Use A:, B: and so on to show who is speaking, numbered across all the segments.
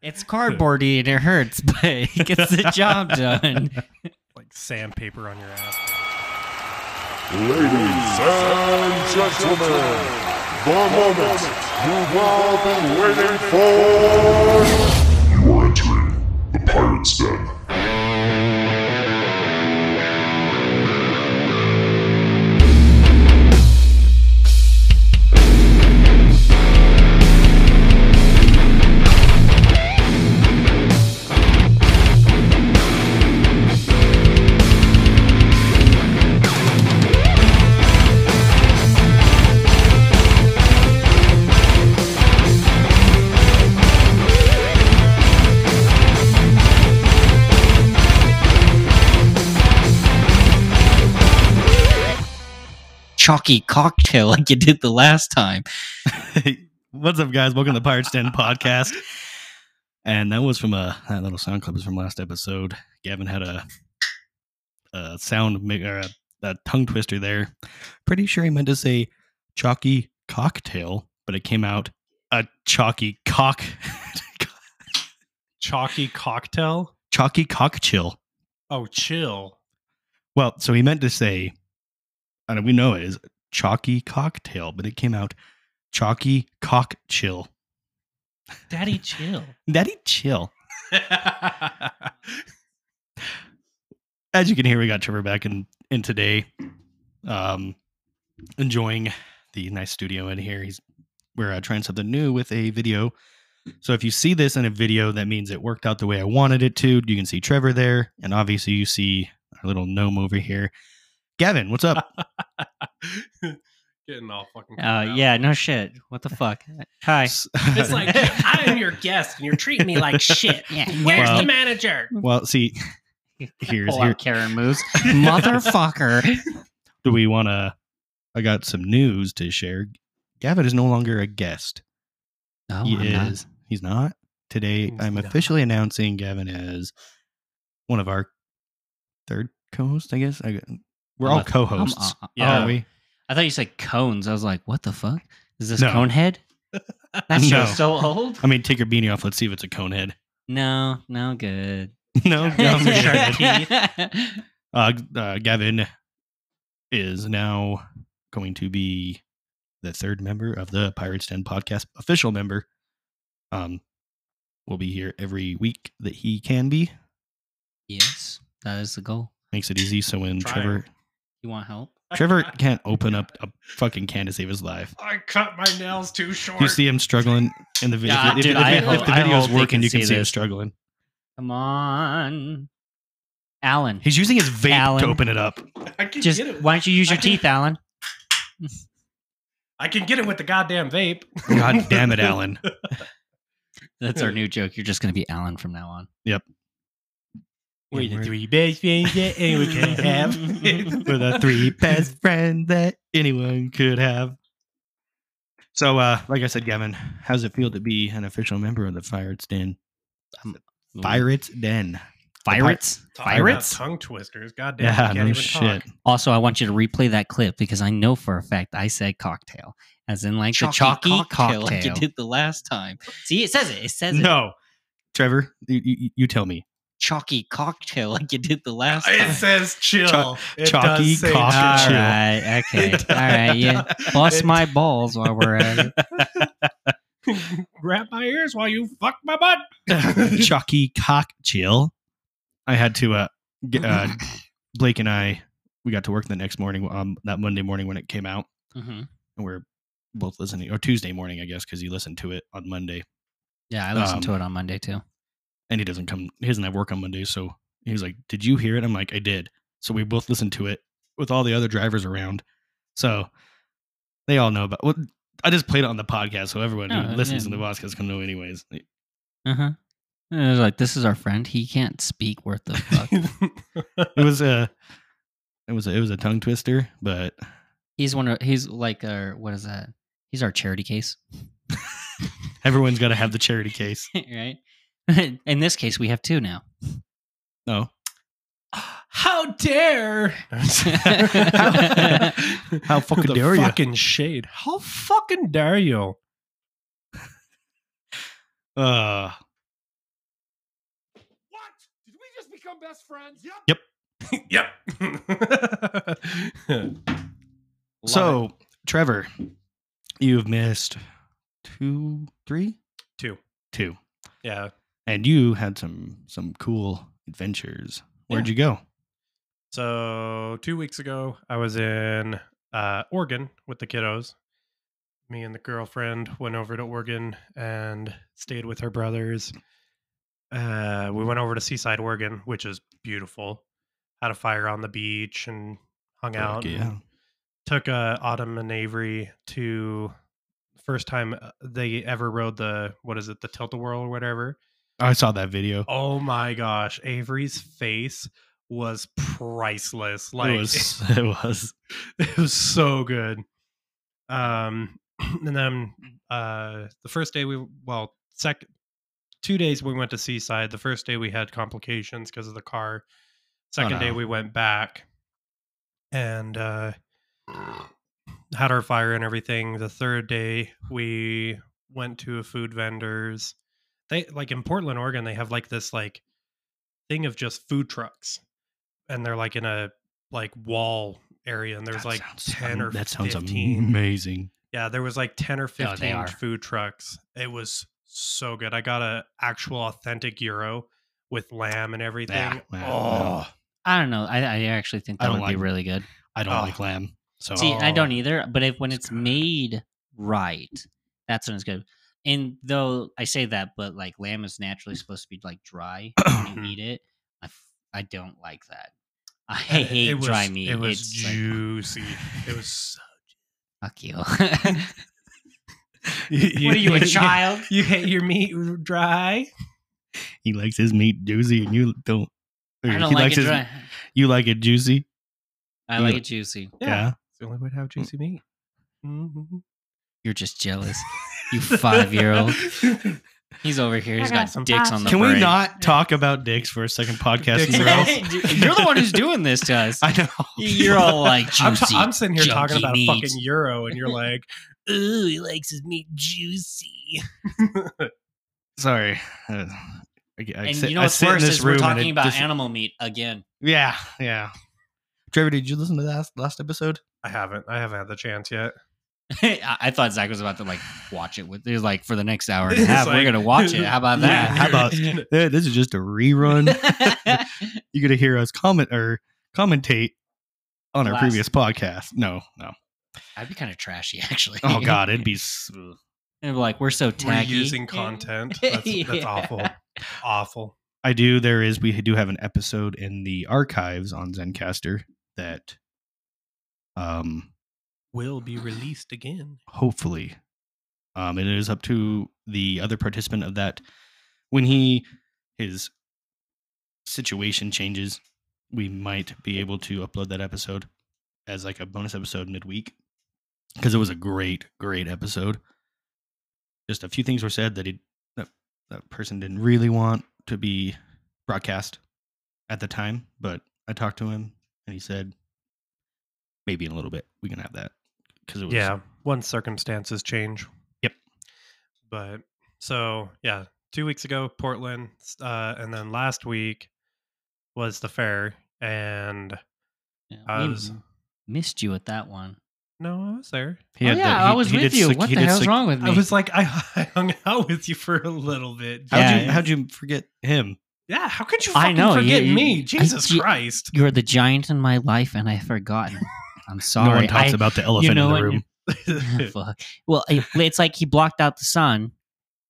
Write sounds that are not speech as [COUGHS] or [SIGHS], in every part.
A: It's cardboardy and it hurts, [LAUGHS] but it gets
B: [LAUGHS]
A: the job done.
C: like sandpaper on your ass.
D: Ladies and gentlemen, the moment you've all been waiting for. You are entering the Pirate's Den.
A: Chalky cocktail like you did the last time.
B: What's up, guys? Welcome to the Pirates Den podcast. And that was from a that little sound clip is from last episode. Gavin had a, a sound ma- or a, a tongue twister there. Pretty sure he meant to say chalky cocktail, but it came out a chalky cock
C: Chalky cocktail.
B: chalky cock chill.
C: Oh, chill.
B: Well, so he meant to say, and we know it is chalky cocktail, but it came out chalky cock chill.
A: Daddy
B: [LAUGHS]
A: chill. Uh,
B: Daddy chill. as you can hear, we got Trevor back in in today, um, enjoying the nice studio in here. He's we're uh, trying something new with a video. So if you see this in a video, that means it worked out the way I wanted it to. You can see Trevor there, and obviously you see our little gnome over here. Gavin, what's [LAUGHS] up?
C: Getting all fucking.
A: Uh, yeah, no shit. What the fuck? Hi.
E: It's
B: [LAUGHS]
E: like I am your guest, and you're treating me like shit.
A: Yeah.
E: Where's
B: Well-
E: the manager? [LAUGHS]
B: well, see, here's
A: Pull
B: here.
A: out Karen moves.
B: [LAUGHS]
A: Motherfucker.
B: Do we want to? I got some news to share. Gavin is no longer a guest.
A: No,
B: he
A: Oh, I'm not.
B: is. He's not. Today,
C: He's
B: I'm
C: not.
B: officially announcing Gavin as one of our third co-hosts. I guess I, gu- we're
A: I'm
B: all
A: a-
B: co-hosts.
A: I'm a-
B: Yeah,
A: oh,
B: we.
A: I thought you said cones. I was like, what the fuck? Is this
B: No.
A: Conehead? That
B: No.
A: show's so old.
B: I mean, take your beanie off. Let's see if it's a conehead. [LAUGHS]
A: No, no good.
B: no,
A: [LAUGHS]
B: no, for sure.
A: Sharky.
B: Uh, g- uh, Gavin is now going to be the third member of the Pirates Den podcast, official member. Um, will be here every week that he can be.
A: yes, that is the goal.
B: Makes it easy. So when
C: Trying.
B: Trevor
A: You want help?
B: Trevor can't open up a fucking can to save his life.
C: I cut my nails too short.
B: You see him struggling in the video.
A: Yeah,
B: if,
A: dude,
B: if-
A: I
B: if
A: hope-
B: the
A: I
B: video's
A: hope they
B: working,
A: can
B: you can
A: see
B: see him
A: this.
B: struggling.
A: Come on, Alan.
B: He's using his vape
A: Alan.
B: to open
A: [LAUGHS]
B: it up.
C: I can
A: Just
C: get it.
A: why don't you use
C: I
A: your
C: can-
A: teeth, Alan?
C: I can get it with the goddamn vape.
B: God damn
C: [LAUGHS]
B: it, Alan.
A: That's our new joke. You're just gonna be Alan from now on.
C: We're the
B: We're-
C: three best things that anyone can
A: [LAUGHS]
C: have.
B: We're the three best friends that anyone could have. So, uh, like I said, Gavin, how's it feel to be an official member of the Pirates Den?
A: Ooh.
B: Pirates Den.
A: Pirates.
C: Talking about
A: Pirates?
C: tongue twisters. Goddamn, you
B: Yeah,
C: can't
B: no
C: even
B: shit.
C: talk.
A: Also, I want you to replay that clip because I know for a fact I said cocktail, as in like the chalky cocktail, [LAUGHS] like you did the last time. See, it says it. It says it.
B: No, Trevor, you, you, you tell me.
A: Chalky cocktail, like you did the last time.
C: It says chill.
B: Chalk-
C: It does
B: chalky
C: say
B: cough.
A: All
B: E. Chill.
C: chill.
A: right. [LAUGHS] Okay. All right. Yeah. [LAUGHS] Bust
C: It-
A: my balls while we're at [LAUGHS] it.
C: Grab my ears while you fuck
B: [LAUGHS]
C: my butt.
B: Chucky cock chill. I had to uh, g- uh
A: [LAUGHS]
B: Blake and I we got to work the next morning um that Monday morning when it came out
C: Mm-hmm.
A: Mhm.
B: and we are both listening or Tuesday morning I guess cuz he listened to it on Monday
A: Yeah, I listened to
B: Um,
A: it on Monday too.
B: and he doesn't come he doesn't have work on Monday so he was like did you hear it I'm like I did so we both listened to it with all the other drivers around so they all know about well I just played it on the podcast so everyone
A: Oh,
B: who listens
A: yeah.
B: to the podcast can know anyways
A: Uh huh. And it was like, this is our friend. He can't speak worth [LAUGHS] the fuck.
B: it was a it was a, it was a tongue twister but
A: he's one of he's like our what is that? He's our charity case, [LAUGHS]
B: Everyone's got to have the charity case.
A: right? [LAUGHS] In this case, we have two now.
C: [LAUGHS]
B: No. [LAUGHS]
C: How dare!
B: How fucking
C: the
B: dare ya.
C: Fucking shade. How fucking dare you?
B: Uh,
F: become best friends. Yep.
E: Yep.
B: so, Trevor, you've missed two, three,
C: [LAUGHS] Two.
B: two,
C: Yeah.
B: and you had some some cool adventures. Where'd you go?
C: So two weeks ago, I was in uh, Oregon with the kiddos. Me and the girlfriend went over to Oregon and stayed with her brothers. Uh, we went over to Seaside, Oregon, which is beautiful. Had a fire on the beach and hung out.
B: Fuck
C: and Took uh, Autumn and Avery to first time uh, they ever rode the what is it the tilt a whirl or whatever.
B: I saw that video.
C: Oh my gosh, Avery's face was priceless. Like
B: it
C: [LAUGHS]
B: was it was
C: it was so good. Um, [CLEARS THROAT] and then uh, the first day we well, second two days we went to Seaside. The first day we had complications because of the car. Second day
B: Oh, no.
C: we went back and uh, had our fire and everything. The third day we went to a food vendor's. They like in Portland, Oregon, they have like this like thing of just food trucks, and they're like in a like wall area, and there's
B: That
C: like
B: sounds
C: ten or
B: am- that sounds
C: 15.
B: amazing.
C: Yeah, there was like 10 or
A: they
C: 15
A: are.
C: food trucks. It was so good. I got a actual authentic gyro with lamb and everything.
B: yeah,
C: oh,
A: I don't know. I, I actually think
B: I
A: that
B: don't
A: would be
B: like-
A: really good.
B: I don't
C: Oh.
B: like lamb, so [LAUGHS]
A: See, I don't either. But if when
B: it's
A: it's
B: good.
A: made right, that's when it's good. And though I say that, but like lamb is naturally supposed to be like dry when you eat it. I, f- I don't like that. I
C: and
A: hate
C: was,
A: dry meat.
C: It was
A: it's like, [LAUGHS]
C: juicy. it was so-
A: fuck you. [LAUGHS] what
C: You-
A: are you,
B: [LAUGHS]
A: a
C: you-
A: child?
C: You hate your meat dry?
B: he likes his meat juicy, and you don't. or
A: I don't like
B: he likes
A: it
B: his-
A: dry.
B: You like it juicy?
A: I
B: you-
A: like it juicy.
C: It's the only way to
A: Hmm.
C: have juicy meat. Mhm.
A: You're just jealous.
C: [LAUGHS]
A: You five year old. He's over here. He's
E: got
A: got
E: some
A: dicks
E: thoughts.
A: on the
B: Can we
A: brain.
B: not talk about dicks for a
C: [LAUGHS]
B: second podcast
C: Dicks
B: in a
C: are
B: row?
C: awesome.
A: You're the one who's doing this to us.
B: [LAUGHS] I know.
C: [LAUGHS]
A: You're all like
C: I'm,
A: juicy.
C: I'm sitting here talking
A: junky
C: about a
A: meat.
C: fucking euro,
A: [LAUGHS]
C: and you're like,
E: Ooh, he likes his meat juicy.
B: Sorry. Uh, I, I
A: and
B: sit-
A: you know
B: I
A: what's
B: sit in
A: worse
B: this
A: is we're
B: room and
A: talking
B: it
A: about
B: just-
A: animal meat again. [LAUGHS]
B: Yeah, yeah. Trevor, did you listen to that last episode?
C: I haven't. I haven't had the chance yet.
A: I I thought Zach was about to like watch it with. He was like, for the next hour and a
C: [LAUGHS] It's
A: half, we're
C: like-
A: gonna watch
B: [LAUGHS]
A: it. How
C: [LAUGHS]
A: about
B: Yeah,
A: that? [LAUGHS]
B: how about- Yeah, this is just a rerun. You're gonna hear us comment or commentate on our
A: Last-
B: previous podcast. No, no.
A: I'd be kind of trashy, actually.
B: Oh
A: [LAUGHS]
B: God, it'd be. s-
A: and be like we're so
C: We're
A: tacky.
C: using content. That's, that's
A: Yeah.
C: awful. Awful.
B: I do. There is. We do have an episode in the archives on ZenCaster that, um,
C: will be released again.
B: hopefully, um, it is up to the other participant of that when he his situation changes. We might be able to upload that episode as like a bonus episode midweek because it was a great, great episode. Just a few things were said that he that, that person didn't really want to be broadcast at the time, but I talked to him and he said maybe in a little bit we can have that because it was
C: Yeah, once circumstances change.
B: Yep.
C: But so yeah, two weeks ago Portland, s- uh, and then last week was the fair, and
A: Yeah,
C: I
A: we
C: was
A: missed you at that one.
C: no, I was there.
B: He
A: oh,
B: had
A: yeah,
B: the-
A: I
B: he-
A: was
B: he did
A: with you.
B: sec-
A: what
B: he
A: the
B: did
A: hell's
B: sec-
A: wrong with me?
C: I was like, [LAUGHS] I, I hung out with you for a little bit.
B: How'd you
A: Yeah.
B: how'd you forget him?
C: Yeah, how could you
A: I
C: fucking
A: know, you-
C: forget
A: you-
C: me?
A: I- [LAUGHS]
C: Jesus
A: you-
C: Christ!
A: You're the giant in my life, and I've forgotten. I'm sorry.
B: no one talks
A: I-
B: about the elephant
A: know
B: in
A: what?
B: the room.
C: [LAUGHS]
A: [LAUGHS] Fuck. Well, it- it's like he blocked out the sun,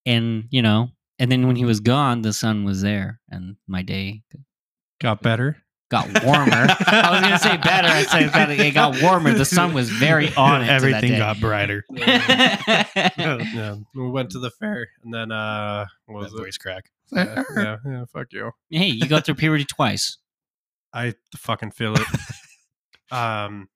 A: and you know, and then when he was gone, the sun was there, and my day
C: Got better.
A: got warmer.
C: [LAUGHS]
A: I was gonna say better. I said that it got warmer. The sun was
C: [LAUGHS]
A: very on it. to
B: Everything
A: that
B: got brighter.
A: day.
C: yeah, we went to the fair, and then uh, what
B: That
C: was it?
B: voice [LAUGHS] crack.
C: Yeah, yeah, yeah, fuck you.
A: [LAUGHS] hey, you go through puberty twice.
C: I fucking
B: [LAUGHS]
C: feel it. um,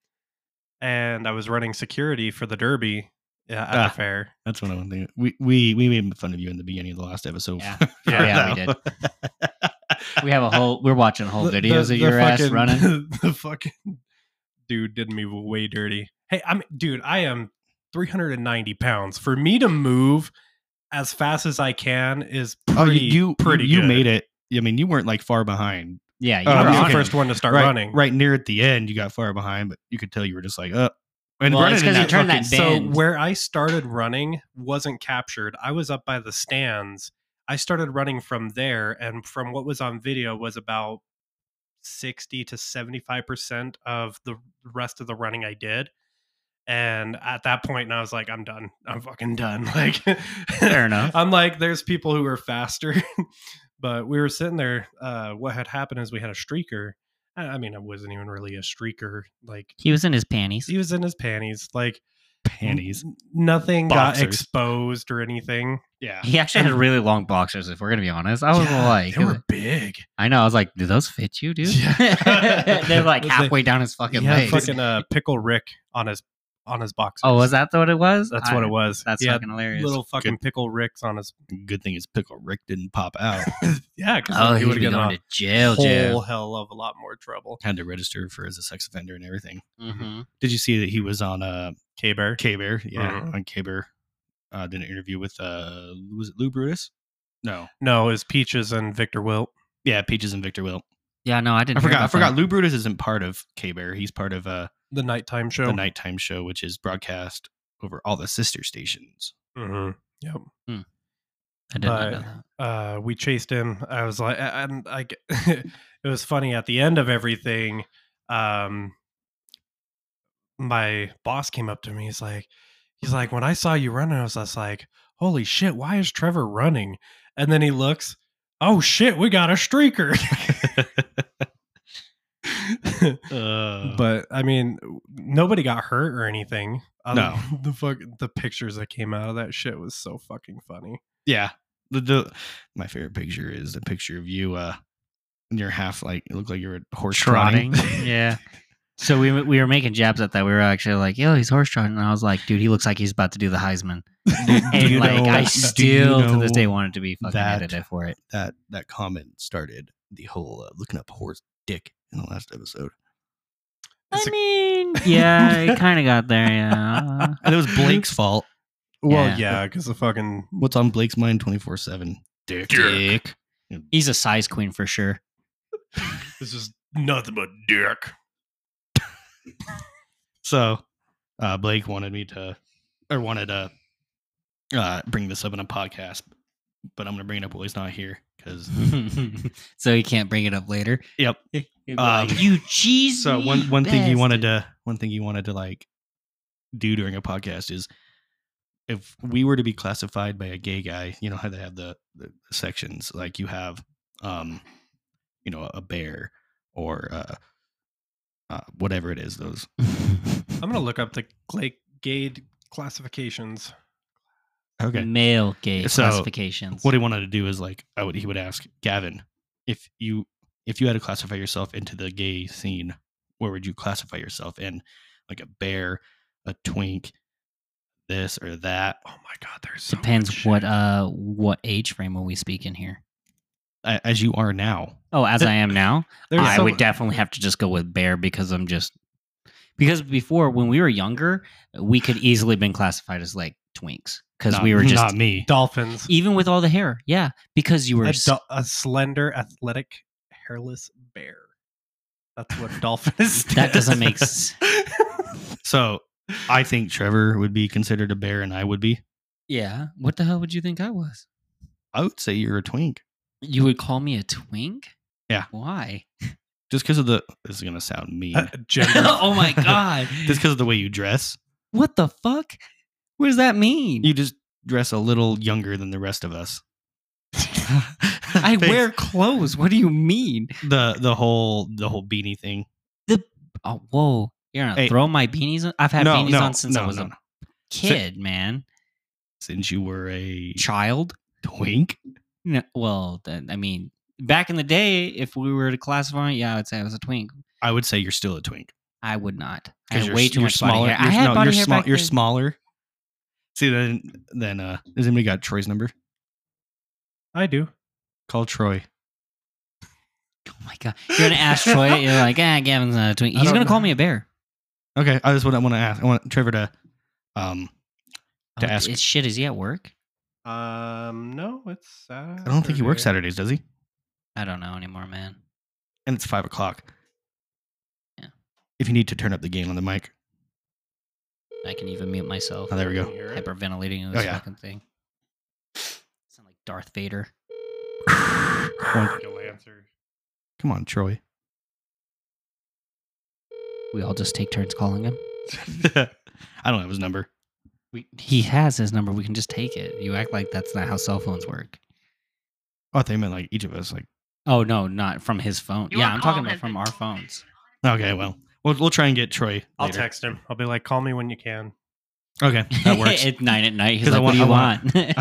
C: and I was running security for the Derby uh, at
B: Ah.
C: the fair.
B: That's one of the things we, we we made fun of you in the beginning of the last episode. [LAUGHS]
A: Yeah.
B: for
A: Yeah, we
B: that
A: did.
B: one.
A: We have a whole. We're watching whole videos of your ass
C: fucking- [LAUGHS]
A: running.
C: The fucking dude did me way dirty. Hey, I'm dude. I am 390 pounds. For me to move as fast as I can is pretty
B: oh, you you
C: pretty.
B: you
C: good.
B: made it. I mean, you weren't like far behind.
A: Yeah, you
B: Oh,
C: I'm
A: were
B: yeah.
C: the
A: on it.
C: first one to start
B: right,
C: running.
B: right near at the end, you got far behind, but you could tell you were just like, uh. And
A: Well,
B: running
A: it's
B: in
A: 'cause you turned that
B: fucking-
C: So
A: bend.
C: where I started running wasn't captured. I was up by the stands. I started running from there, and from what was on video was about sixty to seventy-five percent of the rest of the running I did. And at that point, I was like, I'm done. I'm fucking done. [LAUGHS] Like,
A: Fair enough.
C: I'm like, there's people who are faster. [LAUGHS] but we were sitting there. Uh, what had happened is we had a streaker. I I mean, it wasn't even really a streaker. Like,
A: He was in his panties.
C: he was in his panties. Like,
B: panties.
C: N- nothing got
B: Boxers.
C: exposed or anything.
B: Yeah.
A: He actually had really long boxers. If we're gonna be honest, I was
C: Yeah,
A: like,
C: they were big.
A: I know. I was like, do those fit you, dude? [LAUGHS]
C: Yeah.
A: They're like
C: Was it-
A: halfway down his
C: He
A: fucking
C: had
A: legs.
C: fucking uh, pickle Rick on his on his boxers.
A: oh, was that what it was?
C: That's
A: I-
C: what it was.
A: That's
C: he had
A: fucking hilarious.
C: little fucking pickle Ricks on his.
B: Good thing his pickle Rick didn't pop out.
C: [LAUGHS] Yeah, because
A: oh,
C: he
A: he would
C: would've
A: be
C: gotten
A: going
C: a
A: to jail,
C: whole
A: jail.
C: hell of a lot more trouble.
B: Had to register for as a sex offender and everything.
A: Mm-hmm.
B: Did you see that he was on uh
C: K Bear.
B: K Bear? Mm-hmm. Yeah,
C: Mhm.
B: on K Bear. Uh, did an interview with uh was it Lou Brutus? No.
C: No, is Peaches and Victor Wilt.
B: Yeah, Peaches and Victor Will.
A: Yeah, no, I didn't.
B: I
A: hear
B: forgot. I
A: about
B: forgot.
A: that.
B: Lou Brutus isn't part of K Bear. He's part of uh
C: The nighttime show.
B: the nighttime show, which is broadcast over all the sister stations.
C: Mhm. Yep.
A: I didn't
C: uh,
A: know that.
C: uh, we chased him. I was like, [LAUGHS] and I, it was funny at the end of everything. Um, my boss came up to me. He's like, he's like, when I saw you running, I was just like, holy shit, why is Trevor running? And then he looks, oh shit, we got a streaker. [LAUGHS]
B: Uh,
C: but I mean, nobody got hurt or anything. Um,
B: No.
C: [LAUGHS] the fuck, the pictures that came out of that shit was so fucking funny.
B: yeah, the, the my favorite picture is the picture of you uh when you're half like it looked like you're a horse trotting. [LAUGHS]
A: Trotting. [LAUGHS] yeah. So we we were making jabs at that. We were actually like, "Yo, he's horse trotting," and I was like, "Dude, he looks like he's about to do the Heisman." And
B: you
A: like,
B: know- do
A: I
B: you
A: still to this
B: know
A: day wanted to be fucking
B: that-
A: edited for it.
B: that that comment started the whole uh, looking up horse dick in the last episode.
C: It's a-
A: mean, yeah, it kind of got there. Yeah,
B: And it was Blake's fault.
C: Well,
A: Yeah.
C: yeah, because the fucking
B: What's on Blake's mind 24 7? Dick. Dick.
A: he's a size queen for sure.
C: This is nothing but dick.
B: So uh, Blake wanted me to, or wanted to uh, bring this up in a podcast, but I'm going to bring it up while he's not here because.
A: [LAUGHS] so he can't bring it up later.
B: Yep.
A: He'd be
B: Um,
A: like, you cheese.
B: So one one thing he wanted to one thing he wanted to like do during a podcast is if we were to be classified by a gay guy, you know how they have the, the sections like you have um you know a bear or uh, uh whatever it is those
C: [LAUGHS] I'm gonna look up the Glake Gade classifications.
B: okay
A: male gay
B: So,
A: classifications.
B: what he wanted to do is like I would he would ask Gavin if you if you had to classify yourself into the gay scene, where would you classify yourself in? Like a bear, a twink, this or that.
C: Oh my god, there's so much
B: Oh,
A: depends
C: shit.
A: what uh what age frame will we speak in here?
B: a- as you are now.
A: Oh, as I am
B: [LAUGHS]
A: now,
C: There's
A: I
C: so
A: would
C: mu-
A: definitely have to just go with bear because I'm just because before when we were younger, we could easily been classified as like twinks because
B: [LAUGHS] Not-
A: we were
B: not
A: just [LAUGHS]
B: me.
C: dolphins.
A: even with all the hair, yeah, because you were
C: A,
A: s-
C: do- a slender, athletic, hairless bear. That's what a dolphin
A: [LAUGHS]
C: is.
A: [LAUGHS] that doesn't
B: [LAUGHS]
A: make s-
B: So
A: [LAUGHS]
B: I think Trevor would be considered a bear, and I would be.
A: yeah. What the hell would you think I was?
B: I would say you're a twink,
A: You would call me a twink?
B: Yeah.
A: Why?
B: just because of the. This is gonna sound mean.
C: Uh, [LAUGHS] gender.
A: [LAUGHS] oh my
B: [LAUGHS]
A: god! [LAUGHS]
B: just because of the way you dress.
A: what the fuck? What does that mean?
B: You just dress a little younger than the rest of us.
A: [LAUGHS]
B: [LAUGHS]
A: I
B: I
A: wear clothes. What do you mean?
B: the the whole the whole beanie thing.
A: Oh, whoa! You're gonna
B: Hey.
A: throw my beanies on? I've had beanies on since I was a
B: no.
A: kid, man.
B: Since you were a
A: Child?
B: twink,
A: No, well, then, I mean, back in the day, if we were to classify it, yeah, I would say I was a twink.
B: I would say you're still a twink
A: I would not. I
B: 'Cause
A: had
B: you're
A: way
B: s-
A: too
B: you're
A: much body hair. I
B: You're,
A: had
B: no,
A: body
B: you're,
A: hair
B: small,
A: back
B: you're
A: then.
B: smaller. See then then uh, has anybody got Troy's number?
C: I do.
B: Call Troy.
A: Oh my god! You're gonna ask Troy. You're like, ah, Gavin's not a twink.
B: [LAUGHS] I
A: He's
B: don't
A: gonna call
B: know.
A: me a bear.
B: Okay, I just want I want to ask. I want Trevor to um To
A: oh,
B: ask-
A: it's shit. Is he at work?
C: Um, no, it's.
B: I don't think he works
C: Saturday.
B: Saturdays, does he?
A: I don't know anymore, man.
B: and it's five o'clock.
A: Yeah.
B: If you need to turn up the gain on the mic,
A: I can even mute myself.
B: oh, there we go.
A: Hyperventilating in this
B: yeah.
A: fucking thing. Sound like Darth Vader.
C: You'll answer.
B: Come on, Troy. [LAUGHS]
A: We all just take turns calling him.
B: I don't have his number.
A: We, he has his number. We can just take it. You act like that's not how cell phones work.
B: Oh, I thought you meant like each of us. Like,
A: Oh no, not from his phone.
F: You
A: yeah,
F: are
A: I'm talking
F: called
A: about
F: as
A: from
F: a-
A: our phones.
B: okay, well, we'll we'll try and get Troy.
C: I'll
B: later.
C: text him. I'll be like, call me when you can.
B: Okay,
A: [LAUGHS]
B: that works.
A: at nine at night. He's
B: 'Cause I
A: like, "What do you
B: want-
A: want?"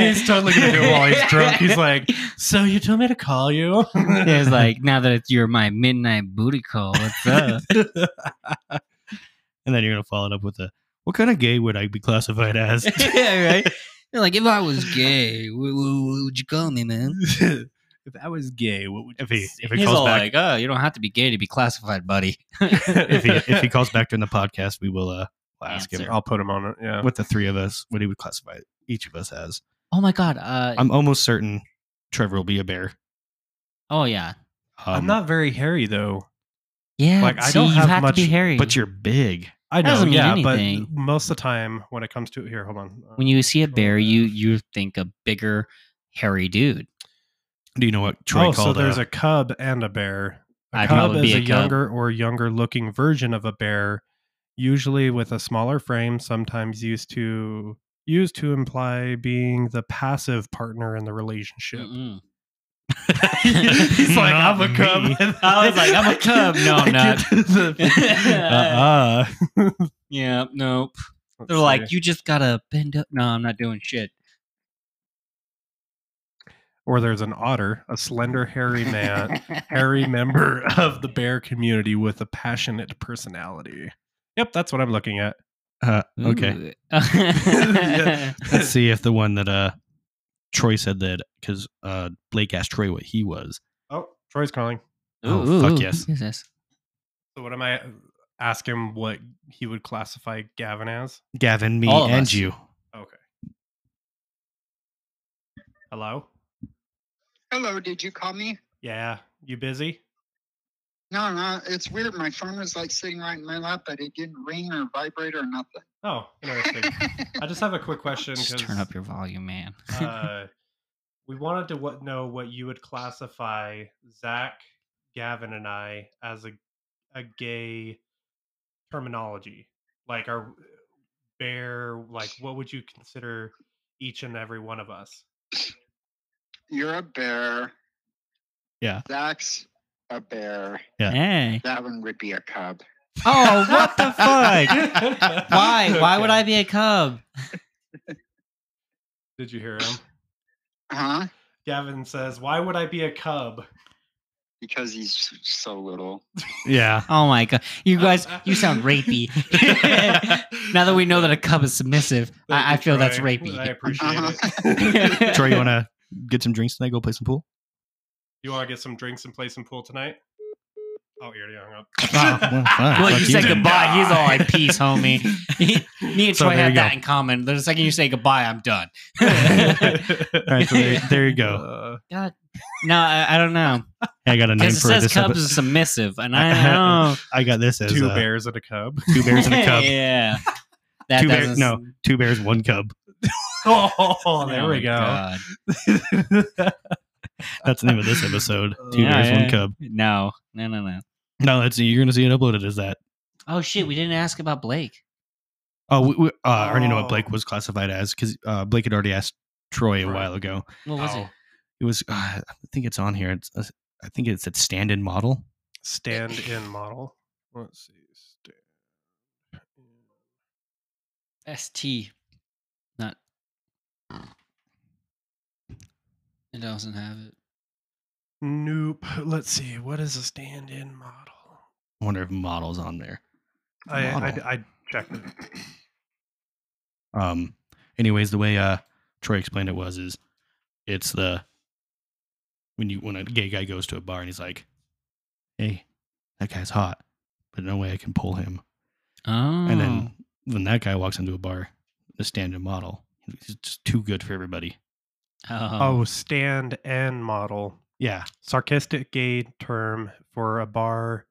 C: He's totally gonna do it while he's drunk. He's like, so you told me to call you.
A: [LAUGHS]
C: [LAUGHS]
A: He's like, "Now that it's, you're my midnight booty call, what's
C: [LAUGHS]
A: up?" [LAUGHS]
B: and then you're gonna follow it up with a, "What kind of gay would I be classified
C: [LAUGHS]
B: as?" [LAUGHS]
A: yeah, right. You're like, if I was gay, what, would you call me, man?
C: if I was gay, what would
B: If he if he
A: He's
B: calls
A: all
B: back
A: like, "Oh, you don't have to be gay to be classified, buddy." [LAUGHS]
B: if he if
C: [LAUGHS]
B: he calls back during the podcast, we will uh we'll ask him
A: Answer.
C: I'll put him on it. Yeah.
B: what the three of us what he would classify each of us as.
A: [LAUGHS] Oh my god. Uh,
B: I'm almost certain Trevor will be a bear.
A: oh yeah.
B: Um,
C: I'm not very hairy though.
A: Yeah.
C: Like, I
A: see,
C: don't
A: you
C: have
A: have to be
C: much-
A: hairy.
B: but you're big.
C: I know,
A: doesn't mean
C: yeah,
A: anything.
C: but most of the time when it comes to here, hold on. Uh,
A: when you see a bear, you you think a bigger, hairy dude.
B: Do you know what Troy
C: oh, so
B: called?
C: there's
B: uh,
C: a cub and a bear. A
A: I'd
C: cub
A: probably
C: is
A: be
C: a,
A: a cub.
C: younger or younger looking version of a bear, usually with a smaller frame, sometimes used to used to imply being the passive partner in the
B: [LAUGHS]
C: relationship.
A: Mm-mm. [LAUGHS]
C: [LAUGHS] He's like,
B: Not
C: I'm a cub.
B: me.
A: I was like, I'm a cub. No, I'm
C: I
A: not.
C: get
A: [LAUGHS]
C: the-
B: uh-uh.
A: Yeah. Nope.
C: Let's
A: They're like,
C: see.
A: you just gotta bend up. No, I'm not doing shit.
C: or there's an otter, a slender,
A: [LAUGHS]
C: hairy man, hairy member of the bear community with a passionate personality. Yep, that's what I'm looking at.
B: [LAUGHS] Uh, okay.
A: [LAUGHS] Oh,
B: [LAUGHS]
A: okay.
B: Let's see if the one that uh Troy said that because uh Blake asked Troy what he was.
C: Oh, Troy's calling.
B: Oh, fuck yes.
A: who's this?
C: So what am I uh, ask him what he would classify Gavin as?
B: Gavin, me,
A: All of
B: and
A: us.
B: you.
C: Okay. Hello?
G: Hello, did you call me?
C: Yeah. You busy?
G: No, no, it's weird. My phone was like sitting right in my lap, but it didn't ring or vibrate or nothing.
C: Oh, interesting. I just have a quick question
A: Just
C: because
A: turn up your volume,
B: [LAUGHS]
A: man.
C: uh, we wanted to what, know what you would classify Zach, Gavin, and I as a a gay terminology. Like our bear, like what would you consider each and every one of us?
G: You're a bear.
B: Yeah.
G: Zach's a bear.
A: hey.
G: That one would be a cub.
A: Oh, [LAUGHS] what
C: [LAUGHS]
A: the fuck? Why? Why would
C: Okay.
A: I be a cub?
C: Did you hear him?
G: Huh?
C: Gavin says, "Why would I be a cub?"
G: Because he's so
D: [LAUGHS]
G: little.
B: Yeah.
A: Oh my god, you guys, you sound
C: [LAUGHS]
A: rapey. now that we know that a cub is submissive,
C: Thank
A: I, I
C: you,
A: feel that's
C: Troy.
A: rapey.
C: I appreciate it.
G: Uh-huh.
B: Troy, you wanna get some drinks tonight, go play some pool?
C: [LAUGHS] you want to get some drinks and play some pool tonight? Oh, you already hung up. [LAUGHS]
B: Ah, well,
A: [LAUGHS]
B: fine.
A: well,
B: Fuck
A: you said
B: then.
A: goodbye. He's all like, "Peace, homie."
C: [LAUGHS]
A: Me and
B: So
A: Troy
B: there
A: have
B: you go.
A: that in common. The second you say goodbye, I'm
C: [LAUGHS]
A: done.
B: All right, so there, there you go.
C: Uh,
A: God, no, I, I don't know
B: I got a name
A: because it
B: for
A: says
B: this.
A: cubs
B: epi-
A: is submissive, and
B: [LAUGHS]
A: I don't know.
B: I got this as
C: two
B: uh,
C: bears and a cub.
B: two bears and a
A: [LAUGHS]
B: cub.
A: yeah, that
B: two bears,
A: doesn't.
B: no, two bears, one cub.
C: [LAUGHS] Oh, there
A: Oh
C: we
A: my
C: [LAUGHS] go.
A: God.
B: That's the name of this episode.
A: [LAUGHS]
B: Two
A: Yeah,
B: bears,
A: yeah.
B: one cub.
A: No, no, no, no.
B: No, that's you're gonna see it uploaded as that.
A: Oh shit, we didn't ask about Blake.
B: Oh, we, we, uh, I already know
C: Oh.
B: what Blake was classified as because uh, Blake had already asked Troy a
C: Right.
B: while ago.
A: What was
C: Oh.
A: it?
B: It was, uh, I think it's on here. It's, uh, I think it's at stand-in model.
C: Stand in model. Let's see. Stand.
A: ST. Not. It doesn't have it.
C: Nope. Let's see. What is a stand in model?
B: I wonder if model's on there.
C: I,
B: Model.
C: I I checked it.
B: [CLEARS THROAT] Um. Anyways, the way uh Troy explained it was is it's the when you when a gay guy goes to a bar and he's like, "Hey, that guy's hot, but no way I can pull him."
A: Oh.
B: And then when that guy walks into a bar, the stand-in model, he's just too good for everybody.
A: Oh.
C: Oh, stand and model.
B: Yeah.
C: sarcastic gay term for a bar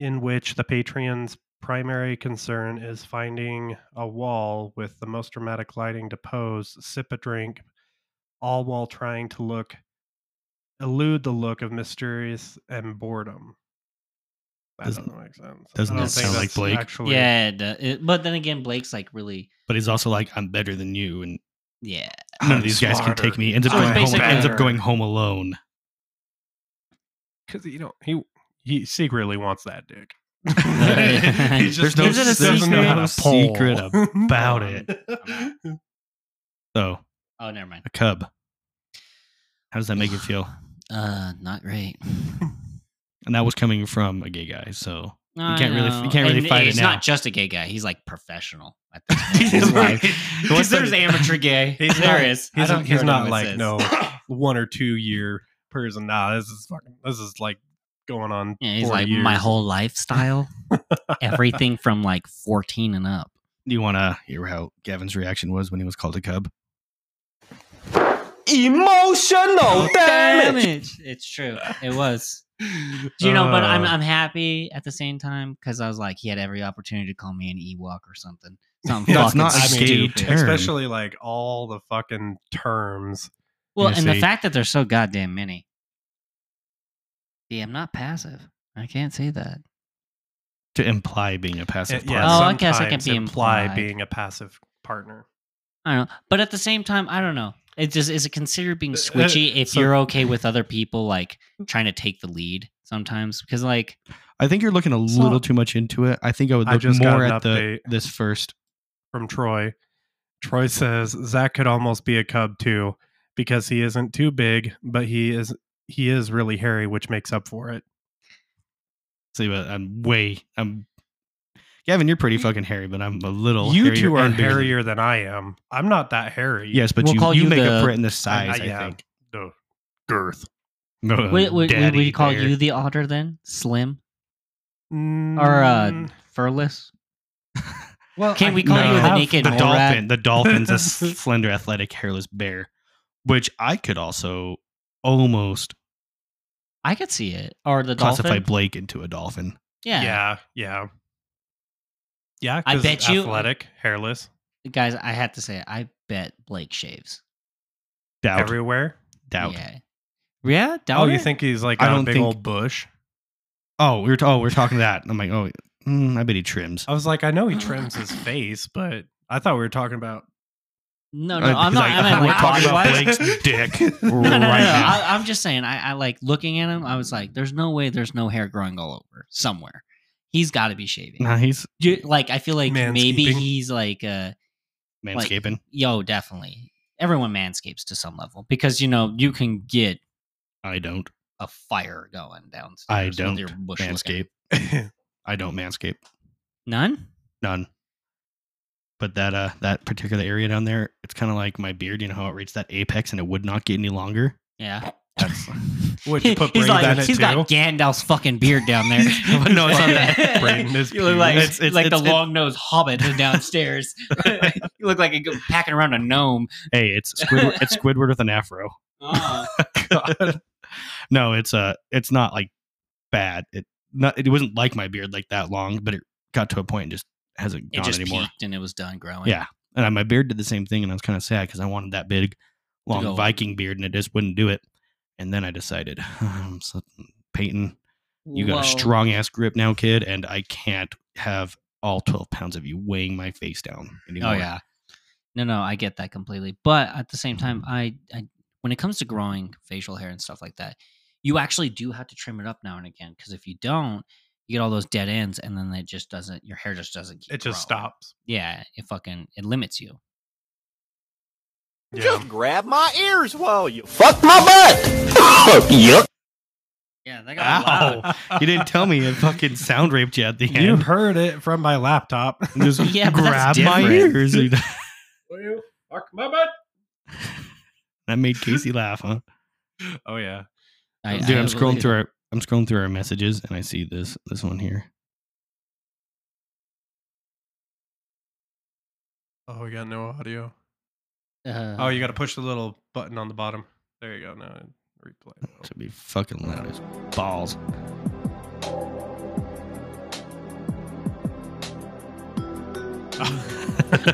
C: in which the patron's primary concern is finding a wall with the most dramatic lighting to pose, sip a drink, all while trying to look elude the look of mysterious and boredom. That
B: Doesn't-
C: doesn't, make sense. I
B: doesn't
C: don't
A: that
C: think
A: sound
B: like
C: that's
B: Blake?
C: Actually,
A: Yeah, it, do- it- but then again, Blake's like really,
B: But he's also like, I'm better than you, and
A: yeah,
B: none of these guys can take me. Ends up
A: So
B: going
A: it's
B: home,
A: basically-
B: ends up going home alone.
C: because you know he he secretly wants that dick. [LAUGHS]
A: [LAUGHS] There's no-
C: doesn't
A: there's no
C: know
A: [LAUGHS]
C: how to pull. [LAUGHS]
B: secret about it. So
A: Oh, never mind.
B: a cub. How does that make you feel?
A: Uh, not
C: [LAUGHS]
A: great.
B: And that was coming from a gay guy. So
A: I
B: can't really- you
A: know.
B: can't really
A: And
B: fight it
A: It's
B: now.
A: not just a gay guy. He's like professional.
B: [LAUGHS]
A: At this point in his life. 'Cause there's amateur gay.
C: [LAUGHS] He's
A: there
C: not-
A: is. I
C: He's,
A: don't care
C: he's
A: what
C: not
A: anyone
C: like
A: says. [COUGHS]
C: no one or two year person. Nah, this is fucking. This is like going on.
A: Yeah, he's
C: four
A: like my
C: years.
A: whole
C: [LAUGHS]
A: lifestyle, everything from like 14 and up.
B: Do you want to hear how Gavin's reaction was when he was called a cub? Oh,
F: Emotional damage.
A: It's true. It was.
C: [LAUGHS]
A: You know, but
C: Uh,
A: I'm I'm happy at the same time because I was like he had every opportunity to call me an Ewok or something. Something
B: Yeah, it's
A: fucking
B: not a
C: gay
A: stupid.
B: term.
C: especially like all the fucking terms.
A: Well,
B: gonna
A: and
B: say-
A: the fact that there's so goddamn many. Yeah, I'm not passive. I can't say that.
B: To imply being a passive
C: Eh, Yeah,
A: Oh,
B: partner.
A: I guess I can
C: sometimes
A: be
C: imply
A: implied.
C: being a passive partner.
A: I don't know. But at the same time, I don't know. It just is it considered being
C: Uh,
A: switchy if
C: so-
A: you're okay with other people like trying to take the lead sometimes because like
B: I think you're looking a
C: So-
B: little too much into it. I think I would
C: I
B: look
C: just got
B: more
C: an
B: at the
C: update.
B: this first.
C: from Troy. Troy says Zach could almost be a cub too, because he isn't too big, but he is he is really hairy, which makes up for it.
B: See, but I'm way. I'm Gavin. You're pretty fucking hairy, but I'm a little.
C: you
B: hairier
C: two are
B: and bigger than-
C: hairier than I am. I'm not that hairy.
B: Yes, but
A: We'll
B: you,
A: call
B: you
A: you
B: make up
A: the-
B: for it in the
C: I,
B: size. I,
C: yeah,
B: think.
C: the girth.
B: No,
A: would, would, would [LAUGHS]
B: daddy
A: we call
B: bear.
A: you the otter then slim or uh,
C: Mm,
A: furless?
C: well,
A: can we call
C: I
A: you the
C: have-
A: naked
B: the
A: mole rat?
B: dolphin. The dolphin's a s-
A: [LAUGHS]
B: slender, athletic, hairless bear, which I could also almost
A: I could see it or the
B: classify
A: dolphin.
B: Blake into a dolphin.
A: yeah.
C: Yeah, yeah, yeah.
A: I
C: 'cause
A: bet you-
C: athletic, hairless,
A: guys, I have to say, I bet Blake shaves.
B: Doubt,
C: everywhere.
B: doubt.
A: Yeah, yeah. Doubt
C: Oh, you
A: it?
C: think he's like
B: I
C: got a
B: don't
C: big
B: think-
C: old bush?
B: Oh, we were oh we are talking that. I'm like, oh, mm, I bet he trims.
C: I was like, I know he
A: [LAUGHS]
C: trims his face, but I thought we were talking about
A: No,
B: Uh,
A: no, I'm
B: because
A: not.
B: I-
A: I, meant,
B: we're
A: like,
B: talking
A: [LAUGHS]
B: about
A: body-wise.
B: Blake's dick
A: No, no, no, no.
B: right now.
A: I, I'm just saying. I, I like looking at him. I was like, "There's no way. There's no hair growing all over somewhere. He's got to be shaving.
B: Nah, he's
A: You- like, I feel like maybe
C: Manscaping.
A: he's like, uh,
B: manscaping.
A: yo, definitely. Everyone manscapes to some level because you know you can get
B: I don't
A: a fire going downstairs.
B: I
A: with
B: don't
A: your bush looking.
B: manscape.
C: [LAUGHS]
B: I don't manscape.
A: None.
B: None. But that uh that particular area down there, it's kind of like my beard. You know how it reached that apex and it would not get any longer.
A: Yeah. [LAUGHS]
B: That's
C: Would you put
A: he's
C: Braden in
A: like,
C: it
A: he's got [LAUGHS]
C: too?
A: Gandalf's fucking beard down there.
B: [LAUGHS] No, it's not
A: [LAUGHS]
B: that.
C: Braden is
A: you look like,
B: pubes. It's- it's-
A: like
B: it's-
A: the
B: it-
A: long nosed hobbit downstairs. [LAUGHS] you look like a g- packing around a gnome.
B: hey, it's
A: [LAUGHS]
B: Squidward, it's Squidward with an afro.
A: Uh-huh.
B: [LAUGHS] No, it's uh it's not like bad. It not it wasn't like my beard like that long, but it got to a point and just hasn't
A: it
B: gone
A: just
B: anymore.
A: peaked and it was done growing.
B: Yeah. And I, my beard did the same thing, and I was kind of sad because I wanted that big, long
A: go.
B: Viking beard, and it just wouldn't do it. And then I decided, [SIGHS] um, so, Peyton, you got a strong ass grip now, kid, and I can't have all twelve pounds of you weighing my face down anymore.
A: Oh yeah. No, no, I get that completely. But at the same time, I, I when it comes to growing facial hair and stuff like that, you actually do have to trim it up now and again because if you don't, you get all those dead ends, and then it just doesn't. Your hair just doesn't. Keep
C: It just
A: growing.
C: stops.
A: [LAUGHS] Yeah, it fucking it limits you.
C: Yeah.
F: Just grab my ears while you fuck my
H: [LAUGHS]
F: butt. Yup.
A: Yeah, that
B: got loud.
C: [LAUGHS]
B: You didn't
A: [LAUGHS]
B: tell me it fucking sound raped you at the
C: You
B: end.
C: heard it from
A: [LAUGHS]
C: my laptop. [LAUGHS]
B: just
A: Yeah, but
B: grab
A: that's
B: my
A: different.
B: ears.
A: [LAUGHS]
B: [LAUGHS]
C: fuck my butt?
B: that made Casey laugh, huh?
C: Oh yeah.
A: I,
B: Dude,
A: I
B: I, am scrolling
A: really-
B: through our I'm scrolling through our messages and I see this this one here.
C: Oh, we got no audio.
A: Uh,
C: Oh, you got to push the little button on the bottom. There you go. Now it replay.
B: Should be fucking loud as balls.
A: [LAUGHS]
C: [LAUGHS]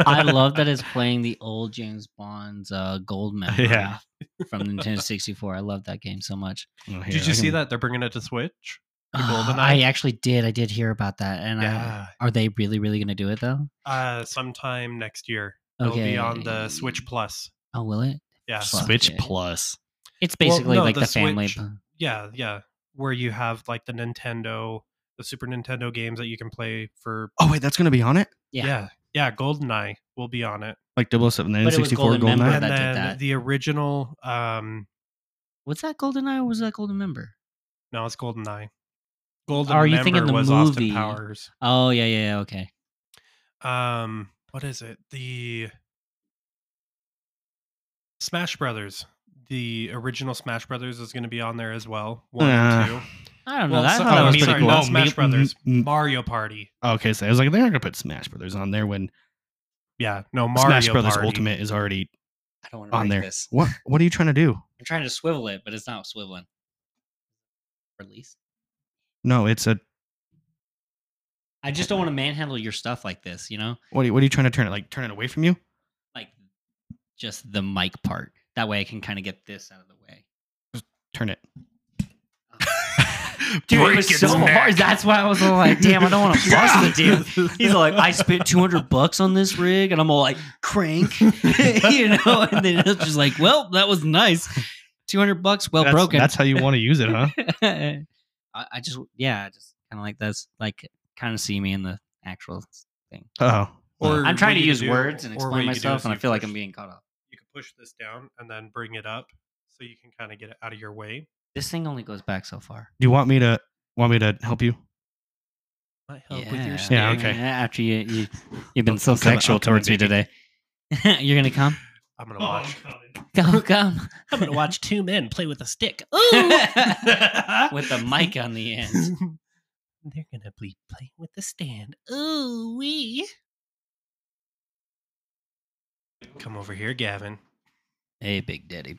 A: I love that it's playing the old James Bond's uh, gold medal
B: Yeah.
A: from Nintendo 64. I love that game so much.
B: Oh, here,
C: Did
B: I
C: you see
B: can-
C: that they're bringing it to Switch?
A: Uh,
C: GoldenEye?
A: I actually did. I did hear about that. And
C: Yeah.
A: I, are they really, really going to do it though?
C: Uh, sometime next year. It'll be on the Switch Plus.
A: Oh, will it?
C: Yeah.
A: Fuck
B: Switch
A: yeah.
B: Plus?
A: It's
C: Well,
A: basically
C: no,
A: like
C: the
A: the, family.
C: Switch- Yeah, yeah. Where you have like the Nintendo, the Super Nintendo games that you can play for.
B: Oh wait, that's gonna be on it.
A: Yeah.
C: yeah, yeah, GoldenEye will be on it,
B: Like 007,
A: But it was
B: 64
A: Golden Member
B: Goldeneye.
C: and
A: that did
C: then
A: that.
C: the original. Um,
A: What's that Golden Eye or was that Golden Member?
C: no, it's GoldenEye. Golden
A: are you
C: Member
A: thinking the
C: was Austin
A: movie?
C: Powers.
A: Oh, yeah, yeah, yeah. Okay.
C: Um, what is it? The Smash Brothers. The original Smash Brothers is going to be on there as well. One
B: Uh,
C: and two.
A: I don't know.
C: Well,
A: that,
C: so-
A: I thought that
C: oh,
A: was
C: sorry,
A: pretty cool.
B: Oh,
C: not Smash
B: me-
C: Brothers.
B: m- m-
C: Mario Party.
B: mm. Okay, so I was like, they're not gonna put Smash Brothers on there when
C: Yeah, no Mario
B: Smash Brothers
C: Party.
B: Ultimate is already
A: I don't want
B: on there. What What are you trying to do?
A: I'm trying to swivel it, but it's not swiveling. Release.
B: No, it's a
A: I just don't want to manhandle your stuff like this, you know?
B: what? Are you, what are you trying to turn it? Like turn it away from you?
A: Like just the mic part. That way I can kind of get this out of the way.
B: Turn it.
A: Dude, it was so hard. That's why I was all like, damn, I don't
B: [LAUGHS]
A: want to bust the dude. He's like, I spent 200 bucks on this rig, and I'm all like, crank, [LAUGHS] you know? And then it's just like, well, that was nice. 200 bucks, well
B: that's,
A: Oh, broken.
B: That's how you want to use it, [LAUGHS] huh?
A: I, [LAUGHS] I just, yeah, I just kind of like that's like kind of see me in the actual thing.
B: Oh,
C: Or
A: I'm trying to
C: what you
A: use
C: could do-
A: words and
C: or what
A: explain
C: you could do
A: myself,
C: is
A: and I
C: you
A: feel like
C: push-
A: I'm being caught up.
C: You can push this down and then bring it up, so you can kind of get it out of your way.
A: This thing only goes back so far.
B: do you want me to want me to help you?
C: Might
A: I
B: Yeah,
A: mean,
B: okay.
A: After you, you you've been
B: I'm
A: so
B: coming-
A: [LAUGHS] sexual
B: I'm coming,
A: towards me today. [LAUGHS] You're gonna come?
C: I'm
B: Oh,
C: gonna watch.
A: Go
B: [LAUGHS]
A: come.
E: I'm gonna watch
A: [LAUGHS]
E: two men play with a stick.
A: with the [LAUGHS] mic on the end.
E: They're gonna be playing with a stand. Ooh wee.
C: Come over
B: [LAUGHS]
C: here, Gavin.
A: Hey, Big Daddy.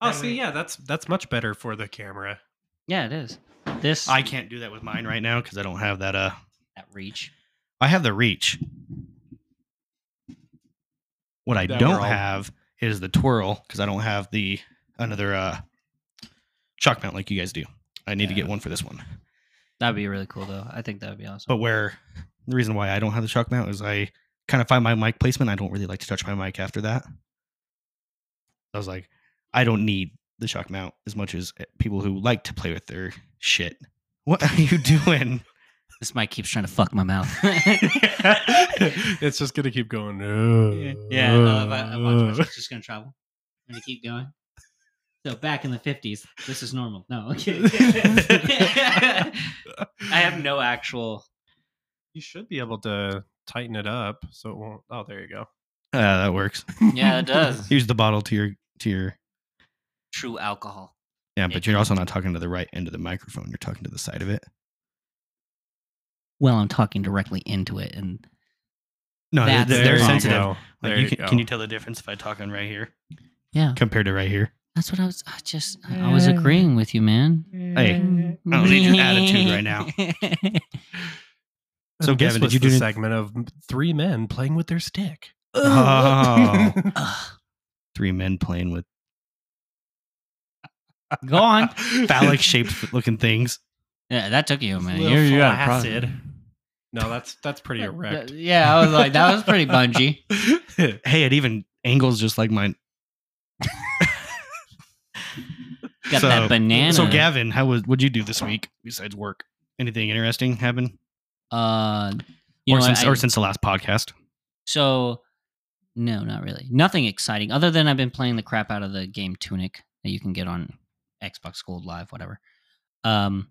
C: oh, see, yeah, that's that's much better for the camera.
B: [LAUGHS]
C: [LAUGHS]
A: Yeah, it is. This
B: I can't do that with mine right now because I don't have that. Uh,
A: that reach.
B: I have the reach. What I
C: That
B: don't
C: whirl.
B: have is the twirl because I don't have the another uh shock mount like you guys do. I need to get one for this one.
A: That'd be really cool, though. I think that would be awesome.
B: But where the reason why I don't have the shock mount is I kind of find my mic placement. I don't really like to touch my mic after that. I was like, I don't need the shock mount as much as eh, people who like to play with their shit. What are you [LAUGHS] doing?
A: this mic keeps trying to fuck my
B: [LAUGHS]
A: mouth. [LAUGHS]
C: it's just gonna keep going.
A: yeah, I love it. I watch myself. It's just gonna travel. I'm gonna keep going. So back in the fifties, this is normal. No, I'm kidding. [LAUGHS] I have no actual.
C: You should be able to tighten it up so it won't. Oh, there you go.
B: Uh, that works.
A: Yeah, it does.
B: Use the bottle to your to your
A: [LAUGHS] True alcohol.
B: yeah, but you're also not talking to the right end of the microphone. You're talking to the side of it.
A: Well, I'm talking directly into it, and
B: No, they're,
A: That's the
B: they're
A: problem.
B: sensitive.
C: You go.
B: Like,
C: There
B: you
C: you
B: can,
C: go.
B: can you tell the difference if I talk on right here
A: yeah,
B: compared to right here?
A: that's what I was. I just, I was agreeing with you, man.
B: Hey, I don't need your attitude
A: [LAUGHS]
B: right now. So,
C: And this
B: Gavin, did
C: was
B: you
C: the
B: do any-
C: segment of m- three men playing with their stick?
B: Oh,
C: [LAUGHS]
B: [LAUGHS]
A: Ugh.
B: three men playing [LAUGHS] with
A: [LAUGHS] Go on.
B: [LAUGHS] phallic shaped looking things.
A: Yeah, that took you a minute.
C: Little
A: You're, you got a
C: flaccid.
A: problem.
C: No, that's that's pretty
A: [LAUGHS]
C: erect.
A: Yeah, I was like, that was pretty
C: [LAUGHS]
A: bungee.
B: Hey, it even angles just like mine.
A: Got that banana.
B: So, Gavin, how was would you do this week besides work? Anything interesting happen?
A: Uh, you
B: or,
A: know, what,
B: since,
A: I-
B: or since the last podcast?
A: so no, not really. Nothing exciting other than I've been playing the crap out of the game Tunic that you can get on Xbox Gold Live, whatever. Um,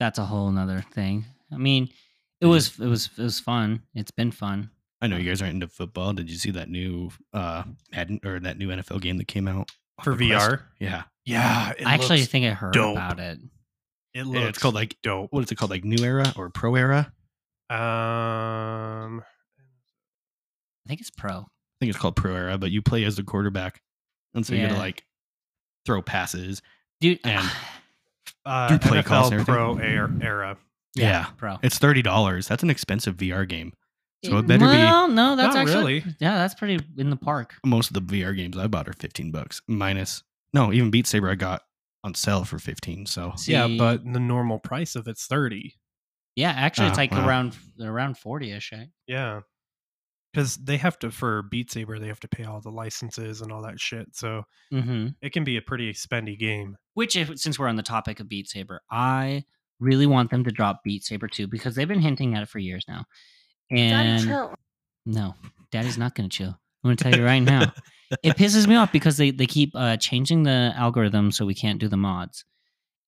A: that's a whole nother thing. I mean, it was it was it was fun. It's been fun.
B: I know you guys aren't into football. Did you see that new uh Madden or that new NFL game that came out on
C: For
B: the Quest?
C: VR?
B: Yeah,
C: Yeah, it
A: I actually
C: looks-
A: think I heard
C: dope.
A: about it.
B: Yeah,
C: it looks
B: it's called like
C: dope.
B: what is it called? Like New Era or Pro Era?
C: Um,
A: I think it's pro.
B: think it's called Pro Era, but you play as the quarterback, and so you gotta
A: Yeah.
B: like throw passes.
A: dude. [SIGHS]
B: And-
C: Uh,
B: Do play calls and
C: NFL Pro era, era.
B: Yeah.
A: bro.
B: It's thirty dollars. That's an expensive VR game. So it
A: Eh,
B: better
A: well, no, that's
C: Not
A: actually
C: really.
A: yeah, that's pretty in the park.
B: be most of the VR games I bought are fifteen bucks minus. No, even Beat Saber I got on sale for fifteen. So
C: Yeah,
A: See,
C: but the normal price of it's thirty.
A: yeah, actually, it's
B: Oh,
A: like
B: wow.
A: around around eh? forty ish. Right?
C: Yeah, because they have to for Beat Saber, they have to pay all the licenses and all that shit. So
A: Mm-hmm.
C: it can be a pretty expendy game.
A: Which, if, since we're on the topic of Beat Saber, I really want them to drop Beat Saber too because they've been hinting at it for years now. And no, Daddy's not going to chill. I'm going to tell you right
B: [LAUGHS]
A: now. it pisses me off because they, they keep uh, changing the algorithm so we can't do the mods.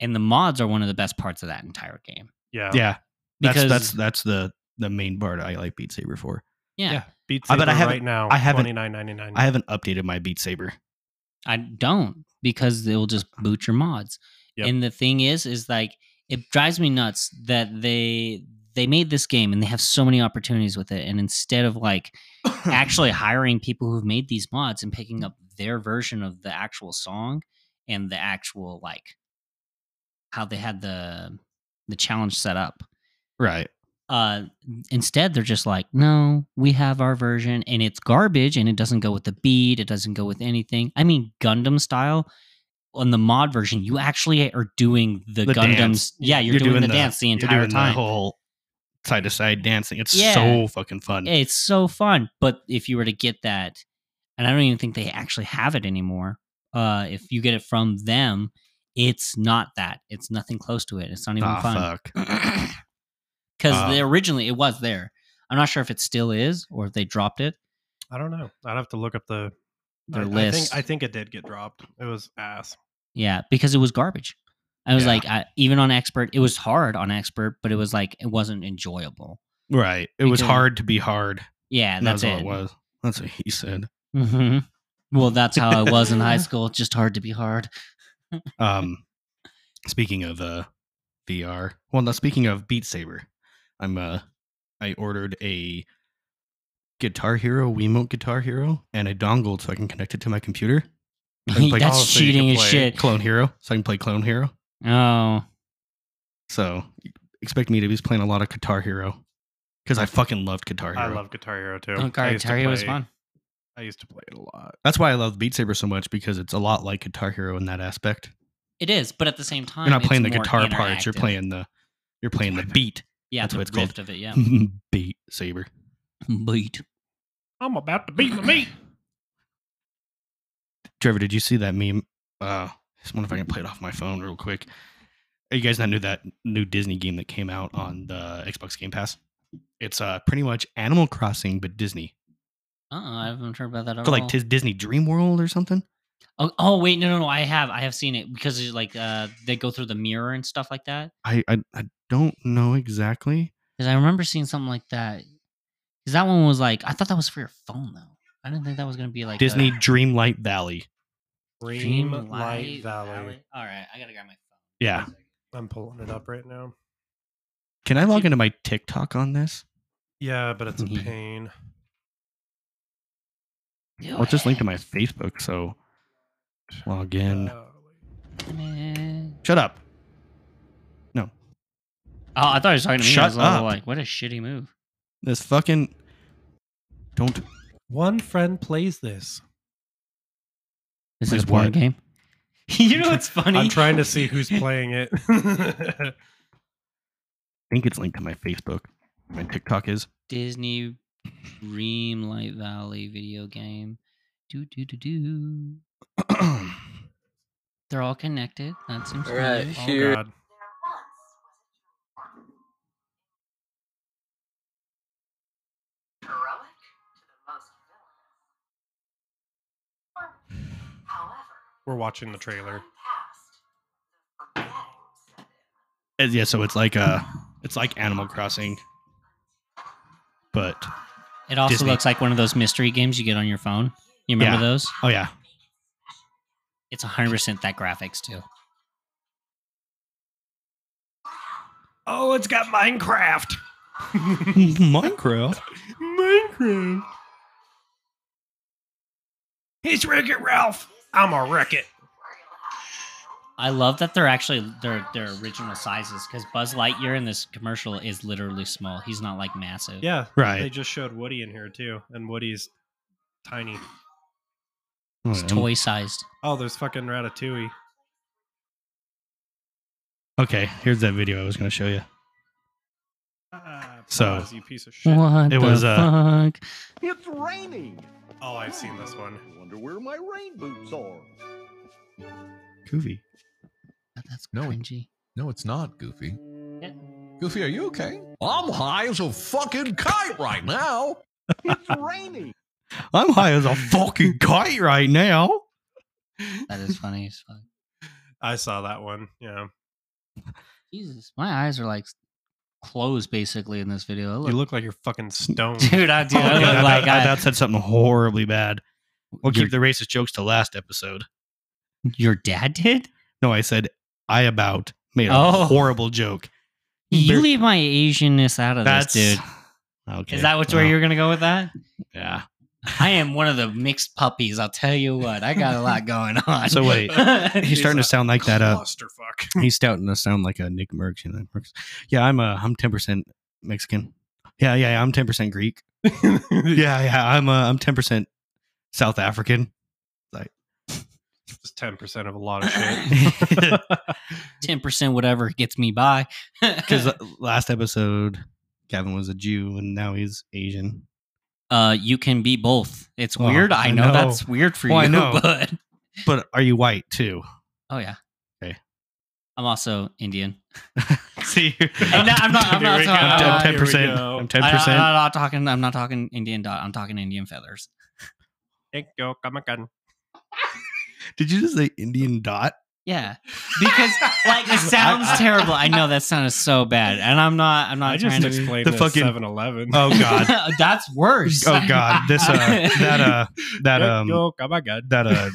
A: And the mods are one of the best parts of that entire game.
C: Yeah,
B: yeah, that's
A: Because-
B: that's that's the the main part I like Beat Saber for.
A: Yeah.
C: Beat
B: I
C: Saber
B: bet I haven't-
C: right now.
B: I haven't-
C: twenty nine ninety nine.
B: I haven't updated my Beat Saber.
A: I don't because they'll just boot your mods.
C: Yep.
A: And the thing is, is like it drives me nuts that they they made this game and they have so many opportunities with it. And instead of like actually hiring people who've made these mods and picking up their version of the actual song and the actual like how they had the the challenge set up.
B: Right.
A: Uh instead they're just like, no, we have our version and it's garbage and it doesn't go with the beat, it doesn't go with anything. I mean Gundam style on the mod version, you actually are doing the,
B: The
A: Gundams.
B: dance.
A: Yeah, you're, doing, the, dance the
B: you're
A: entire
B: doing the
A: time.
B: whole side to side dancing. It's
A: Yeah.
B: so fucking fun.
A: It's so fun. But if you were to get that, and I don't even think they actually have it anymore. Uh, if you get it from them, it's not that. It's nothing close to it. It's not even
B: Ah,
A: fun
B: fuck.
A: [CLEARS THROAT] because
B: Ah.
A: originally it was there. I'm not sure if it still is or if they dropped it.
C: I don't know. I'd have to look up the
A: Their
C: I-
A: list.
C: I think, I think it did get dropped. It was ass.
A: Yeah, because it was garbage. I was
B: Yeah.
A: like, I, even on expert, it was hard on expert, but it was like it wasn't enjoyable.
B: Right. It was
A: Because-
B: hard to be hard.
A: Yeah,
B: that's
A: that's,
B: all it was. That's what he said.
A: hmm Well, that's how I was in high
B: [LAUGHS]
A: school. Just hard to be hard. [LAUGHS]
B: Um, speaking of uh, VR, well, now speaking of Beat Saber, I'm uh, I ordered a Guitar Hero Wiimote Guitar Hero and a dongle so I can connect it to
A: [LAUGHS]
B: my computer. I can play-
A: that's
C: Oh, so you can
A: cheating as
C: play
A: shit.
B: Clone Hero, so I can play Clone Hero.
A: Oh,
B: So expect me to be playing a lot of Guitar Hero because I fucking loved Guitar Hero.
C: I love Guitar Hero too.
A: oh
C: I
A: God,
C: used to
A: Atari was
C: play-
A: fun.
C: I used to play it a lot.
B: That's why I love Beat Saber so much because it's a lot like Guitar Hero in that aspect.
A: It is, but at the same time,
B: You're not
A: it's
B: playing the
A: more
B: guitar parts. You're
A: interactive.
B: playing the you're
A: [LAUGHS]
B: playing the beat.
A: Yeah,
B: that's
A: the
B: what it's called.
A: rift Of it,
B: [LAUGHS]
A: yeah.
B: beat Saber.
A: Beat.
C: I'm about to beat my meat.
B: Trevor, did you see that meme? Uh, just wonder if I can play it off my phone real quick. Are you guys not new that new Disney game that came out on the Xbox Game Pass? It's uh pretty much Animal Crossing but Disney.
A: Uh, I haven't heard about that at
B: Called, like
A: all.
B: tis Disney Dream World or something.
A: oh, oh, wait, no, no, no. I have, I have seen it because it's like uh, they go through the mirror and stuff like that.
B: I I, I don't know exactly.
A: Because I remember seeing something like that. Because that one was like, I thought that was for your phone though. I didn't think that was gonna be like
B: Disney
A: a
B: Dreamlight Valley.
C: Dreamlight Valley.
A: All right, I gotta grab my phone.
B: Yeah.
C: I'm pulling it up right now.
B: Can I log into my TikTok on this?
C: Yeah, but it's a
A: Mhm.
C: pain.
A: Do
B: I'll just link to
A: it.
B: my Facebook. So log in.
C: Uh,
A: Man.
B: Shut up.
A: Oh, I thought he was talking to me. I
B: Shut
A: was a little
B: up.
A: Like, what a shitty move.
B: This fucking don't.
C: one friend plays this.
A: This
B: Please
A: is a porn
B: what?
A: game. [LAUGHS] you know what's funny?
C: I'm trying to
A: [LAUGHS]
C: see who's playing it. [LAUGHS]
B: I
C: Oh,
B: think it's linked to my Facebook. My TikTok is. [CLEARS THROAT]
A: Disney Dreamlight Valley video game. Do do do do. They're all connected. That seems
I: Right.
A: familiar.
C: oh God. We're watching the trailer.
B: Uh, yeah, so it's like uh it's like Animal Crossing, but
A: It also
B: Disney.
A: looks like one of those mystery games you get on your phone. You remember
B: Yeah.
A: those? [LAUGHS]
B: oh yeah,
A: It's 100% that graphics too.
C: Oh, it's got [LAUGHS] Minecraft.
B: Minecraft.
C: Minecraft. He's Wreck It Ralph. I'm a wreck it.
A: I love that they're actually their their original sizes because Buzz Lightyear in this commercial is literally small. He's not like massive.
C: Yeah, they
B: Right.
C: just showed Woody in here too, and Woody's tiny.
A: He's toy sized.
C: Oh, there's fucking Ratatouille.
B: Okay, here's that video I was going to show you.
C: Ah,
B: So-
C: pause, you piece of shit.
A: What
B: It
A: the
B: was, uh,
A: fuck?
F: It's raining.
C: Oh, I've seen this one.
F: Wonder where my rain boots are.
B: Goofy.
A: God, that's
I: No, it-
A: cringy.
I: No, it's not, Goofy.
A: Yeah.
I: Goofy, are you okay? I'm high as a fucking kite right now.
F: [LAUGHS] It's raining.
B: I'm high as a fucking kite
A: [LAUGHS]
B: right now.
A: That is funny as fuck.
C: I saw that one. Yeah.
A: Jesus, my eyes are like closed basically in this video. I
C: You look like you're
B: [LAUGHS]
C: fucking stoned.
A: [LAUGHS] dude, I do. I
B: Yeah,
A: look
B: that-
A: like I,
B: that said something horribly bad. We'll
A: your,
B: keep the racist jokes to last episode.
A: your dad did.
B: No, I said I about made a
A: Oh.
B: horrible joke.
A: You
B: Bar-
A: leave my Asianness out of
B: That's
A: this, dude.
B: Okay.
A: Is that what's where
B: well,
A: you're gonna go with
B: [LAUGHS]
A: that? [LAUGHS]
B: Yeah.
A: I am one of the mixed puppies. I'll tell you what, I got a lot going on.
B: So wait, he's
C: He's
B: starting
C: a
B: to sound like that. Uh,
C: clusterfuck. [LAUGHS]
B: he's starting to sound like a Nick Merckx. You know, Merckx. Yeah, I'm a I'm ten percent Mexican. Yeah, yeah, yeah, I'm ten percent
A: [LAUGHS]
B: Greek. yeah, yeah, I'm uh, I'm ten percent
A: [LAUGHS]
B: South African. [LAUGHS]
C: Just ten percent of a lot
B: [LAUGHS]
C: of shit.
A: ten percent whatever gets me by. [LAUGHS]
B: [LAUGHS] Because uh, last episode, Gavin was a Jew and now he's Asian.
A: uh, you can be both. It's
B: Well,
A: weird. I,
B: I
A: know,
B: know.
A: that's weird for
B: Well, I
A: you,
B: know.
A: [LAUGHS] but
B: But are you white
A: [LAUGHS]
B: too?
A: oh yeah.
B: Okay.
A: I'm also Indian.
B: [LAUGHS] See,
A: I'm not- I'm not- I'm
B: [LAUGHS]
A: not- I'm not-
B: ten percent.
C: Here we go.
B: I'm ten
A: I, uh, am
B: percent.
A: not talking. I'm not talking Indian dot. I'm talking Indian feathers.
C: Thank you. Come again.
B: Did you just say Indian dot?
A: Yeah, because like it sounds
B: [LAUGHS] I- I-
A: terrible. I know that sounded so bad, and I'm not. I'm not
C: I
A: trying
C: just
A: to. be-
C: explained
B: The
C: the
B: fucking-
C: fucking Seven Eleven.
B: Oh god.
A: [LAUGHS] that's worse.
B: [LAUGHS] Oh god.
A: [LAUGHS]
B: This uh that uh that um
C: Yo, come again.
B: that uh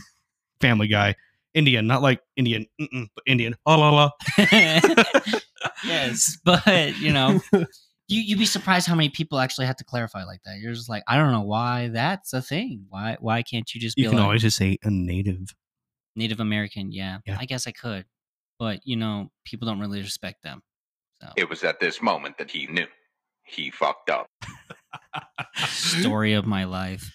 B: Family Guy Indian, not like Indian, mm-mm, but Indian. Oh la
A: [LAUGHS]
B: la. uh,
A: yes, but you
B: [LAUGHS]
A: know, you you'd be surprised how many people actually have to clarify like that. You're just like, I don't know why that's a thing. Why why can't you just be
B: You can
A: like
B: always just say a native.
A: Native American? Yeah,
B: Yeah.
A: I guess I could, but you know, people don't really respect them. So
J: It was at this moment that he knew. He fucked up.
A: story of my life.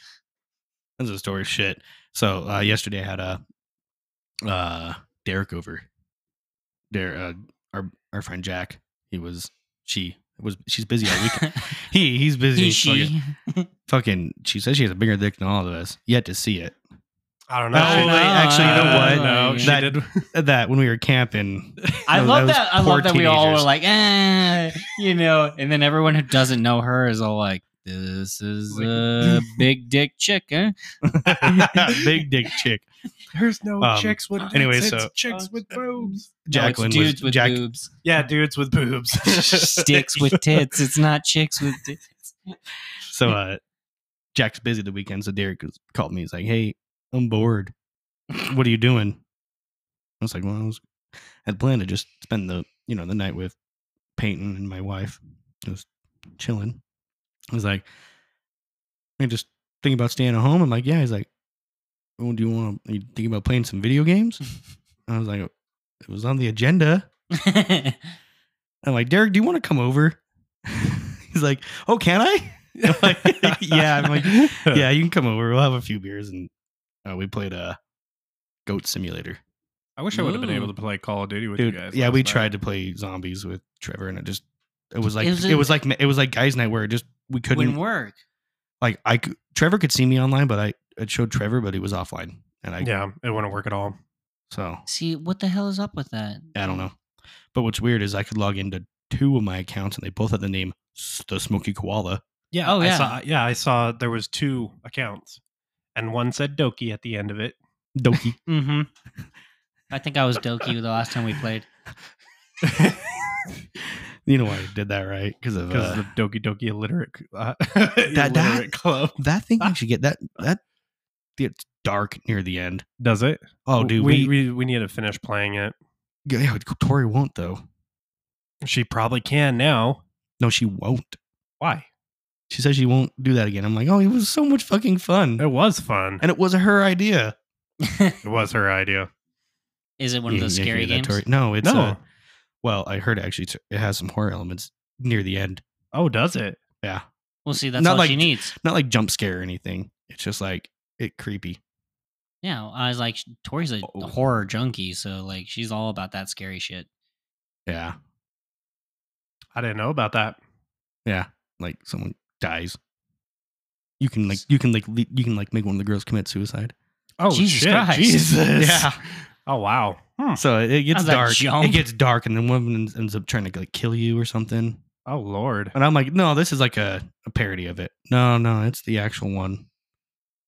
B: That's a story of shit. So uh, yesterday I had a uh, Derek over. Der uh, our our friend Jack. He was she was she's busy all
A: [LAUGHS]
B: week. he he's busy.
A: He,
B: fucking- [LAUGHS]
A: she.
B: fucking she says she has a bigger dick than all of us yet to see it
C: I don't
B: know.
C: know.
B: Oh, wait, actually, you know what?
C: No,
A: Yeah.
C: she
B: That-
C: did. [LAUGHS]
B: that when we were camping
A: I
B: Those-
A: love
B: those
A: that. I
B: poor
A: love that we all were
B: teenagers.
A: like, eh, you know, and then everyone who doesn't know her is all like, this is
B: [LAUGHS]
A: a big dick chick, eh?
B: big dick chick
C: There's no
B: Um,
C: chicks with
B: anyway,
C: dicks,
B: so-
C: it's chicks with boobs.
A: No, Uh, it's
B: jacqueline
A: dudes
B: was,
A: with
B: Jack, [LAUGHS]
A: boobs,
C: Yeah, dudes with boobs.
A: sticks
C: [LAUGHS]
A: with tits. It's not chicks with tits.
B: so uh jack's busy the weekend so derek was- called me he's like hey i'm bored what are you doing i was like well i was i had planned to just spend the you know the night with peyton and my wife just chilling i was like i just think about staying at home i'm like yeah he's like well, do you want to you think about playing some video
C: [LAUGHS]
B: games i was like it was on the agenda I'm like, Derek, do you want to come over? [LAUGHS] He's like, Oh, can I? [LAUGHS] I'm like, yeah, I'm like, yeah, you can come over. We'll have a few beers, and uh, we played uh, Goat Simulator,
C: I wish I would have been
A: Ooh.
C: able to play Call of Duty with
B: dude.
C: you guys.
B: yeah,
C: last
B: we
C: night.
B: tried to play zombies with Trevor, and it just it was like
A: It
B: it
A: was
B: was,
A: a-
B: like it was like guys' night where it just we couldn't
A: Wouldn't work.
B: like I could, Trevor could see me online, but I it showed Trevor, but he was offline, and I
C: Yeah, it wouldn't work at all.
B: so
A: See, what the hell is up with that?
B: I don't know. But what's weird is I could log into two of my accounts, and they both had the name S- the Smoky Koala.
C: Yeah.
A: Oh,
C: I
A: yeah.
C: saw, yeah, I saw there was two accounts, and one said Doki at the end of it.
B: Doki.
A: Mm-hmm. I think I was Doki the last time we played. [LAUGHS]
B: [LAUGHS] you know why I did that, right? Because of
C: because
B: uh,
C: the Doki Doki illiterate, [LAUGHS] uh,
B: that-
C: illiterate club
B: that thing
C: Ah.
B: I should get that that gets dark near the end.
C: does it.
B: Oh,
C: W-
B: dude,
C: we,
B: we,
C: we we need to finish playing it.
B: yeah, Tori won't though.
C: She probably can now.
B: No, she won't.
C: Why?
B: She says she won't do that again. I'm like, oh, it was so much fucking fun.
C: It was fun.
B: And it was her idea.
C: It was her idea.
A: Is it one of
B: You-
A: those
B: you
A: scary
B: hear that,
A: games?
B: Tori? No, it's
C: no.
B: uh, well, I heard actually it's- it has some horror elements near the end.
C: oh, does it?
B: Yeah.
A: We'll see. That's
B: Not
A: all she
B: like-
A: needs.
B: Not like jump scare or anything. It's just like it creepy.
A: Yeah, I was like, sh- Tori's a
B: Oh.
A: horror junkie, so like she's all about that scary shit.
B: Yeah.
C: I didn't know about that.
B: Yeah. Like someone dies. You can like you can like le- you can like make one of the girls commit suicide.
C: Oh
A: Jesus
C: shit!
A: Christ.
C: [LAUGHS] Jesus.
B: Yeah.
C: Oh wow. Hmm.
B: So it, it gets
A: How's that
B: dark.
A: jump?
B: It gets dark, and then one of them ends- ends up trying to like kill you or something.
C: Oh lord.
B: And I'm like, no, this is like a, a parody of it. No, no, it's the actual one.
A: [LAUGHS]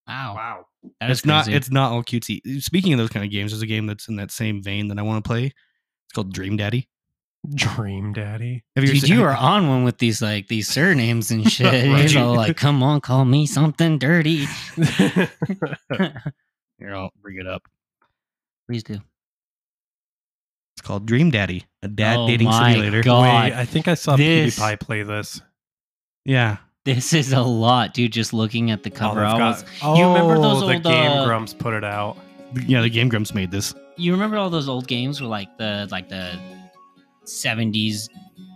A: Wow,
C: Wow.
A: that is
B: it's not
A: crazy.
B: it's not all cutesy. Speaking of those kind of games, there's a game that's in that same vein that I want to play. It's called
A: [LAUGHS]
B: Dream Daddy. [LAUGHS]
C: Dream Daddy.
B: Have
A: Dude,
B: seen-
A: you are on one with these like these surnames
B: [LAUGHS]
A: and shit.
B: Right.
A: You're all
B: [LAUGHS]
A: like, come on, call me something dirty.
B: Here, I'll bring it up.
A: Please do.
B: It's called Dream Daddy, a dad
A: Oh
B: dating
A: my
B: simulator.
A: God.
C: Wait, I think I saw
A: This-
C: PewDiePie play this. Oh,
B: Yeah.
A: This is a lot, dude. Just looking at the cover,
C: they've
A: I was
C: got- oh,
A: you remember those
C: the
A: old,
C: Game
A: uh,
C: Grumps put it out.
B: Yeah, the Game Grumps made this.
A: you remember all those old games with like the like the 70s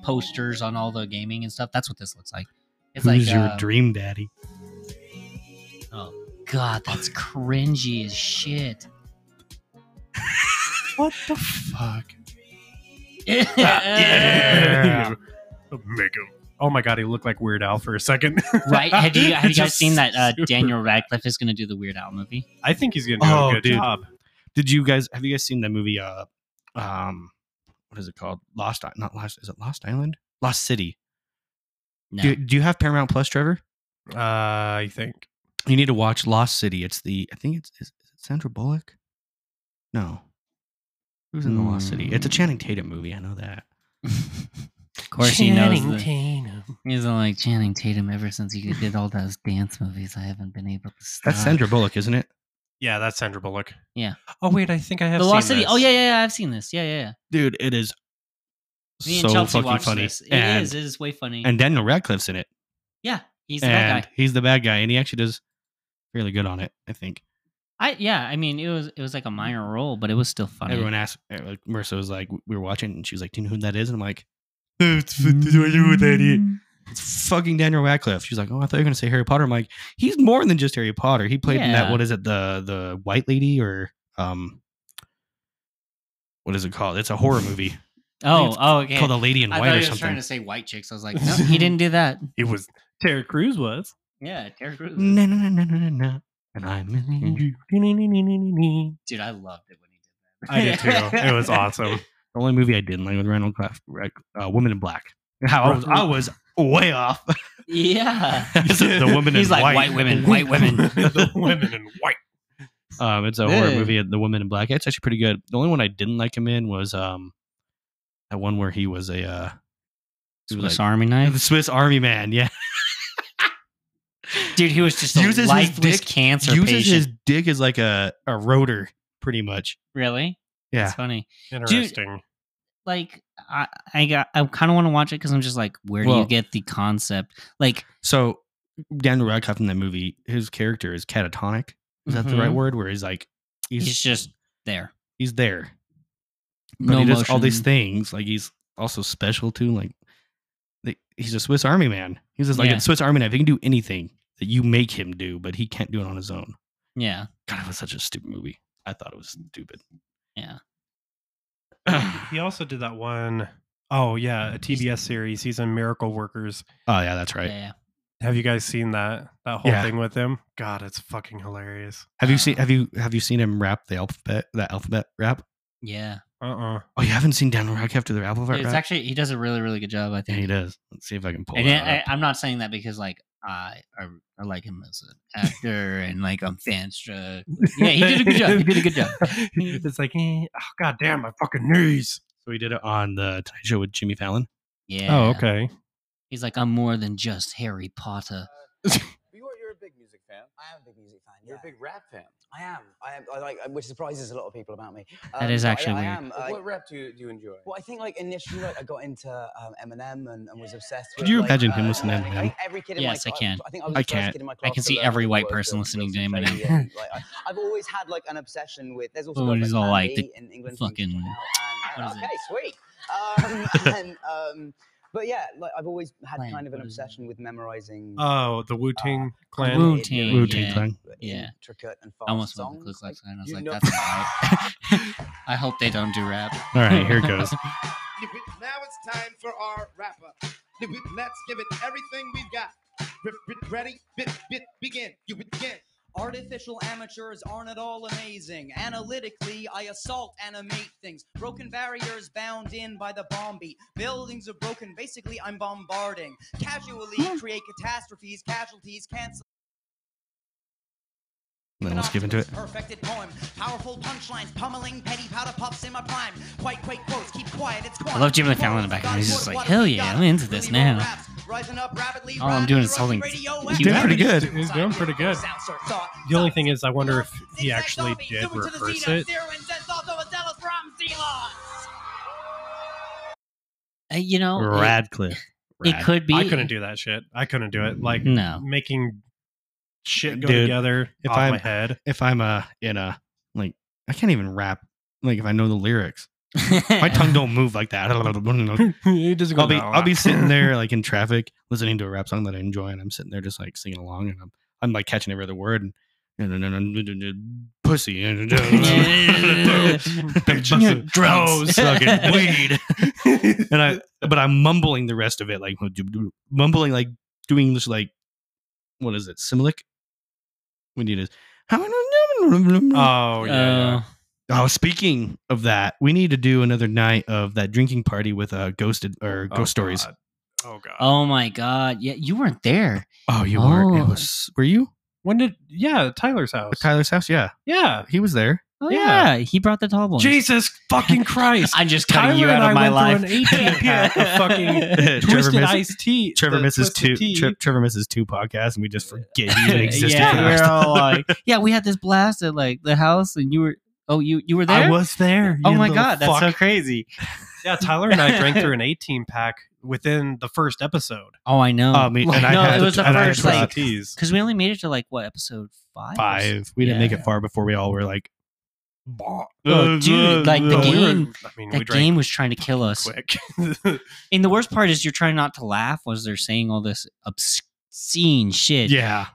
A: posters on all the gaming and stuff that's what this looks like it's
B: Who's
A: like
B: your
A: uh,
B: dream daddy?
A: oh god that's cringy as shit
B: What the fuck?
C: [LAUGHS] Yeah. [LAUGHS] Make him. Oh my god, he looked like Weird Al for a second.
A: [LAUGHS] right have
C: [LAUGHS]
A: you have you guys
C: Just
A: seen that uh,
C: super-
A: daniel radcliffe is going to do the weird owl movie
C: I think he's gonna do
B: Oh,
C: a good
B: dude.
C: job.
B: Did you guys have you guys seen that movie? Uh, um, what is it called? Lost? I- Not Lost. Is it Lost Island? Lost City.
A: no
B: Do, do you have Paramount Plus, Trevor?
C: Uh, I think.
B: You need to watch Lost City. It's the I think it's is, is it Sandra Bullock? No. Who's in the Lost City?
A: Hmm.
B: It's a Channing Tatum movie. I know that.
A: of course he knows the, he's all like channing tatum ever since he did all those dance movies i haven't been able to stop
B: That's Sandra Bullock, isn't it?
C: Yeah, that's Sandra Bullock.
A: Yeah.
C: Oh wait, I think I have
A: the
C: seen
A: lost city
C: this. [LAUGHS]
A: oh yeah, yeah yeah i've seen this yeah yeah yeah
B: Dude, it is
A: me
B: so
A: and chelsea
B: fucking
A: watched
B: funny.
A: this It is.
B: and,
A: it is way funny
B: and Daniel Radcliffe's in it.
A: yeah he's the
B: and
A: bad guy
B: he's the bad guy, and he actually does fairly good on it. I think
A: I yeah, I mean it was it was like a minor role, but it was still funny.
B: everyone asked. uh, Like, Marissa was like, we were watching, and she was like, "Do you know who that is?" And I'm like, "Uh, it's- [LAUGHS] "Do I know who that is?" It's fucking Daniel Radcliffe. She's like, "Oh, I thought you were gonna say Harry Potter." I'm like, "He's more than just Harry Potter. He played in
A: Yeah.
B: that. What is it? The the White Lady or um, what is it called? It's a horror movie
A: oh, oh, okay.
B: called The Lady in
A: I
B: White
A: thought
B: or
A: he was trying
B: something."
A: to say white chicks. I was
B: [LAUGHS]
A: like, no, he didn't do that.
C: It was Terry Crews was.
A: Yeah, Terry Crews.
B: No, no, no, no, no, no, no. And I'm
A: Mm-hmm.
B: in here.
A: Dude, I loved it when he did that.
C: I did too.
A: [LAUGHS]
C: It was awesome.
B: The only movie I didn't like was Randall Clough, uh, Woman in Black. [LAUGHS] How I was, I was way off.
A: Yeah.
B: the woman
A: He's
B: in
A: like
B: white.
A: white women, white
B: [LAUGHS]
A: women.
C: [LAUGHS] the women in white.
B: Um, it's a horror
A: Yeah.
B: movie. The woman in black. It's actually pretty good. The only one I didn't like him in was um, that one where he was a uh, he was
A: Swiss
B: like-
A: Army
B: [LAUGHS] the
A: knife.
B: Swiss Army man. Yeah,
A: Dude, he was just a
B: Uses his
A: lifeless
B: dick-
A: cancer
B: uses
A: patient.
B: his dick as like a a rotor, pretty much.
A: Really?
B: Yeah.
A: It's funny.
C: Interesting.
A: Like I, I got, I kind of want to watch it because I'm just like, where do
B: Well-
A: you get the concept? Like,
B: So Daniel Radcliffe in that movie, his character is catatonic. Is that the right
A: mhm,
B: word? Where he's like he's
A: He's just there.
B: he's there, but
A: No
B: he does all these
A: motion.
B: things. Like he's also special too. Like like, he's a Swiss Army man. He's just like
A: Yeah.
B: a Swiss Army knife. He can do anything that you make him do, but he can't do it on his own.
A: Yeah.
B: God, it was such a stupid movie. I thought it was stupid. [CLEARS THROAT]
A: Yeah.
B: oh
C: He also did that one oh yeah, a TBS series. He's in Miracle Workers.
B: yeah, that's
A: Yeah.
B: right.
A: yeah.
C: Have you guys seen that that whole
B: Yeah.
C: thing with him? God, it's fucking hilarious.
B: Have you seen
A: Uh.
B: have you have you seen him rap the alphabet that alphabet rap?
A: Yeah.
C: Uh uh
B: Oh, you haven't seen Daniel Radcliffe do the alphabet
A: It's
B: rap?
A: actually he does a really really good job. I
B: yeah,
A: think
B: he does. Let's see if I can pull
A: And
B: it
A: I,
B: up.
A: I, am not saying that because like I I, I like him as an actor and like I'm fans. Uh, yeah, he did a good job. He did a good
B: [LAUGHS]
A: job.
B: Oh,
C: it's like, eh, oh, god damn, my fucking knees.
B: So he did it on the Tonight Show with Jimmy Fallon.
A: Yeah.
C: Oh, okay.
A: He's like I'm more than just Harry Potter.
F: You're, you're a big music fan.
K: fan.
L: I am a big music fan.
K: You're
L: yeah.
K: a big rap fan.
L: I am. I am. I like, which surprises a lot of people about me. Um,
A: That is
L: but I-
A: actually
L: I,
A: weird.
L: am, uh,
K: what rap do you, do you enjoy?
L: well, I think like initially like, I got into um, Eminem and, and was obsessed.
B: Could
L: with,
B: you
L: like,
B: imagine
L: uh,
B: him listening to
L: I
B: Eminem?
L: think every kid in
A: Yes,
L: my
A: I
L: cla-
A: can.
L: I think I was
A: I
L: the first
A: can't.
L: kid in my
A: I
L: class
A: can
L: to
A: see
L: learn
A: every
L: all
A: white
L: the
A: person
L: words of
A: listening to
L: Wilson
A: Eminem.
L: Shady and, like, I, I've always had like an obsession with. There's also
A: What
L: girls
A: is
L: like
A: all like
L: Mandy
A: the
L: in England. who
A: fucking-
L: came out, and-
A: what is
L: okay, sweet. Um, [LAUGHS] and, um, but yeah, like I've always had kind of an obsession with memorizing.
C: Oh, the Wu Tang Clan.
A: Wu Tang.
B: Wu Tang
A: yeah.
B: Clan.
A: Yeah.
L: intricate and
A: I almost
L: fast
A: went to Ku
L: songs.
A: Klux Klan. I was
L: you
A: like,
L: know-
A: that's
L: [LAUGHS]
A: about [LAUGHS] I hope they don't do rap.
B: All right,
C: [LAUGHS]
B: here it goes.
M: Now it's time for our wrap up. Let's give it everything we've got. Ready? Begin. You begin.
N: Artificial amateurs aren't at all amazing. Analytically, I assault, animate things. Broken barriers bound in by the bomb beat. Buildings are broken. Basically, I'm bombarding. Casually create catastrophes, casualties, cancel.
B: And then let's give into it.
N: Perfected poem, powerful punchlines, pummeling petty powder puffs in my prime. White quake quotes, keep quiet, it's quiet.
A: I love Jimmy Fallon in the background. He's just like, hell yeah, I'm into this now. All I'm doing is holding.
C: He's doing pretty good. He's doing pretty good. The only thing is, I wonder if he actually did reverse it.
A: Uh, You know, it-
B: Radcliffe.
A: It,
C: Rad.
A: could be.
C: I couldn't do that shit. I couldn't do it. Like
B: Mm.
A: No.
C: making shit go
B: Dude,
C: together
B: if
C: off
B: I'm-
C: my head.
B: If I'm uh in a like, I can't even rap. Like if I know the lyrics, my
A: [LAUGHS]
B: tongue don't move like that. [LAUGHS]
C: It doesn't go
B: I'll be
C: that
B: I'll be
C: loud. [LAUGHS]
B: sitting [LAUGHS] there like in traffic listening to a rap song that I enjoy, and I'm sitting there just like singing along, and I'm I'm like catching every other word. And, pussy,
C: [LAUGHS]
B: Oh,
A: Bitch, drugs.
B: [LAUGHS] sucking weed, and I but I'm mumbling the rest of it like mumbling like doing English like what is it Simlic? We need is
C: [LAUGHS] Oh yeah. yeah.
A: Oh.
B: Oh, speaking of that, we need to do another night of that drinking party with uh, ghosted or
C: Oh,
B: ghost stories.
C: God. Oh god.
A: Oh my god! Yeah, you weren't there.
B: Oh, you were. It
A: Oh.
B: was. Were you
C: When did? Yeah, Tyler's house.
B: at Tyler's house? Yeah,
C: Yeah.
B: he was there.
A: Oh yeah,
C: Yeah.
A: he brought the tall boy.
C: Jesus
B: [LAUGHS]
C: fucking Christ.
A: I'm just cutting you
C: Tyler
A: out
C: and
A: of
C: I
A: my
C: went
A: life.
C: through an 18 pack of
A: [LAUGHS]
B: [LAUGHS]
C: fucking
B: Trevor,
C: twisted
B: miss-
C: iced tea.
B: Trevor
C: the
B: misses
C: twisted
B: two.
C: tea.
B: Tre- Trevor misses two podcasts, and we just forget he even existed. for the
A: [LAUGHS] yeah, we
B: rest
A: were
B: of
C: [LAUGHS]
A: all
B: the-
A: like, yeah, we had this blast at like the house, and you were, oh, you you were there.
B: I was there.
A: oh
B: you
A: my
B: little
A: god, that's so
B: fuck.
A: crazy.
C: yeah, Tyler and I drank through
B: [LAUGHS]
C: an 18 pack within the first episode.
A: Oh, I know.
C: Um,
B: Oh, me- and I
A: no,
B: had
A: it
B: to-
A: was the
B: and I had
A: first
B: to-
A: like
C: teas.
A: because we only made it to like what episode five. or
B: five. We didn't
A: Yeah.
B: make it far before we all were like, "Bah."
A: Oh, dude, like the
B: Uh,
C: We were-
A: game.
C: I mean, we
A: That
B: [LAUGHS]
C: drank
A: game was trying to kill us.
C: [LAUGHS] quick.
A: And the worst part is you're trying not to laugh as they're saying all this obscene shit.
B: Yeah,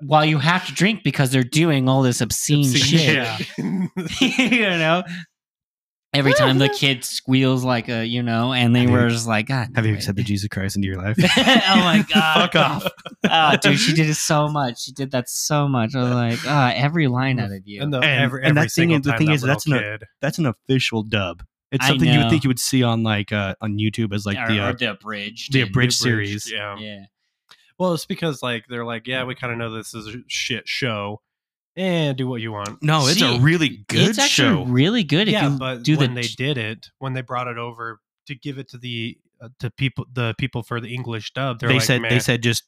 A: While you have to drink because they're doing all this obscene, shit.
B: yeah. [LAUGHS]
A: you know? Every time the kid squeals like a, you know, and they
B: Have
A: were
B: you-
A: just like, God.
B: Have you
A: damn it." [LAUGHS]
B: accepted Jesus Christ into your life?
A: oh my
B: [LAUGHS]
A: God.
B: Fuck off.
A: Oh, dude, she did it so much. She did that so much. I was like, ah, every line out of you.
C: and, the,
B: And-
C: every,
B: and that
C: every
B: thing
C: single
B: is- the
C: time
B: thing
C: that
B: is,
C: little
B: that's not-
C: kid.
B: That's an official dub. It's
A: I
B: something you would
A: know.
B: think you would see on like uh, on YouTube as like
A: or,
B: the
A: or
B: uh,
A: the abridged.
B: the
A: and-
B: abridged series.
C: Yeah.
A: Yeah.
C: Well, it's because like they're like, yeah, we kind of know this is a shit show. Eh, do what you want.
B: No, it's
A: See,
B: a really good
A: it's
B: show.
A: actually really good if
C: yeah,
A: you
C: but
A: do
C: when
A: the
C: they did it, when they brought it over to give it to the uh, to people, the people for the English dub, they're
B: they
C: like,
B: said
C: Man,
B: they said just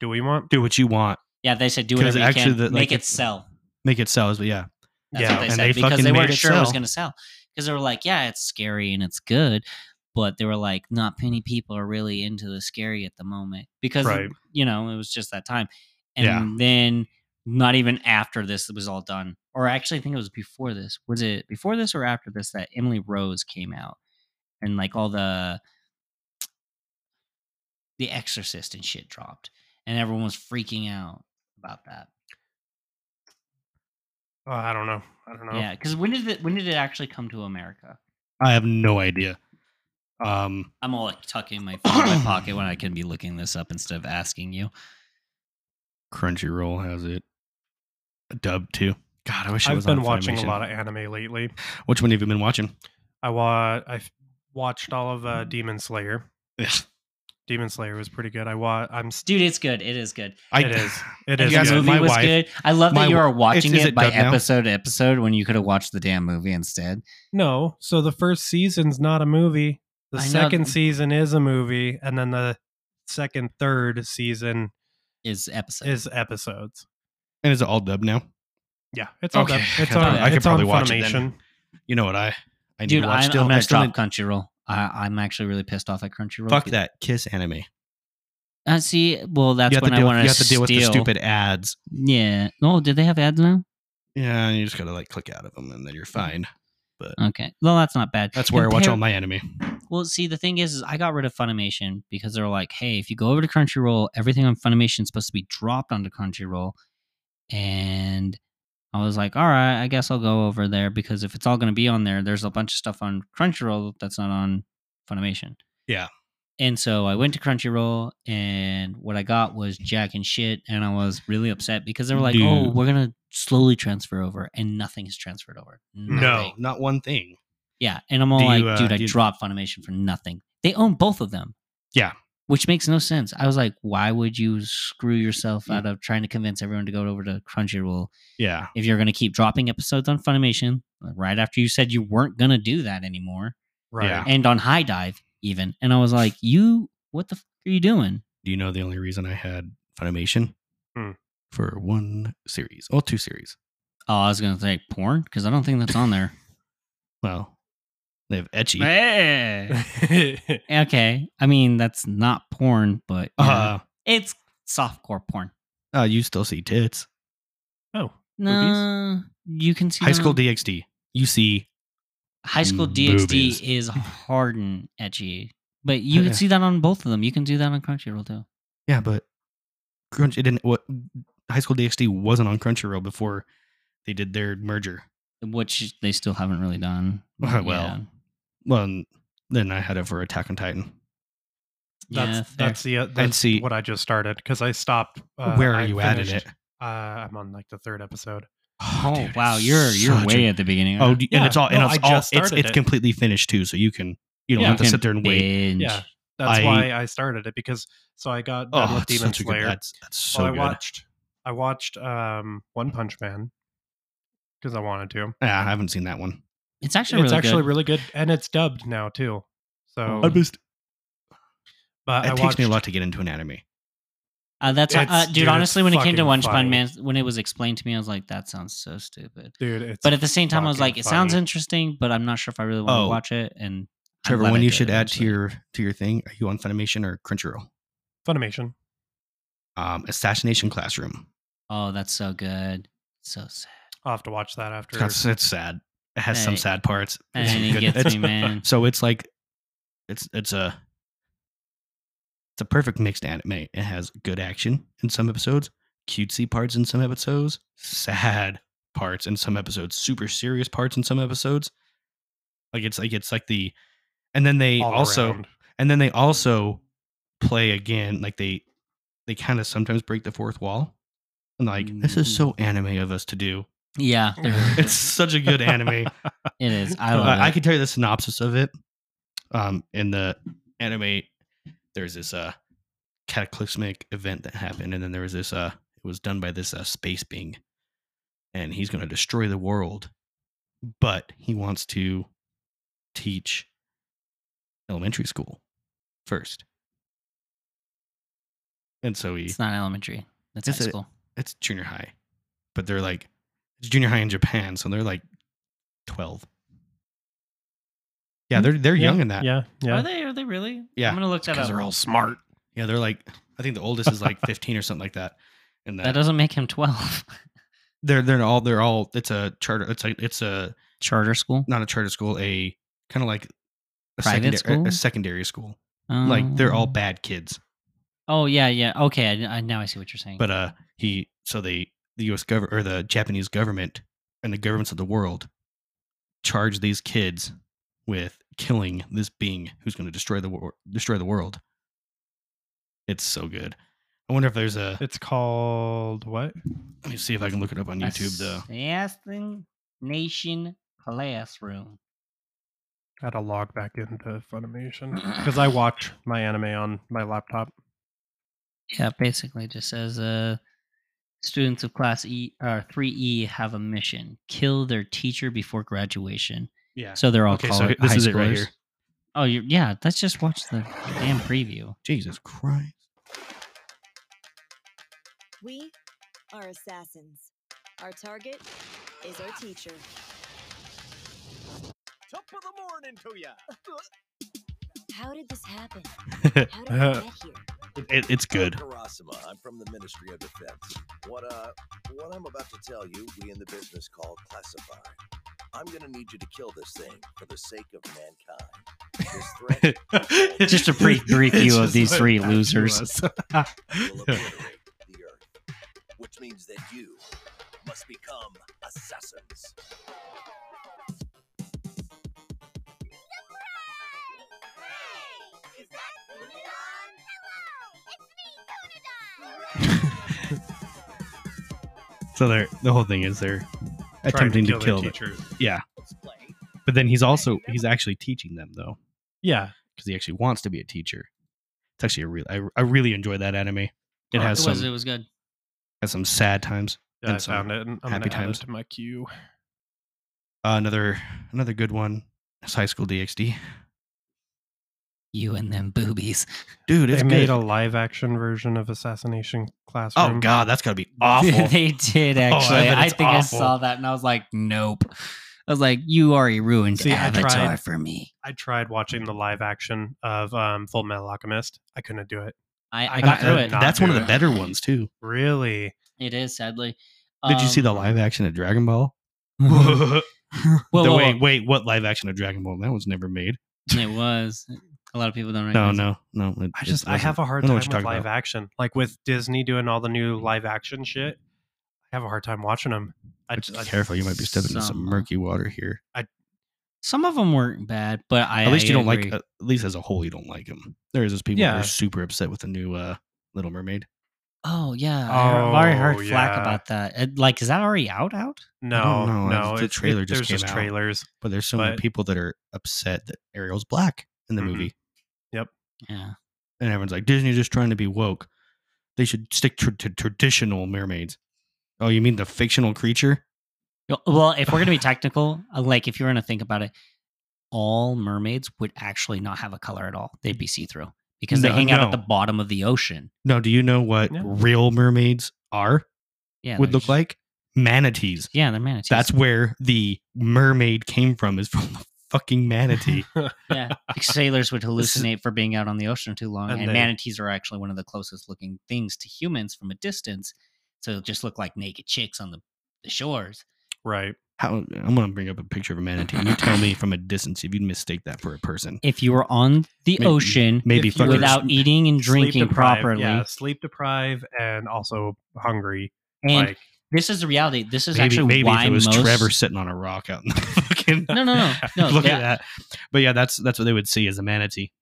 C: do we want?
B: do what you want,
A: Yeah, they said do
B: 'Cause
A: whatever you
B: actually
A: can,
B: the- like,
A: make it
B: it's-
A: sell.
B: make it sell. But yeah,
A: That's
C: Yeah,
A: what they
B: and
A: said
B: they
A: because
B: fucking
A: they
B: made
A: weren't
B: it
A: sure it was
B: sell.
A: going to sell. Because they were like, yeah, it's scary and it's good, but they were like, not many people are really into the scary at the moment because
C: Right.
A: you know it was just that time. And
B: Yeah.
A: then not even after this was all done, or actually, I think it was before this. Was it before this or after this that Emily Rose came out and like all the the Exorcist and shit dropped, and everyone was freaking out about that.
C: Oh, I don't know. I don't know.
A: Yeah, because when did it when did it actually come to America?
B: I have no idea. Um,
A: I'm all like tucking my phone in my pocket when I can be looking this up instead of asking you.
B: Crunchyroll has it a dub too. God, I wish it
C: I've
B: was
C: been
B: on
C: watching a
B: Funimation.
C: lot of anime lately.
B: Which one have you been watching?
C: I wa- I watched all of uh, Demon Slayer.
B: Ugh,
C: Demon Slayer was pretty good. I wa- I'm still.
A: Dude, it's good. It is good.
B: I,
C: it
B: [LAUGHS]
C: is. It
B: You
C: is.
B: guys
A: the
C: good.
B: are-
A: movie
B: my
A: was
B: wife-
A: good. I love
B: my
A: that you
B: wi-
A: are watching
B: It's- is
A: it,
B: it
A: by
B: dubbed now?
A: episode to episode when you could have watched the damn movie instead.
C: No, so the first season's not a movie. The
A: I know.
C: second season is a movie, and then the second, third season
A: Is episode.
C: is episodes.
B: And is it all dubbed now?
C: Yeah, it's all dubbed. It's
B: [LAUGHS]
C: on-
B: I could
C: it's on
B: probably watch it then.
C: Funimation.
B: You know what I? I need
A: Dude,
B: to watch
A: I'm,
B: still
A: I'm
B: that
A: pissed off
B: drop.
A: at Crunchyroll. I, I'm actually really pissed off at Crunchyroll.
B: Fuck that kiss anime.
A: I see. Well, that's
B: you have
A: when
B: to deal,
A: I want
B: you have to deal
A: steal.
B: with the stupid ads.
A: Yeah. Oh, did they have ads now?
B: Yeah, you just gotta like click out of them, and then
A: Mm.
B: you're fine. But
A: okay, well that's not bad.
B: That's where I watch
A: Compare-
B: all my anime.
A: Well, see, the thing is, is I got rid of Funimation because they were like, hey, if you go over to Crunchyroll, everything on Funimation is supposed to be dropped onto Crunchyroll. And I was like, all right, I guess I'll go over there because if it's all going to be on there, there's a bunch of stuff on Crunchyroll that's not on Funimation.
B: Yeah.
A: And so I went to Crunchyroll, and what I got was Jack and shit, and I was really upset because they were like, "Oh,
B: Dude.
A: we're gonna slowly transfer over," and nothing is transferred over.
B: No, not one thing.
A: Yeah, and I'm all
B: Do
A: like,
B: you, uh,
A: dude, I
B: do you-
A: dropped Funimation for nothing. They own both of them.
B: Yeah.
A: Which makes no sense. I was like, why would you screw
B: Mm.
A: yourself out of trying to convince everyone to go over to Crunchyroll
B: Yeah.
A: if you're going to keep dropping episodes on Funimation right after you said you weren't going to do that anymore?
B: Right. Yeah.
A: And on High Dive, even. And I was like, you, what the fuck are you doing?
B: Do you know the only reason I had Funimation
C: Hmm.
B: for one series? Well, two series.
A: Oh, I was going to say porn because I don't think that's on
B: [LAUGHS]
A: there.
B: Well, they have etchy.
A: Hey. okay. I mean, that's not porn, but you know,
B: Uh,
A: it's softcore porn.
B: uh, you still see tits.
C: Oh,
A: No, you can see
B: High
A: them
B: School
A: on-
B: DxD. You see
A: High School DxD
B: boobies. [LAUGHS]
A: is hard and edgy, but
B: Oh,
A: you can see that on both of them. You can do that on Crunchyroll too.
B: Yeah, but Crunch it didn't what High School DxD wasn't on Crunchyroll before they did their merger. [LAUGHS]
A: Which they still haven't really done.
B: well,
A: Yeah.
B: well, and then I had it for Attack on Titan.
A: Yeah,
C: That's
A: fair.
C: that's the uh, that's
B: see-
C: what I just started because I stopped. Uh,
B: Where are
C: I
B: you at in
C: finished-
B: it?
C: Uh, I'm on like the third episode.
A: Oh wow, you're you're
B: such
A: way
B: a-
A: at the beginning.
B: Oh, d-
C: Yeah,
B: and it's all
C: no,
B: and
C: I
B: it's all
C: just
B: it's
C: started
B: it's
C: it.
B: completely finished too, so you can you don't
C: Yeah.
B: have to
C: You
B: sit there and wait.
C: Yeah, that's
B: I-
C: why I started it because so I got done
B: Oh,
C: with
B: it's
C: Demon
B: such a good- [LAUGHS]
C: Slayer.
B: that's- that's
C: Well,
B: so good.
C: I watched I watched um One Punch Man because I wanted to.
B: Yeah, Ah, I haven't seen that one.
A: It's actually
C: it's
A: really
C: actually
A: good.
C: really good, and it's dubbed now too. So
B: I missed-
C: but
B: it
C: I
B: takes
C: watched
B: me a lot to get into an anime.
A: Uh, that's why-
C: It's-
A: uh, dude,
C: dude, it's
A: Honestly, when it came to
C: fucking
A: One Punch
C: funny.
A: Man, when it was explained to me, I was like, that sounds so stupid.
C: dude. It's
A: but at the same time, I was
C: fucking
A: like, it sounds
C: funny.
A: interesting, but I'm not sure if I really want to
B: Oh.
A: watch it. And I'm
B: Trevor,
A: glad
B: one
A: I
B: you
A: did
B: should add to
A: eventually.
B: your to your thing. Are you on Funimation or Crunchyroll?
C: Funimation.
B: Um, Assassination Classroom.
A: Oh, that's so good. So sad.
C: I'll have to watch that after.
B: It's, it's sad. It has some
A: Hey.
B: sad parts.
A: Hey,
B: It's
A: it
B: good-
A: gets
B: it's-
A: me,
B: [LAUGHS]
A: man.
B: So it's like, it's it's a it's a perfect mixed anime. It has good action in some episodes, cutesy parts in some episodes, sad parts in some episodes, super serious parts in some episodes. Like it's like it's like the, and then they
C: All
B: also
C: around.
B: and then they also play again like they they kind of sometimes break the fourth wall and like this is so anime of us to do [LAUGHS]
A: Yeah,
B: it's such a [LAUGHS]
C: [LAUGHS]
B: good anime
A: it is. I
B: Uh,
A: love it.
B: I can tell you the synopsis of it. Um, in the anime, there's this uh cataclysmic event that happened, and then there was this uh it was done by this uh space being, and he's gonna destroy the world, but he wants to teach elementary school first. And so he
A: It's not elementary. That's
B: Yes,
A: high
B: it-
A: school.
B: it's junior high, but they're like it's junior high in Japan, so they're like twelve. Yeah, they're they're
C: Yeah,
B: young in that.
C: Yeah, yeah.
A: Are they? Are they really?
B: Yeah,
A: I'm gonna look that
B: because
A: up.
B: they're all
C: smart.
B: Yeah, they're like I think the oldest is like fifteen or something like that. And that,
A: That doesn't make him 12.
B: they're they're all they're all it's a charter it's like it's a
A: [LAUGHS] Charter school.
B: not a charter school a kind of like a
A: Private
B: secondary a
A: school?
B: secondary school like they're all
A: Um,
B: bad kids.
A: Oh yeah, yeah. Okay, I, I, now I see what you're saying.
B: But uh, he so they the U.S. government or the Japanese government and the governments of the world charge these kids with killing this being who's going to destroy the world. Destroy the world. It's so good. I wonder if there's a.
C: It's called what?
B: Let me see if I can look it up on YouTube. Though
A: Assassin Nation Classroom.
C: I had to log back into Funimation because I watch my anime on my laptop. [LAUGHS]
A: Yeah, basically it just says uh, students of class E or three E have a mission: kill their teacher before graduation.
B: yeah.
A: So they're all
B: okay.
A: college,
B: So this
A: high
B: is it right
A: schoolers.
B: here.
A: Oh, you yeah. Let's just watch the
B: [LAUGHS]
A: damn preview.
B: Jesus Christ.
K: We are assassins. Our target is our teacher.
F: Top of the morning to ya.
K: How did this happen? How did we get here?
B: it, it's
H: [LAUGHS]
B: good. [LAUGHS]
H: Garasima, I'm from the Ministry of Defense. What uh, what I'm about to tell you, we in the business call classified. I'm gonna need you to kill this thing for the sake of mankind. This
F: [LAUGHS]
H: threat
A: just a
B: [LAUGHS]
A: brief brief
B: It's
A: view of
B: just
A: these
B: like
A: three
B: back to [LAUGHS]
C: [LAUGHS]
A: losers.
B: us.
H: will obliterate the earth, which means that you must become assassins.
B: So they're the whole thing is they're attempting to
C: kill
B: kill,
C: their
B: the-
C: teacher.
B: Yeah, but then he's also he's actually teaching them though.
C: Yeah.
B: because he actually wants to be a teacher. It's actually a real. I, I really enjoy that anime. It
A: Oh,
B: has
A: it was,
B: some
A: it was good.
B: has some sad times
C: Yeah, I
B: and some
C: found it. And I'm
B: happy
C: gonna add
B: times.
C: it to my queue.
B: Uh, another another good one is High School DxD.
A: You and them boobies, [LAUGHS]
B: dude. It's
C: they made
B: good.
C: a live action version of Assassination Classroom.
B: oh god, that's gotta be awful. Oh,
A: they did actually. I, think I saw that and I was like, nope. I was like, you already ruined
C: See, I
A: Avatar
C: tried
A: for me.
C: I tried watching the live action of um, Full Metal Alchemist. I couldn't do it.
A: I, [LAUGHS] I
C: I
A: got
C: could
A: through it.
C: not
B: That's one of
C: do
B: the
C: it.
B: better ones too. [LAUGHS]
C: Really? [LAUGHS]
A: It is sadly.
B: Did you see
A: Um,
B: the live action of Dragon Ball?
A: Whoa,
B: the,
A: [LAUGHS] whoa,
B: wait,
A: whoa.
B: wait, what live action of Dragon Ball? That was never made.
A: It was. A lot of people don't.
B: No,
A: Recognize it.
B: no, no. it-
C: I
B: it
C: just I
B: wasn't.
C: have a hard
B: don't know what
C: time with
B: you're
C: live
B: talking about.
C: action. Like with Disney doing all the new live action shit, I have a hard time watching them. I
B: But
C: just
B: just
C: I,
B: careful, you might be stepping into some murky water here.
A: Some of them weren't bad, but I
B: at least
A: I
B: you don't
A: agree.
B: like. at least as a whole, you don't like them. There is those people that
A: Yeah.
B: are super upset with the new uh, Little Mermaid.
A: Oh yeah, I heard- I've already heard
C: Oh,
A: flack
C: yeah.
A: about that. It- like, is that already out? Out?
B: I
C: no,
B: don't
C: no,
B: know, I- the
C: it's- it-
B: trailer just
C: there's
B: came
C: just
B: out. [LAUGHS]
C: trailers. [LAUGHS]
B: But there's so many
C: But-
B: people that are upset that Ariel's black in the
A: Mm-hmm.
C: Mhm.
B: movie,
C: Yep.
A: Yeah.
B: and everyone's like, Disney's just trying to be woke. They should stick to, to traditional mermaids. Oh, you mean the fictional creature?
A: Yo- Well, if we're gonna be technical, uh, like if you're gonna think about it, all mermaids would actually not have a color at all. They'd be see through because they
B: No,
A: hang out at the
B: no.
A: bottom of the ocean.
B: No, do you know what
A: Yeah.
B: real mermaids are?
A: Yeah,
B: would
A: they're
B: look
A: just-
B: like manatees.
A: Yeah, they're manatees.
B: That's where the mermaid came from. Is from the fucking manatee.
A: yeah, [LAUGHS] like sailors would hallucinate for being out on the ocean too long, and,
B: And they-
A: manatees are actually one of the closest looking things to humans from a distance. So they'll just look like naked chicks on the, the shores.
C: Right.
B: How I'm gonna bring up a picture of a manatee. You tell me from a distance if you'd mistake that for a person.
A: If you were on the
B: Maybe-
A: ocean,
B: maybe
A: if you-
B: fucking-
A: without eating and
C: Sleep
A: drinking
C: deprived,
A: properly,
C: yeah, sleep deprived and also hungry.
A: and
C: like
A: this is the reality. This is
B: maybe,
A: actually
B: maybe
A: why
B: if it was
A: most
B: Trevor sitting on a rock out in the [LAUGHS] fucking
A: No, no, no, no.
B: [LAUGHS] look
A: yeah,
B: at that. But yeah, that's that's what they would see as a manatee.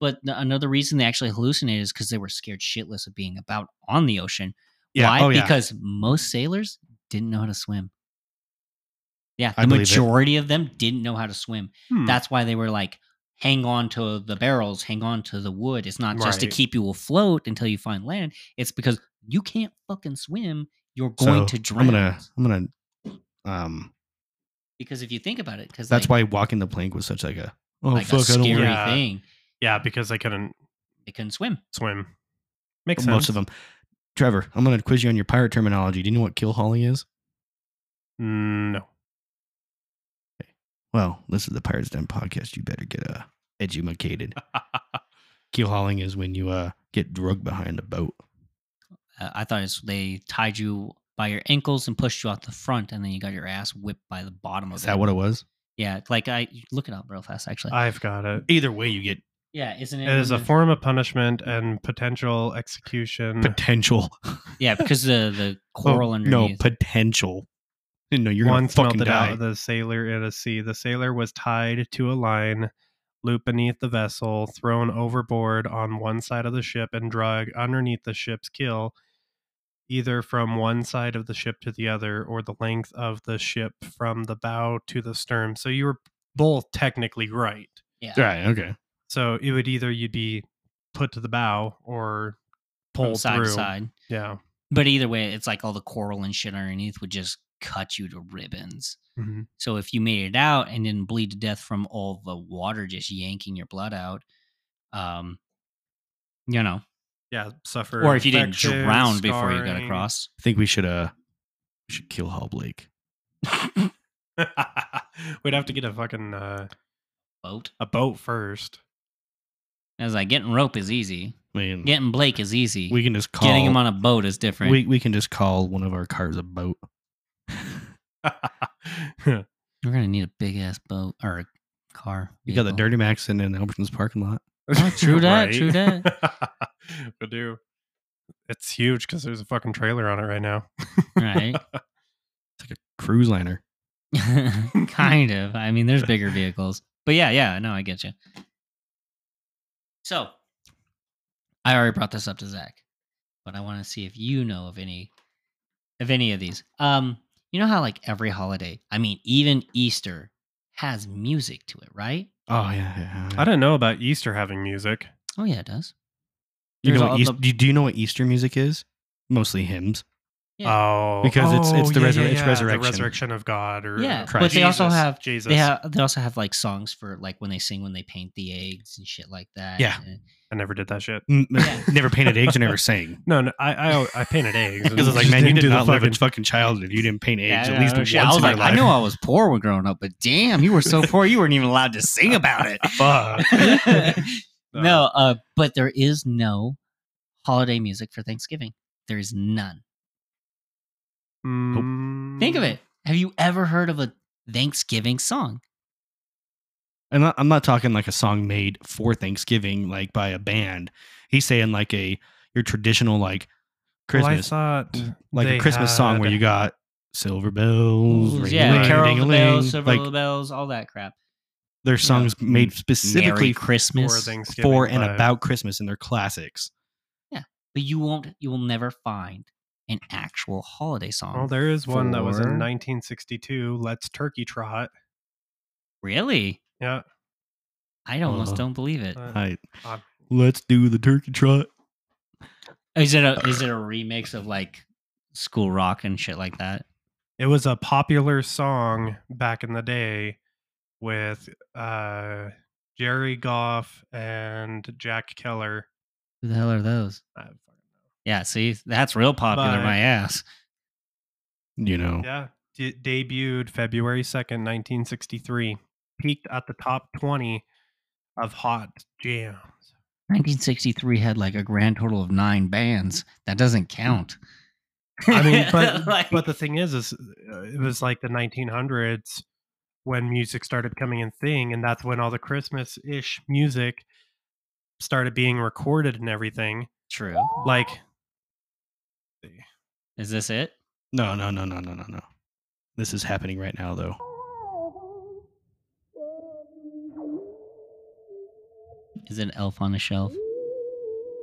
A: But n- another reason they actually hallucinated is because they were scared shitless of being about on the ocean.
B: Yeah,
A: Why?
B: oh, yeah.
A: Because most sailors didn't know how to swim. Yeah, the
B: I believe it.
A: majority of them didn't know how to swim.
B: Hmm.
A: That's why they were like, hang on to the barrels, hang on to the wood. It's not just to
B: Right.
A: keep you afloat until you find land. It's because you can't fucking swim. You're going
B: So,
A: to drown.
B: I'm gonna I'm gonna um
A: because if you think about it, because
B: that's why walking the plank was such like a oh
A: Like a
B: fuck I don't
A: scary
B: wanna-
C: yeah,
A: thing.
C: Yeah, because they couldn't
A: they couldn't swim.
C: Swim. Makes
B: most
C: sense.
B: of them. Trevor, I'm gonna quiz you on your pirate terminology. Do you know what kill hauling is?
C: Mm, No.
B: Well, this is the Pirates Den podcast. You better get uh,
A: [LAUGHS]
B: edumacated. keel hauling is when you uh, get drugged behind a boat.
A: Uh, I thought it's they tied you by your ankles and pushed you out the front, and then you got your ass whipped by the bottom of
B: Is
A: it.
B: that what it was?
A: Yeah, it's like I you look it up real fast. Actually,
C: I've
B: [LAUGHS]
C: got it.
B: Either way, you get
A: yeah, isn't it?
C: It is a
A: when the-
C: form of punishment and potential execution.
B: potential.
A: yeah, because the
C: [LAUGHS]
A: the coral
B: Oh, [LAUGHS] No,
A: underneath.
B: potential. No, you're
C: One
B: gonna fucking
C: melted
B: die.
C: out the sailor in a sea. The sailor was tied to a line, looped beneath the vessel, thrown overboard on one side of the ship, and dragged underneath the ship's keel, either from one side of the ship to the other, or the length of the ship from the bow to the stern. So you were both technically right.
A: Yeah.
B: Right. Okay.
C: So it would either you'd be put to the bow or
A: From
C: pulled
A: side to
C: through.
A: side.
C: Yeah.
A: but either way, it's like all the coral and shit underneath would just cut you to ribbons.
B: Mm-hmm.
C: Mhm.
A: So if you made it out and didn't bleed to death from all the water just yanking your blood out, um, you know,
C: yeah, suffer.
A: Or if you didn't
C: infection,
A: drown before you got
C: scarring.
A: across.
B: I think we should uh we should kill Hall Blake.
C: [LAUGHS] We'd have to get a fucking uh,
A: boat.
C: A boat first.
A: I was like, getting rope is easy.
B: I mean,
A: Getting Blake is easy.
B: we can just call
A: Getting him on a boat is different.
B: We we can just call one of our cars a boat.
A: Oh,
C: [LAUGHS]
A: We're gonna need a big ass boat or a car.
B: You got the
A: vehicle.
B: dirty Max in in Albertson's parking lot.
A: Oh,
B: [LAUGHS]
A: true that.
C: Right?
A: True that.
C: [LAUGHS] we do. It's huge because there's a fucking trailer on it right now.
A: Right. [LAUGHS]
B: Cruise liner.
A: kind of. I mean, there's bigger vehicles, but yeah, yeah. No, I get you. So, I already brought this up to Zach, but I want to see if you know of any, of any of these. Um, you know how like every holiday, I mean, even Easter has music to it, right?
B: Oh yeah, yeah.
C: [LAUGHS] I didn't know about Easter having music.
A: Oh yeah, it does.
B: You
A: There's
B: know
A: all
B: what Eas-
A: the-
B: do, do you know what Easter music is? Mostly hymns.
A: Yeah.
C: Oh,
B: Because it's- it's
C: oh,
B: the
C: yeah,
B: resur-
C: yeah,
B: it's
C: yeah,
B: resurrection.
C: the resurrection of God, or
A: Yeah,
B: Christ.
A: but they also
C: Jesus,
A: have
C: Jesus.
A: They have they also have like songs for like when they sing when they paint the eggs and shit like that.
B: Yeah.
A: And-
C: I never did that shit.
B: N- [LAUGHS] never painted
A: [LAUGHS]
B: eggs and never sang.
C: No, no I I, I painted
B: [LAUGHS]
C: eggs
B: Because it's
C: and
B: like,
C: just
B: man, you
C: didn't
B: did
C: do the
B: not live in
C: fucking
B: fucking childhood if you didn't paint eggs
A: Yeah,
B: at least
A: no
B: once
A: shit. I was
B: in
A: like,
B: your life.
A: I knew I was poor when growing up, but damn, you were
B: [LAUGHS]
A: so poor you weren't even allowed to sing about it.
B: Fuck.
A: [LAUGHS]
C: [LAUGHS]
A: no, uh, but there is no holiday music for Thanksgiving. There is none. Think
B: Mm.
C: mm,
A: of it. Have you ever heard of a Thanksgiving song?
B: I'm not, I'm not talking like a song made for Thanksgiving, like by a band. He's saying like a your traditional like
C: Well, I
B: Christmas,
C: thought
B: like a
C: they
B: Christmas song where
C: had-
B: you got silver bells, ring
A: yeah,
B: a
A: Carol of the
B: ding-a-ling,
A: Bells, Silver
B: like
A: Little Bells, all that crap.
B: their songs made
A: Merry
B: specifically
A: Christmas.
C: For Thanksgiving
B: for and
C: vibe.
B: about Christmas, and they're classics.
A: but you won't you will never find an actual holiday song.
B: Oh
C: Well, there is one that was in
A: for-
C: 1962. Let's Turkey Trot.
A: Really?
C: Yeah,
A: I almost
B: Uh,
A: don't believe it.
C: uh,
B: I,
C: I'm-
B: let's do the turkey trot.
A: Oh, Is it a [LAUGHS] is it a remix of like school rock and shit like that?
C: it was a popular song back in the day with uh, Jerry Goff and Jack Keller.
A: Who the hell are those?
C: Uh,
A: Yeah, see, that's real popular,
C: But-
A: my ass.
B: You know,
C: Yeah, d- debuted February 2nd, 1963. Peaked at the top 20 of Hot Jams.
A: 1963 had like a grand total of nine bands. That doesn't count. [LAUGHS]
C: I mean, but
A: Like-
C: but the thing is, is uh, it was like the 1900s when music started coming in thing, and that's when all the Christmas-ish music started being recorded and everything.
A: True.
C: Like,
A: Is this it?
B: No, no, no, no, no, no, no. This is happening right now, though.
A: Is it Elf on a Shelf?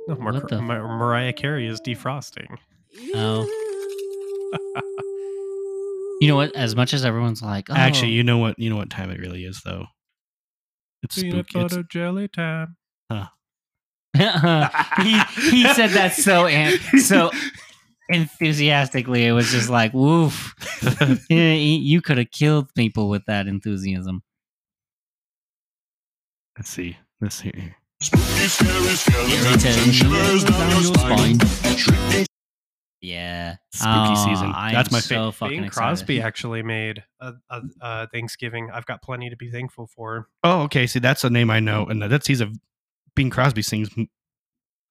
C: no, oh, Mar-
A: What the-
C: Mar- Mariah Carey is defrosting.
A: Oh. [LAUGHS] you know what? As much as everyone's like, oh,
B: Actually, you know what? You know what time it really is, though. It's
C: Peanut
B: spooky. It's,
C: butter jelly time.
A: he, he said that so an- so enthusiastically. It was just like, woof. [LAUGHS] Yeah, y- you could have killed people with that enthusiasm.
B: [LAUGHS] let's see. Let's hear. here.
A: Yeah.
B: Spooky
A: Oh,
B: season.
A: I
B: That's
A: am
B: my
A: so
B: favorite.
A: fucking
C: Bing
A: excited. [LAUGHS]
C: Crosby actually made a, a, a Thanksgiving. I've got plenty to be thankful for.
B: Oh, okay. See, that's a name I know,
A: Mm.
B: and that's he's a Bing Crosby sings m-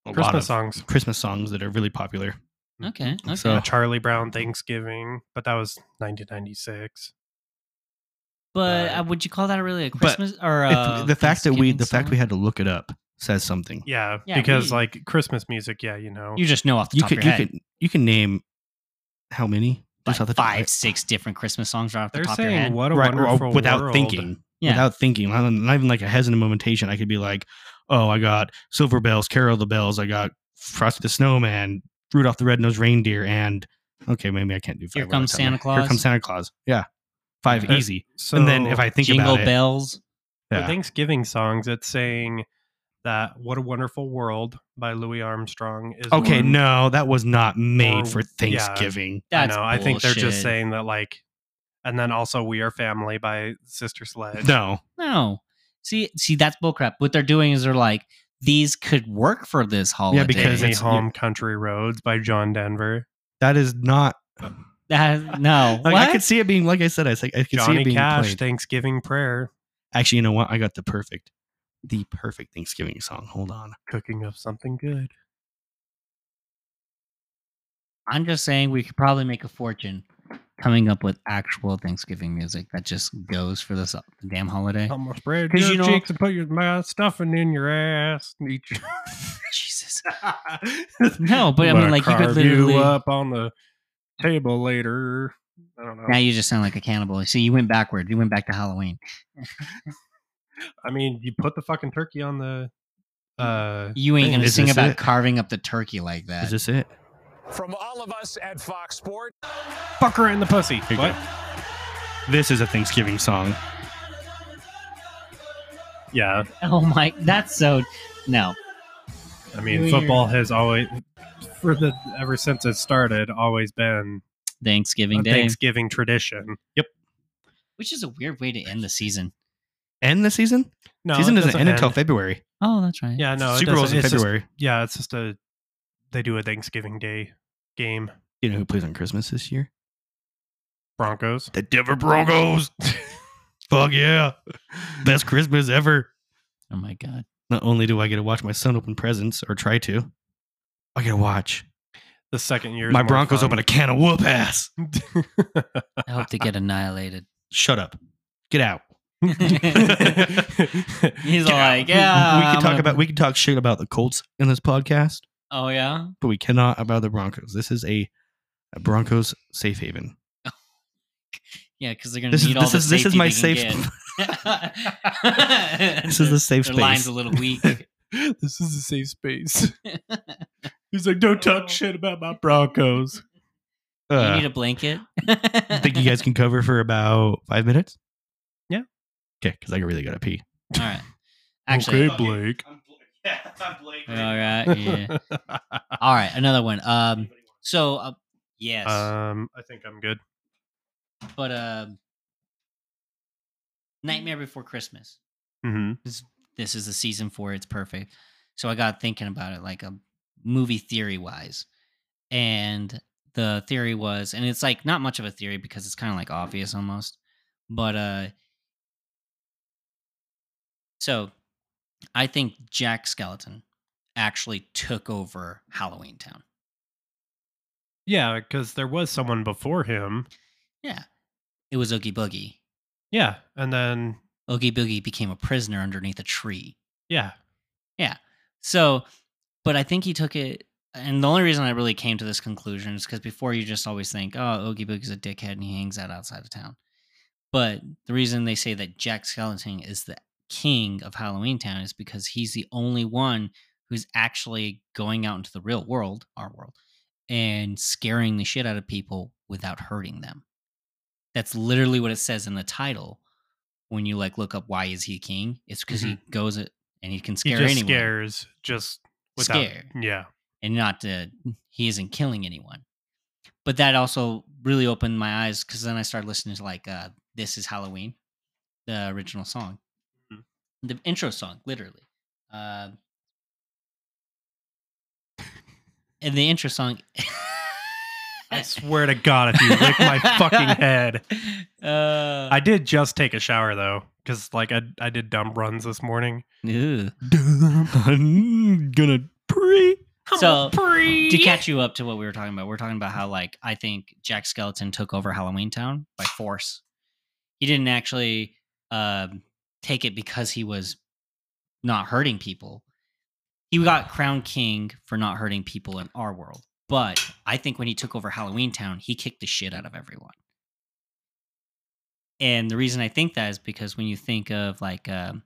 B: a lot of
C: Christmas songs.
B: Christmas songs that are really popular.
A: Okay. Okay.
B: So-
C: Charlie Brown Thanksgiving, but that was 1996.
A: but uh, would you call that really a Christmas or
B: It-
A: a
B: the fact that
A: Uh,
B: we
A: Thanksgiving
B: the fact
A: song?
B: we had to look it up says something.
C: Yeah,
A: Yeah,
C: because
A: we-
C: like Christmas music, yeah, you know.
A: you just know off the
B: You
A: top
B: could
A: of
B: you
A: your head.
B: could you can name how many?
A: like
B: Just off the top of
A: five,
B: your-
A: six different Christmas songs right off the
C: They're
A: top of your
C: saying
A: head.
C: what a
B: right or
C: wonderful
B: without
C: world.
B: thinking
A: Yeah.
B: without thinking not, not even like a hesitant momentation i could be like oh i got silver bells carol of the bells i got frosty the snowman rudolph the red-nosed reindeer and okay maybe i can't do five
A: Here
B: right off
A: Comes
B: the top of my-
A: Santa
B: here comes
A: Claus.
B: santa claus yeah five
C: Uh,
B: easy
C: So
B: and then if i think
A: Jingle
B: about it
A: bells.
C: for
B: yeah.
C: Thanksgiving songs, it's saying that "What a Wonderful World" by Louis Armstrong is
B: okay
C: one-
B: no that was not made
C: or-
B: for
C: yeah.
B: thanksgiving
A: That's
C: I know. I think they're just
A: bullshit.
C: saying that like, and then also "We Are Family" by Sister Sledge.
B: no
A: No. See, see, that's bullcrap. What they're doing is they're like, these could work for this holiday.
C: Yeah, because
A: it's,
C: Home Country Roads by John Denver.
B: That is not.
A: That- no,
B: [LAUGHS] Like, I
A: Oh, What?
B: could see it being like I said. I think I could see
C: Johnny
B: it being
C: Cash,
B: played.
C: Thanksgiving Prayer.
B: Actually, you know what? I got the perfect, the perfect Thanksgiving song. Hold on.
C: Cooking up something good.
A: I'm just saying we could probably make a fortune coming up with actual Thanksgiving music that just goes for this uh, damn holiday.
C: I'm gonna spread
A: 'Cause
C: your
A: you know-
C: cheeks and put your my stuffing in your ass. and eat your- [LAUGHS]
A: Jesus. No, but I mean,
C: I'm gonna
A: like, you could
C: carve you
A: literally-
C: up on the table later. I don't know.
A: Now you just sound like a cannibal. See, you went backward. You went back to Halloween.
C: I mean, you put the fucking turkey on the. Uh,
A: You ain't
C: thing.
A: gonna sing about carving up the turkey like that.
B: Is this it?
O: From all of us at Fox Sport.
C: fucker in the pussy.
B: Here you
C: What?
B: go. This is a Thanksgiving song.
C: Yeah,
A: [LAUGHS] Oh my, that's so. No,
C: I mean,
A: Weird.
C: football has always, for the ever since it started, always been
A: Thanksgiving
C: a
A: Day,
C: Thanksgiving tradition. Yep.
A: which is a weird way to end the season.
B: End the season?
C: No,
B: season doesn't
C: it doesn't
B: end, until
C: end.
B: February.
A: Oh, that's right.
C: Yeah, no, it
B: Super Bowl's in
C: doesn't- it's just-
B: February.
C: yeah, it's just a they do a Thanksgiving Day game.
B: You know who plays on Christmas this year?
C: Broncos.
B: The Denver Broncos. [LAUGHS] Fuck yeah! Best Christmas ever.
A: Oh my god.
B: Not only do I get to watch my son open presents or try to, I get to watch
C: The second year,
B: my Broncos open a can of whoop ass.
A: I hope
B: [LAUGHS]
A: they get annihilated.
B: Shut up. Get [LAUGHS] out.
A: He's all like,
B: we
A: yeah.
B: can
A: I'm
B: talk
A: gonna-
B: about we can talk shit about the Colts in this podcast,
A: Oh yeah.
B: but we cannot about the Broncos. This is a, a Broncos safe haven.
A: Yeah, because they're gonna
B: This is-
A: need all
B: this
A: the
B: is- this is my
A: safety they can
B: safe-
A: get.
B: [LAUGHS]
A: [LAUGHS]
B: This is the safe
A: Their line's a
B: space.
A: little
B: [LAUGHS]
A: weak.
C: this is a safe [LAUGHS] space. He's like, don't talk shit about my Broncos.
A: you
B: Uh,
A: need a blanket.
B: think you guys can cover for about five minutes?
C: Yeah.
B: Okay, because I really gotta
C: [LAUGHS]
B: pee.
A: [LAUGHS] All right.
B: Oh,
A: Actually,
C: okay, Blake.
A: all right. Yeah. all right. Another one. Um. So, uh, yes,
C: Um, I think I'm good.
A: but um, Nightmare Before Christmas.
C: hmm
A: This this is the season for it, It's perfect. So I got thinking about it, like a movie theory wise, and the theory was, and it's like not much of a theory because it's kind of like obvious almost, but uh, so I think Jack Skeleton actually took over Halloween Town.
C: Yeah, because there was someone before him.
A: Yeah, it was Oogie Boogie.
C: Yeah, and then
A: Oogie Boogie became a prisoner underneath a tree.
C: yeah,
A: So, but I think he took it. And the only reason I really came to this conclusion is because before you just always think, oh, Oogie Boogie's a dickhead and he hangs out outside of town. But the reason they say that Jack Skellington is the king of Halloween Town is because he's the only one who's actually going out into the real world, our world, and scaring the shit out of people without hurting them. That's literally what it says in the title. When you like look up why is he king, it's because he goes it and he can
C: he
A: scare
C: just
A: anyone
C: scares just without.
A: Scare. [LAUGHS]
C: Yeah,
A: and not to he isn't killing anyone. But that also really opened my eyes because then I started listening to like uh, "This Is Halloween," the original song,
C: Mhm.
A: the intro song, literally.
C: [LAUGHS]
A: Uh, and the intro song. [LAUGHS]
C: I swear to God, if you lick my fucking head.
A: Uh,
C: I did just take a shower though, because like I I did dumb runs this morning.
A: ew.
B: I'm gonna pre.
A: so to catch you up to what we were talking about, we're talking about how like I think Jack Skeleton took over Halloween Town by force. He didn't actually um, take it because he was not hurting people. He got crowned king for not hurting people in our world. But I think when he took over Halloween Town, he kicked the shit out of everyone. And the reason I think that is because when you think of like um,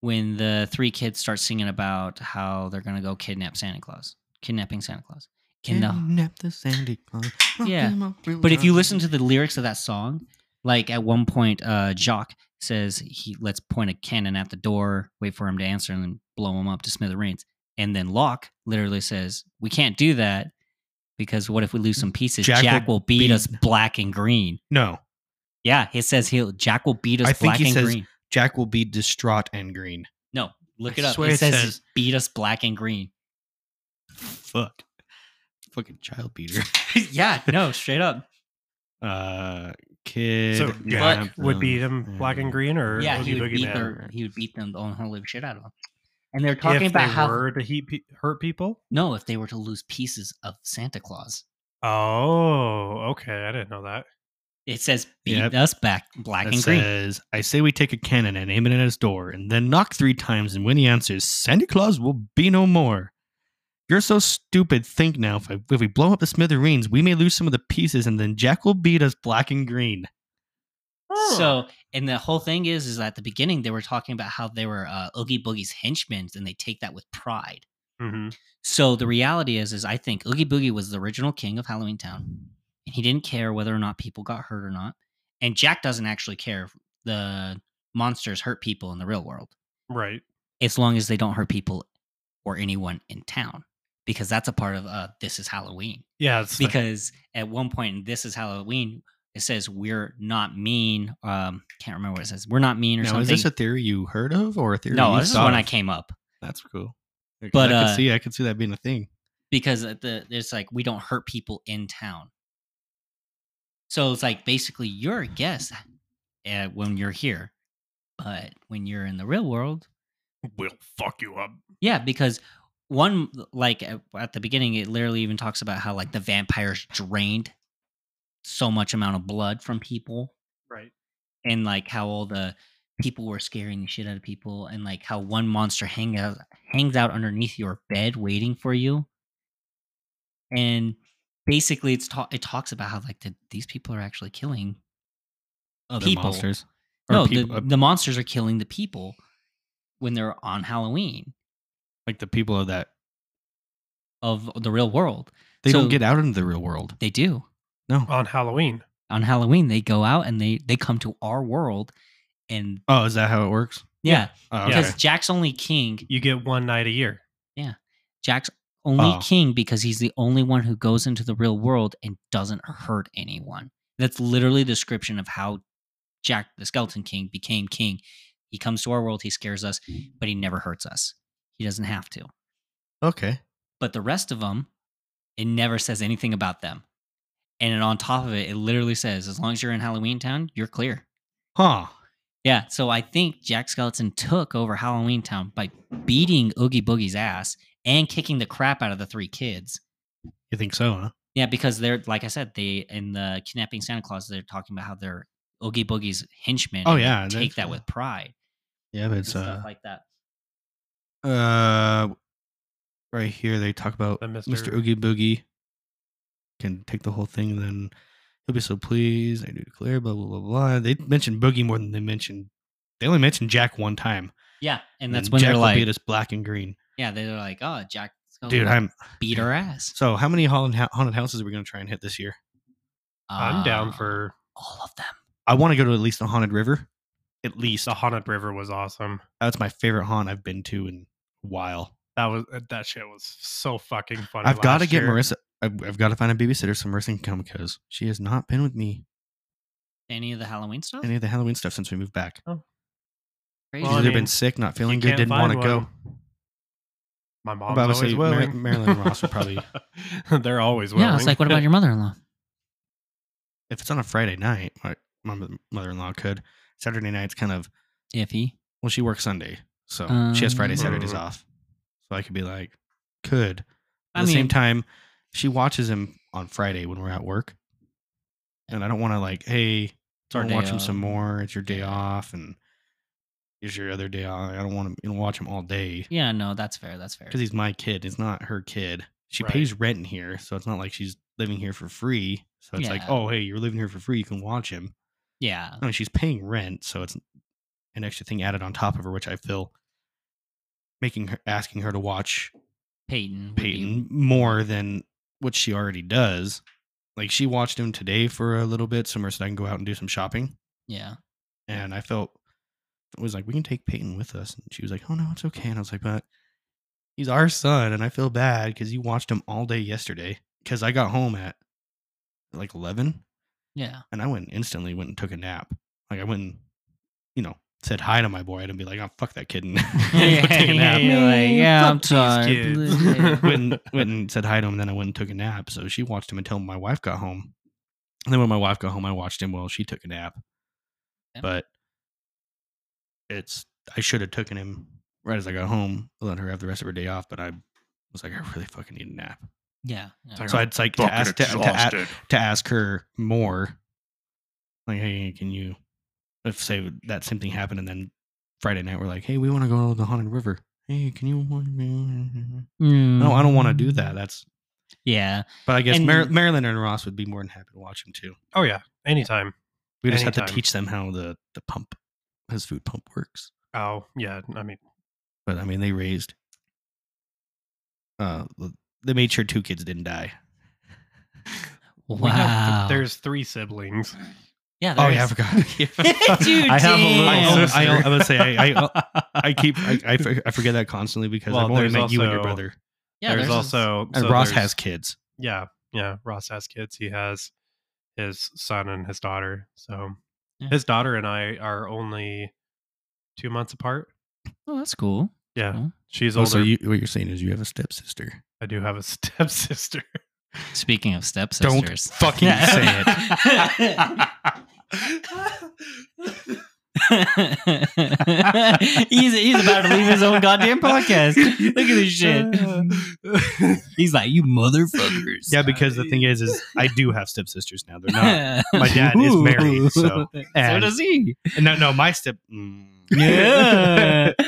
A: when the three kids start singing about how they're gonna go kidnap Santa Claus, kidnapping Santa Claus. In the-
B: Kidnap the Sandy Claus. Rock
A: Yeah.
B: 'em up real
A: but if you
B: rough.
A: listen to the lyrics of that song, like at one point, uh, Jacques says he let's point a cannon at the door, wait for him to answer, and then blow him up to smithereens. And then Locke literally says, "We can't do that because what if we lose some pieces? Jack,
B: Jack
A: will,
B: will
A: beat,
B: beat-
A: us black and green."
B: no,
A: Yeah, it says he'll Jack will beat us
B: I think
A: black
B: he
A: and
B: says
A: green.
B: Jack will be distraught and green.
A: No, Look it up.
B: swear
A: It
B: it
A: says,
B: says-
A: beat us black and
B: [LAUGHS]
A: green.
B: Fuck. Fucking child beater.
A: yeah, no, straight up.
B: Uh, kid.
C: So Jack
B: Gap-
C: would beat him black and green, or
A: yeah,
C: Oogie
A: he would,
C: Boogie
A: beat
C: Man?
A: them, he would beat them the whole living shit out of them. And they're talking
C: If
A: about
C: they
A: how
C: were to heat pe- hurt people.
A: no, if they were to lose pieces of Santa Claus,
C: Oh, okay. I didn't know that.
A: it says beat
B: Yep.
A: us back black
B: It
A: and green.
B: says, I say we take a cannon and aim it at his door, and then knock three times, and when he answers, Santa Claus will be no more. You're so stupid. Think now. If, I, if we blow up the smithereens, we may lose some of the pieces, and then Jack will beat us black and green.
A: So, and the whole thing is, is at the beginning they were talking about how they were uh, Oogie Boogie's henchmen, and they take that with pride.
C: Mm-hmm.
A: So the reality is, is I think Oogie Boogie was the original king of Halloween Town, and he didn't care whether or not people got hurt or not. And Jack doesn't actually care if the monsters hurt people in the real world,
C: Right.
A: as long as they don't hurt people or anyone in town, because that's a part of uh, this is Halloween
C: Yeah. It's the-
A: because at one point in this is Halloween, it says we're not mean. Um, can't remember what it says. We're not mean or
B: now,
A: something.
B: is this a theory you heard of or a theory?
A: no,
B: you
A: this is
B: saw?
A: when I came up
B: That's cool. 'Cause
A: But,
B: I
A: uh,
B: could see, I could see that being a thing.
A: because at the it's like we don't hurt people in town. So it's like basically you're a guest uh, when you're here, but when you're in the real world,
C: we'll fuck you up.
A: yeah, because one like at, at the beginning it literally even talks about how like the vampires drained so much amount of blood from people
C: Right.
A: and like how all the people were scaring the shit out of people and like how one monster hang out, hangs out underneath your bed waiting for you and basically it's ta- it talks about how like the, these people are actually killing
B: Other
A: people
B: monsters. Or
A: no
B: peop- uh,
A: the, the monsters are killing the people when they're on halloween
B: like the people of that.
A: of the real world
B: They
A: So-
B: don't get out into the real world.
A: they do
B: No.
C: On Halloween.
A: on halloween they go out and they they come to our world and
B: Oh, is that how it works?
A: yeah,
B: Oh,
A: because
B: okay.
A: jack's only king
C: You get one night a year.
A: Jack's only
B: Oh.
A: king because he's the only one who goes into the real world and doesn't hurt anyone. That's literally a description of how Jack the Skeleton King became king. He comes to our world, he scares us, but he never hurts us. He doesn't have to.
B: Okay.
A: But the rest of them, it never says anything about them. And then on top of it, it literally says, as long as you're in Halloween Town, you're clear.
B: Huh.
A: Yeah, so I think Jack Skeleton took over Halloween Town by beating Oogie Boogie's ass and kicking the crap out of the three kids.
B: You think so, huh?
A: Yeah, because they're like I said, they in the kidnapping Santa Claus, they're talking about how they're Oogie Boogie's henchmen.
B: Oh,
A: and they
B: yeah,
A: take
B: that's-
A: that with pride,
B: Yeah, but
A: and
B: it's uh,
A: stuff like that.
B: uh, right here they talk about
C: The Mr.
B: Mr. Oogie Boogie can take the whole thing, and then he'll be so pleased. I do declare, blah blah blah blah. They mentioned Boogie more than they mentioned. They only mentioned Jack one time,
A: Yeah, and that's
B: then
A: when
B: Jack
A: they're
B: will
A: like,
B: beat us black and green.
A: yeah, they're like, oh, Jack,
B: Dude, I'm
A: beat her
B: [LAUGHS]
A: ass.
B: so. How many haunted hou- haunted houses are we gonna try and hit this year?
C: I'm down
B: Ah.
A: Uh,
C: for
A: all of them.
B: I want to go to at least a haunted river. At least
C: the Haunted River was awesome.
B: that's my favorite haunt I've been to in a while.
C: That was uh, that shit was so fucking funny.
B: I've got to
C: last
B: get
C: year.
B: Marissa. I've, I've got to find a babysitter so Marissa can come because she has not been with me
A: Any of the Halloween stuff?
B: any of the Halloween stuff since we moved back.
A: Crazy.
B: She's
C: Well, I
B: either
C: mean,
B: been sick, not
C: You
B: feeling good,
C: can't
B: didn't want to
C: find
B: go.
C: one. My
B: I
C: mom's
B: about to
C: always
B: say Mar-
C: willing.
B: Marilyn Ross would probably.
C: [LAUGHS] They're always willing.
A: yeah, I was like, what
B: [LAUGHS]
A: about your mother-in-law?
B: If it's on a Friday night, my, my mother in law could. Saturday night's kind of
A: Iffy.
B: well, she works Sunday, so she has Friday,
A: Um,
B: Saturdays
C: Mm.
B: off. So I could be like, could.
A: I
B: At the same
A: mean-
B: time, she watches him on Friday when we're at work, and I don't want to like, hey,
A: our
B: start
A: day
B: watch him some
A: off.
B: more. It's your day
A: Yeah.
B: off, and here's your other day off. I don't want to you know, watch him all day.
A: Yeah, no, that's fair. That's fair.
B: because he's my kid. It's not her kid. She
C: Right.
B: pays rent in here, so it's not like she's living here for free. So it's like,
A: Yeah.
B: oh, hey, you're living here for free. You can watch him.
A: Yeah,
B: I mean, she's paying rent, so it's an extra thing added on top of her, which I feel making her asking her to watch
A: Peyton. would be-
B: Peyton more than what she already does. Like she watched him today for a little bit, so Marissa and I can go out and do some shopping.
A: Yeah.
B: And I felt it was like, we can take Peyton with us. And she was like, oh no, it's okay. And I was like, but he's our son. And I feel bad because you watched him all day yesterday. Because I got home at like 11
A: Yeah.
B: [LAUGHS] and I went instantly went and took a nap. Like I went and, you know, said hi to my boy, I'd be like, "Oh fuck that [LAUGHS] kid," and
A: Yeah,
B: go take a nap.
A: you're like, "Yeah, I'm
B: Fuck these
A: [LAUGHS] tired."
C: [LAUGHS]
B: kids. went, and- went and said hi to him, and then I went and took a nap. So she watched him until my wife got home. And then when my wife got home, I watched him while she took a nap. But it's I should have taken him right as I got home, let her have the rest of her day off. But I was like, I really fucking need a nap.
A: Yeah, yeah.
B: So I'd like to
A: Fucking
B: ask to, to, a-
A: exhausted.
B: to ask her more. Like, hey, can you? If say that same thing happened, and then Friday night we're like, hey, we want to go to the haunted river. Hey, can you?
A: Mm.
B: No, I don't want to do that. That's
A: yeah.
B: But I guess
C: And-
B: Mar- Marilyn and Ross would be more than happy to watch him too.
C: Oh yeah, anytime.
B: We just have to
C: Anytime.
B: teach them how the the pump, his food pump works.
C: Oh yeah, I mean,
B: But I mean, they raised. Uh, they made sure two kids didn't
C: [LAUGHS]
B: die.
C: we have
B: Wow.
C: th- there's three siblings.
A: Yeah.
B: Oh
A: there
B: yeah, I
A: is.
B: forgot.
C: [LAUGHS]
A: Dude,
B: [LAUGHS] I have a
A: damn.
B: little sister. I, I would say
C: [LAUGHS]
B: I, I, I keep I, I for- I forget that constantly because
C: Well,
B: I've only
C: there's
B: met you and your
C: also-
B: brother.
A: Yeah,
C: there's,
A: there's a-
C: also
B: and Ross
C: there's-
B: has kids.
C: Yeah, yeah. Ross has kids. He has his son and his daughter. So
A: Yeah.
C: his daughter and I are only two months apart.
A: Oh, that's cool.
C: Yeah,
A: Cool.
C: she's
B: Oh, so
C: older.
B: you, what you're saying is you have a stepsister.
C: I do have a [LAUGHS] stepsister.
A: Speaking of
B: Don't
A: stepsisters,
B: fucking say
A: it. [LAUGHS] he's he's about to leave his own goddamn podcast. Look at this
B: [LAUGHS]
A: shit. He's like, you motherfuckers.
B: [LAUGHS] Yeah, because the thing is, is I do have stepsisters now. They're
A: [LAUGHS]
B: not. My dad is married, so
A: So does he.
B: No, no, my step.
A: Yeah.
B: [LAUGHS]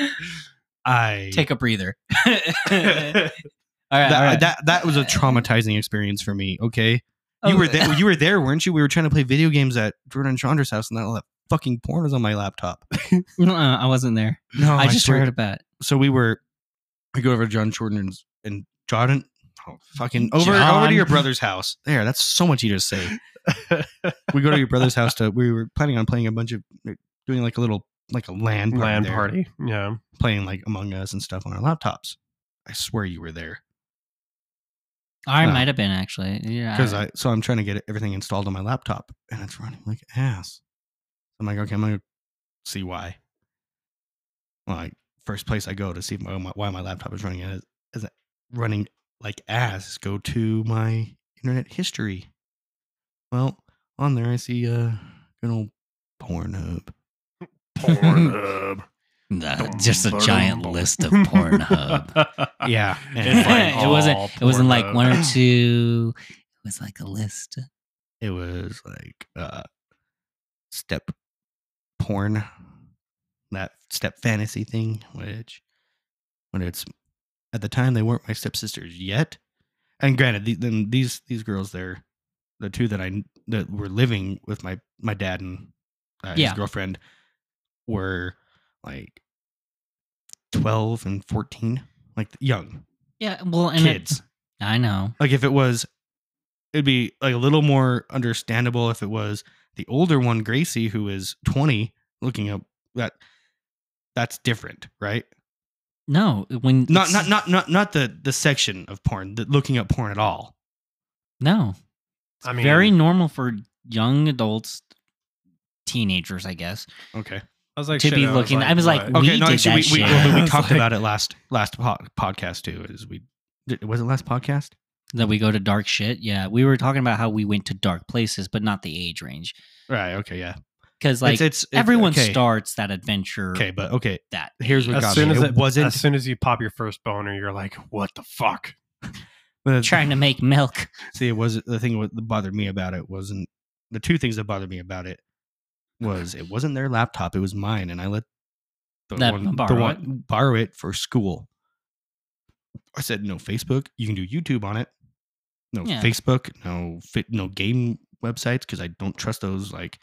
B: I
A: [LAUGHS] Take a
B: [LAUGHS]
A: breather. all right,
B: that,
A: all right.
B: that that was a traumatizing experience for me. Okay,
A: Oh.
B: you were there. You were there, weren't you? We were trying to play video games at Jordan and Chandra's house, and all that fucking porn was on my laptop. [LAUGHS]
A: No, uh, I wasn't there.
B: No,
A: I, just
B: swear
A: heard
B: to-
A: about.
B: So we were. We go over to John Jordan's and Jordan. Oh, fucking over over
A: John.
B: to your brother's house. There, that's so much easier to say. we go to your brother's house to. We were planning on playing a bunch of doing like a little like a land party
C: Land
B: there.
C: party. Yeah.
B: playing like Among Us and stuff on our laptops. I swear you were there.
A: I
B: No.
A: might have been actually. Yeah,
B: because Oh. I so I'm trying to get everything installed on my laptop and it's running like ass. I'm like, okay, I'm gonna see why. Like first place I go to see my, my, why my laptop is running as, as a- running like ass. is Go to my internet history. Well, on there I see uh good old Pornhub.
A: [LAUGHS] Pornhub. Uh, just a giant list
B: [LAUGHS]
A: of Pornhub.
C: [LAUGHS]
B: yeah,
A: It's like [LAUGHS] It wasn't- all it wasn't like Pornhub. one or two.
B: It
A: was like a list.
B: It was like uh, step porn, that step fantasy thing, which when it's at the time they weren't my stepsisters yet. And granted, the, then these these girls there, the two that I that were living with my my dad and uh,
A: Yeah.
B: his girlfriend, were like twelve and fourteen, like young
A: yeah. Well, and it-
B: kids.
A: I know.
B: Like if it was, it'd be like a little more understandable if it was the older one, Gracie, who is twenty, looking up that. That's different, right?
A: No, when
B: Not
A: it's-
B: not not not not the the section of porn, the looking up porn at all.
A: no.
C: I
A: It's
C: mean-
A: very normal for young adults, teenagers, I guess.
B: Okay.
C: I was like,
A: to
C: shit,
A: be
C: I was
A: looking.
C: like,
A: I was like,
C: what?
A: we
B: okay, no,
A: did
B: actually,
A: that
B: we,
A: shit.
B: we,
A: [LAUGHS]
B: [LAUGHS] well, we talked about it last last po- podcast too. Is we did- was it last podcast?
A: that we go to dark shit. Yeah, we were talking about how we went to dark places, but not the age range.
B: Right. Okay. Yeah.
A: Because like
B: it's- it-
A: everyone
B: okay.
A: starts that adventure.
B: Okay, but okay.
A: that
B: here's what
C: as
B: got
C: soon
B: me.
C: as
B: it, wasn't
C: as soon as you pop your first boner, you're like, what the fuck?
A: trying to make milk. [LAUGHS]
B: See, it was the thing what- that bothered me about it wasn't the two things that bothered me about it was it wasn't their laptop, it was mine, and I let the
A: Let
B: one,
A: them
B: the
A: borrow
B: one borrow it for school. I said no Facebook. You can do YouTube on it. No
A: Yeah.
B: Facebook. No fit. No game websites because I don't trust those like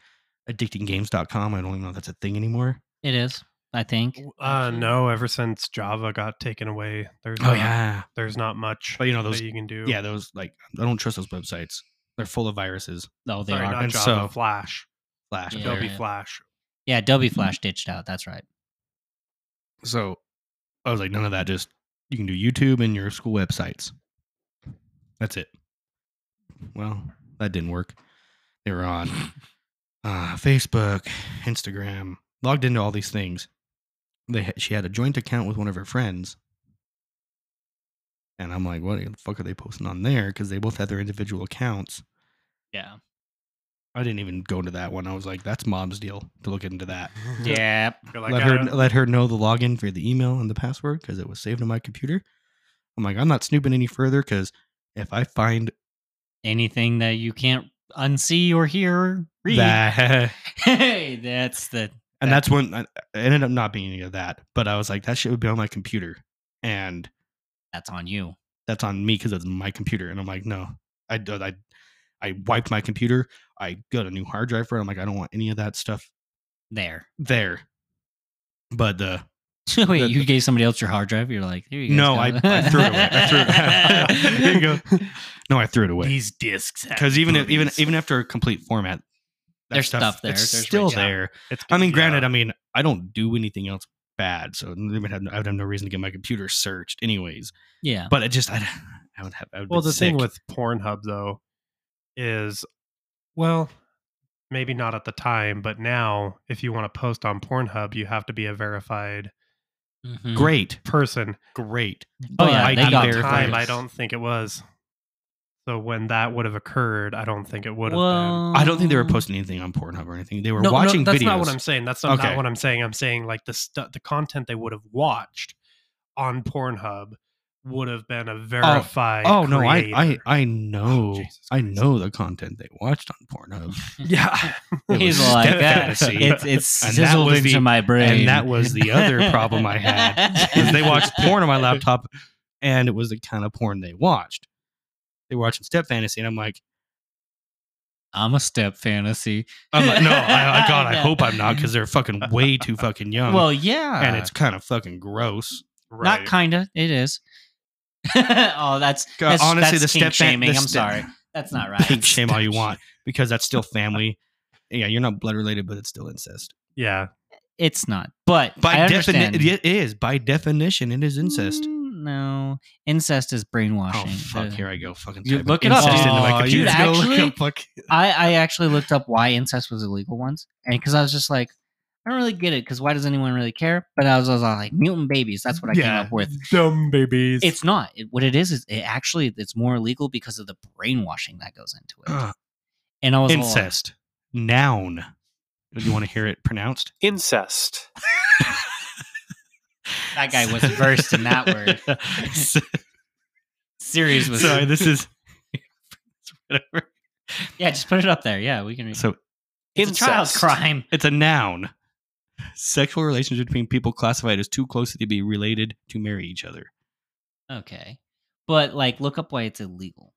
B: addictinggames.com. I don't even know if that's a thing anymore.
A: It is, I think.
C: Uh, no. Ever since Java got taken away, there's
B: Oh,
C: not,
B: yeah.
C: there's not much.
B: But you know those
C: that you can do.
B: Yeah, those like I don't trust those websites. They're full of viruses.
A: No, they
C: Sorry,
A: Oh, are.
C: not
B: and
C: Java.
B: so-
C: Flash,
B: Flash.
A: Yeah.
C: Adobe
A: Yeah.
C: Flash.
B: [LAUGHS]
A: Yeah, Adobe Flash ditched out. That's right.
B: So I was like, none of that. Just you can do YouTube and your school websites. That's it. Well, that didn't work. They were on uh, Facebook, Instagram, logged into all these things. They ha- she had a joint account with one of her friends, and I'm like, what the fuck are they posting on there? Because they both had their individual accounts.
A: Yeah.
B: I didn't even go into that one. I was like, that's mom's deal to look into that.
A: [LAUGHS] Yep.
C: You're like,
B: let her
C: "Uh,
B: let her know the login for the email and the password because it was saved on my computer. I'm like, I'm not snooping any further because if I find
A: anything that you can't unsee or hear or read.
B: that,
A: [LAUGHS] hey, that's the
B: and that's when I it ended up not being any of that. But I was like, that shit would be on my computer, and
A: that's on you.
B: That's on me because it's my computer. And I'm like, no, I d- I I wiped my computer. I got a new hard drive for it. I'm like, I don't want any of that stuff
A: there.
B: there. But uh,
A: [LAUGHS] Wait,
B: the-
A: you gave somebody else your hard drive? You're like, here you go.
B: No, I, I threw it [LAUGHS] away. I threw it. Here you go.
A: [LAUGHS]
B: [LAUGHS] No, I threw it away.
A: These discs have
B: because even if, even
A: boobies.
B: even after a complete format, that
A: There's stuff there.
B: It's
A: There's
B: still
A: rich- yeah.
B: there.
C: It's- uh,
B: I mean, granted, I mean, I don't do anything else bad, so I would have, I would have no reason to get my computer searched, anyways.
A: Yeah.
B: but it just I, I would have. I would
C: well
B: be
C: the thing
B: sick.
C: with pornhub though is well maybe not at the time but now if you want to post on pornhub you have to be a verified
A: Mhm.
B: great,
C: person
B: great.
A: Oh, yeah, they
C: at
A: got
C: the time
A: verifiers.
C: i don't think it was so when that would have occurred i don't think it would have been
A: Well,
B: I don't think they were posting anything on Pornhub or anything. They were
C: Mm. No, no,
B: watching
C: that's
B: videos.
C: not what i'm saying that's not, not
B: Okay.
C: what i'm saying i'm saying like the stu- the content they would have watched on pornhub would have been a verified
B: Oh no, I
C: creator.
B: [LAUGHS] I I know I know the content they watched on Pornhub.
C: yeah
B: It
A: He's
B: was
A: like
B: step
A: that.
B: fantasy.
A: [LAUGHS] It's it's
B: And that
A: sizzled
B: was
A: into
B: the-
A: my brain.
B: And that was the other problem I had. was they watched porn on my laptop and it was the kind of porn they watched. They were watching step fantasy and I'm like,
A: [LAUGHS] I'm a step fantasy.
B: I'm like, no, I, I God,
A: [LAUGHS]
B: I hope I'm not because they're fucking way too fucking young.
A: Well, yeah,
B: Um, and it's kind of fucking gross.
A: not kinda. It is. [LAUGHS] oh, that's,
B: God,
A: that's
B: honestly,
A: that's
B: the
A: kink
B: step fan-
A: shaming.
B: the
A: I'm
B: step-
A: sorry, that's not right.
B: Kink
A: [LAUGHS]
B: shame all you want because that's still family. yeah, you're not blood related, but it's still incest.
C: yeah
A: It's not. But
B: By
A: I
B: definition,
A: understand. Mm,
B: it is. By definition, it is incest.
A: No, incest is brainwashing.
B: Oh fuck!
A: The-
B: Here I go. Fucking
A: You
B: typing
A: look it up.
B: incest into my
A: Oh, dude,
B: computer.
A: actually,
B: [LAUGHS] Fuck.
A: I, I actually looked up why incest was illegal once, and because I was just like, I don't really get it, because why does anyone really care? But I was, I was all like, mutant babies. That's what I came up with.
C: dumb babies
A: It's not It- what it is. Is it actually it's more illegal because of the brainwashing that goes into it.
B: Ah,
A: And I was all like-
B: incest noun. Do you want to hear it pronounced?
P: Incest.
A: that guy
B: [LAUGHS]
A: was versed in that word. Series was
B: Sorry,
A: [LAUGHS]
B: this is
A: yeah. Just put it up there. Yeah, we can. Read.
B: so.
A: it's a child crime.
B: It's a noun. Sexual relationship between people classified as too close to be related to marry each other. [LAUGHS]
A: Okay, but like, look up why it's illegal.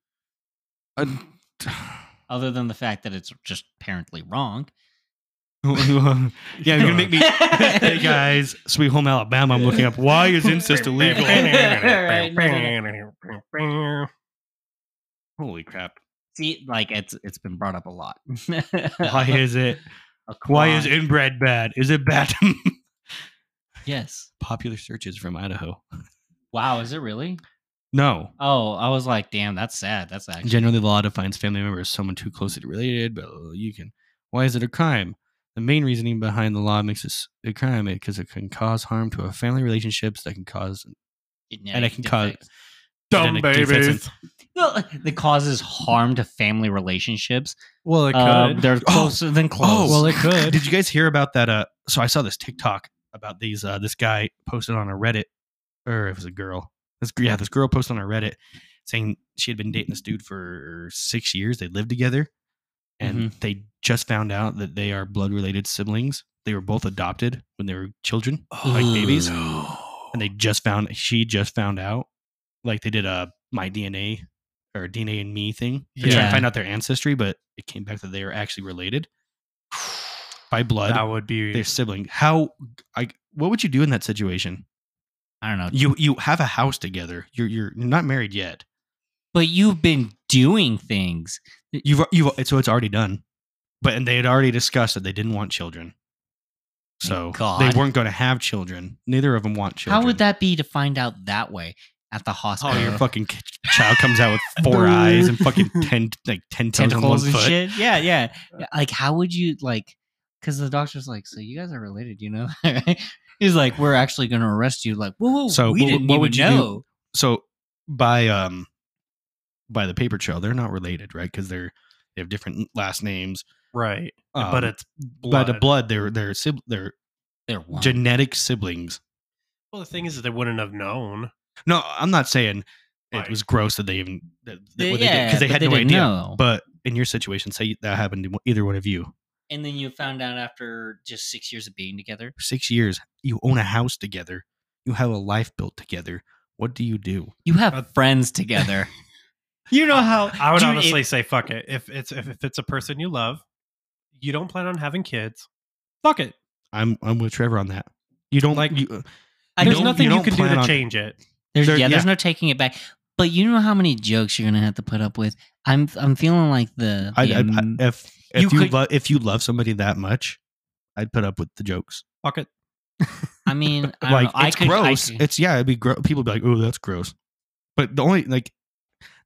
A: Other than the fact that it's just apparently wrong.
B: yeah, you're
A: [LAUGHS]
B: gonna make me. hey guys, Sweet Home Alabama. I'm looking up why is
C: [LAUGHS]
B: incest illegal. Holy crap!
A: See, like it's it's been brought up a lot.
B: [LAUGHS] Why is it?
A: [LAUGHS] A
B: Why is
A: quad.
B: inbred bad? Is it bad? [LAUGHS]
A: Yes.
B: Popular searches from Idaho.
A: Wow, is it really?
B: No,
A: Oh, I was like, damn, that's sad. That's actually
B: generally the law defines family member as someone too closely related, but oh, you can. Why is it a crime? The main reasoning behind the law makes this a crime because it can cause harm to a family relationships that can cause and it can cause
C: Dumb
B: genetic defects and-
C: babies.
A: No, uh, that causes harm to family relationships.
C: Well, it
A: Um,
C: could.
A: they're
B: Oh,
A: closer than close.
B: could. [LAUGHS] Did you guys hear about that? Uh, so I saw this TikTok about these. Uh, this guy posted on a Reddit, or it was a girl. This yeah, this girl posted on a Reddit saying she had been dating this dude for six years. They lived together, and they just found out that they are blood related siblings. They were both adopted when they were children, like babies, and they just found. She just found out. Like they did a my DNA or DNA and me thing. They're trying
A: Yeah.
B: to find out their ancestry, but it came back that they are actually
C: [SIGHS]
B: related by blood.
C: That would be-
B: their sibling. How I what would you do in that situation?
A: I don't know.
B: You you have a house together. You're you're not married yet.
A: But you've been doing things.
B: You've you've so it's already done. But and they had already discussed that they didn't want children. So
A: God.
B: they weren't going to have children. Neither of them want children.
A: How would that be to find out that way at the hospital?
B: Oh, your
C: Uh,
B: fucking k- child comes out with four eyes and fucking ten like ten toes on one
A: tentacles and
B: foot. [LAUGHS]
A: shit. Yeah, yeah. Like, how would you like? because the doctor's like, so you guys are related, you know? [LAUGHS] Right? He's like, we're actually going to arrest you. Like, whoa, whoa,
B: So
A: we
B: what,
A: didn't
B: what
A: even
B: would you do-
A: know.
B: So by um by the paper trail, they're not related, right? Because they're they have different last names,
C: Right.
B: Um,
C: but it's
B: by the
C: blood. Mm.
B: blood, they're they're sib- they're
A: they're one.
B: genetic siblings.
C: Well, the thing is, is they wouldn't have known.
B: No, I'm not saying it was gross that they even that,
A: They-
B: that what they did
A: yeah,
B: because they
A: but
B: had
A: they
B: no
A: didn't
B: idea.
A: know.
B: But in your situation, say that happened to either one of you,
A: And then you found out after just six years of being together.
B: six years, you own a house together, you have a life built together. What do you do?
A: You have friends
B: [LAUGHS]
A: together. you know [LAUGHS] how
C: I would
A: dude, it-
C: honestly say, fuck it. If it's if, if it's a person you love, you don't plan on having kids. Fuck it.
B: I'm I'm with Trevor on that. You don't like you.
A: I
C: There's
A: don't-
C: nothing
A: you
C: you,
A: don't
C: can do
A: plan
C: to
A: on-
C: change it.
A: There's,
C: There-
A: yeah, there's
C: yeah.
A: no taking it back. But you know how many jokes you're gonna have to put up with. I'm I'm feeling like the, um,
B: I,
A: the
B: I, I,
C: Mm.
A: am-
B: if if
A: you
B: you,
A: could-
B: lo- if you love somebody that much, I'd put up with the jokes.
C: Fuck it.
A: I
B: [LAUGHS]
A: mean I
B: like
A: like I
B: it's
A: could, I
B: gross.
A: could-
B: it's yeah, it'd be gross. People would be like, "Oh, that's gross." But the only like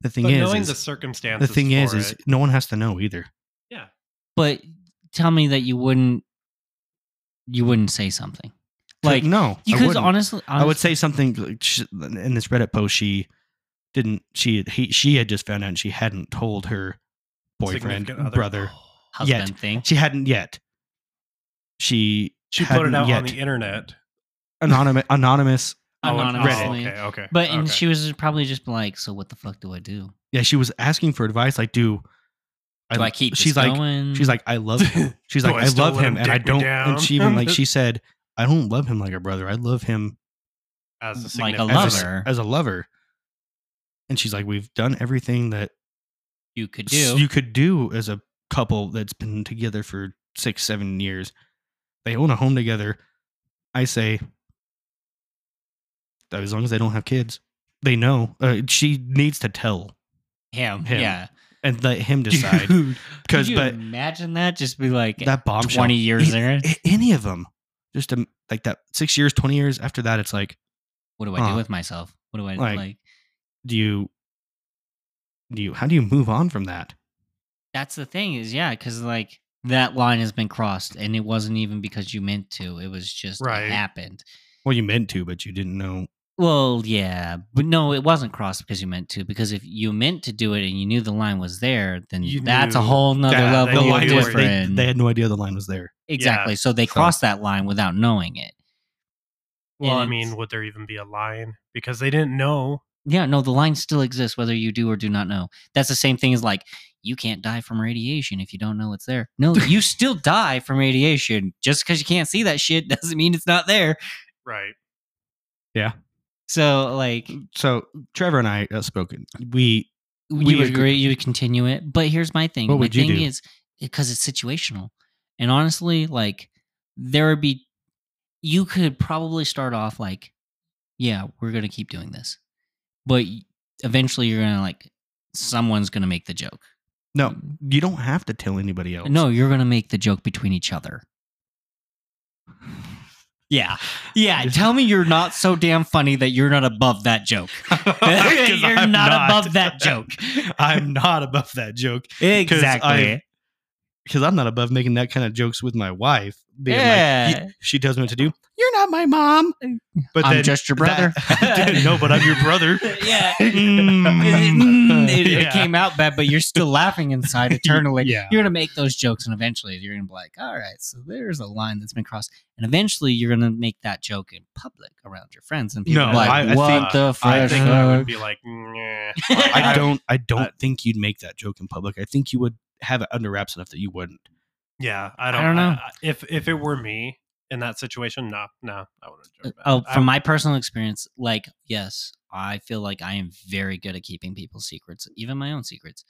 B: the thing
C: But
B: is,
C: knowing
B: is
C: the circumstances
B: The thing is,
C: for
B: is
C: it.
B: no one has to know either.
A: but tell me that you wouldn't you wouldn't say something like
B: no, I
A: because
B: wouldn't.
A: honestly, honestly
B: I would say something like sh- in this Reddit post. She didn't. She had- he, she had just found out, and she hadn't told her boyfriend,
C: Significant other.
B: brother,
A: Husband
B: yet.
A: thing.
B: She hadn't yet. She
C: [GASPS] She put it
B: hadn't
C: out
B: yet.
C: on the internet.
B: [LAUGHS]
C: Oh,
B: anonymous anonymous
A: anonymously.
C: okay, okay,
A: But and
C: okay. [LAUGHS]
A: she was probably just like, so what the fuck do I do?
B: Yeah, she was asking for advice. Like, do
A: Do I keep this
B: She's like,
A: going?
B: she's like, I
C: [LAUGHS]
B: love him. She's
C: Do
B: like, I,
C: I still
B: love
C: let
B: him,
C: him
B: and I
C: dick me
B: don't.
C: down?
B: And she even
C: [LAUGHS]
B: like she said, I don't love him like a brother. I love him
C: As a
A: Like a
C: significant
B: as a-
A: lover.
B: as a lover. And she's like, we've done everything that
A: You could
B: s-
A: do.
B: you could do as a couple that's been together for six, seven years. They own a home together. I say, that as long as they don't have kids, they know. Uh, she needs to tell
A: him,
B: him.
A: yeah.
B: and let him
A: [LAUGHS]
B: decide.
A: Dude, could
B: 'Cause-
A: you
B: but-
A: imagine that? Just be like
B: that bombshell.
A: Twenty years
B: A-
A: there.
B: a- any of them, just um, like that. Six years, twenty years after that, it's like,
A: What do I do
B: huh,
A: with myself? What do I
B: uh-huh. like,
A: like
B: do you, do you, how do you move on from that?
A: that's the thing is yeah because like that line has been crossed and it wasn't even because you meant to it was just it
C: Right.
A: happened
B: Well, you meant to, but you didn't know.
A: well yeah but no it wasn't crossed because you meant to because if you meant to do it and you knew the line was there then
C: You
A: that's a
C: knew
A: whole nother
C: that the
A: level of
C: line was-
B: was, they,
A: different
B: they had no idea the line was there.
A: exactly
C: Yeah,
A: so they
B: so-
A: crossed that line without knowing it
C: Well,
A: And
C: I
A: it's-
C: mean, would there even be a line? Because they didn't know.
A: yeah no the line still exists whether you do or do not know that's the same thing as like you can't die from radiation if you don't know it's there no
C: [LAUGHS]
A: you still die from radiation just because you can't see that shit doesn't mean it's not there
C: Right.
A: So like
B: So Trevor and I have spoken. We
A: we
B: would
A: would agree you would continue it. But here's my thing.
B: What
A: my
B: would you
A: thing
B: do?
A: is because it's situational. And honestly, like there would be you could probably start off like, yeah, we're gonna keep doing this. But y- eventually you're gonna like someone's gonna make the joke.
B: no, you don't have to tell anybody else.
A: Mm.
B: [LAUGHS]
A: No, [LAUGHS] you're gonna make the joke between each other. Yeah.
B: [LAUGHS]
A: Yeah. Tell me you're not so damn funny that you're not above that joke.
B: [LAUGHS] 'Cause
A: [LAUGHS] you're
B: I'm
A: not above that
B: [LAUGHS]
A: joke.
B: I'm not above that joke.
A: Exactly.
B: Because I'm not above making that kind of jokes with my wife. Being like,
A: Yeah. Mm.
B: "You- she tells me what to do. You're not my mom. But
A: I'm
B: then [LAUGHS]
A: just your brother.
B: that- no, but I'm your brother. [LAUGHS]
A: yeah. Mm, [LAUGHS] it, it
B: Yeah.
A: came out bad, but you're still laughing
B: [LAUGHS]
A: inside eternally.
B: Yeah.
A: [LAUGHS] You're gonna make those jokes, and eventually you're gonna be like, "All right, so there's a line that's been crossed," and eventually you're gonna make that joke in public around your friends, and people
B: No,
A: are like,
B: I- I
A: "What
B: think-
A: the fuck?"
C: I think I would be like,
A: [LAUGHS]
C: "Nyeh."
B: I don't. I don't think you'd make that joke in public. I think you would have it under wraps enough that you wouldn't.
C: Yeah, I don't,
A: don't know.
C: I- I- if if it were me in that situation, no, no, I wouldn't joke about
A: Oh,
C: it.
A: from
C: I-
A: my personal experience, like yes, I feel like I am very good at keeping people's secrets, even my own secrets.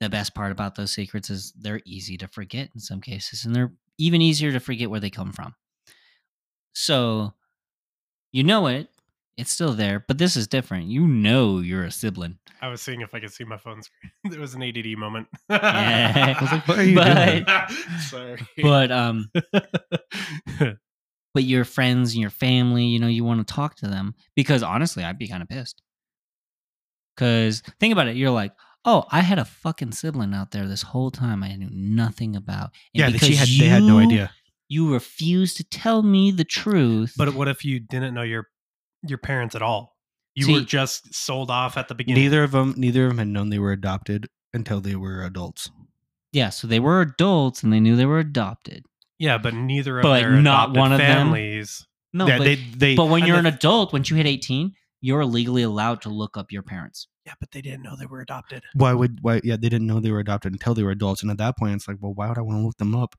A: The best part about those secrets is they're easy to forget in some cases, and they're even easier to forget where they come from. So, you know it; it's still there, but this is different. You know you're a sibling,
C: I was seeing if I could see my phone screen. [LAUGHS] It was an ADD moment. [LAUGHS]
A: Yeah. I was like,
B: what are you
A: doing?
C: Sorry.
A: but um, [LAUGHS] but your friends and your family, you know, you want to talk to them because honestly, I'd be kind of pissed. Because think about it, you're like, Oh, I had a fucking sibling out there this whole time I knew nothing about. And
B: Yeah, that she
A: because
B: had- they had no
A: you-
B: idea.
A: You refused to tell me the truth.
C: [LAUGHS] But what if you didn't know your your parents at all? You were
A: See-
C: just sold off at the beginning.
B: Neither of them, neither of them had known they were adopted until they were adults.
A: Yeah, so they were adults and they knew they were adopted.
C: Yeah, but neither of
A: But
C: their
A: not
C: adopted
A: one of them?
C: families.
A: No,
B: Yeah,
A: but,
B: they- they-
A: but when
B: and
A: you're
B: the-
A: an adult, once you hit 18, you're legally allowed to look up your parents.
C: Yeah, but they didn't know they were adopted.
B: Why would why? Yeah, they didn't know they were adopted until they were adults, and at that point, it's like, well, why would I want to look them up?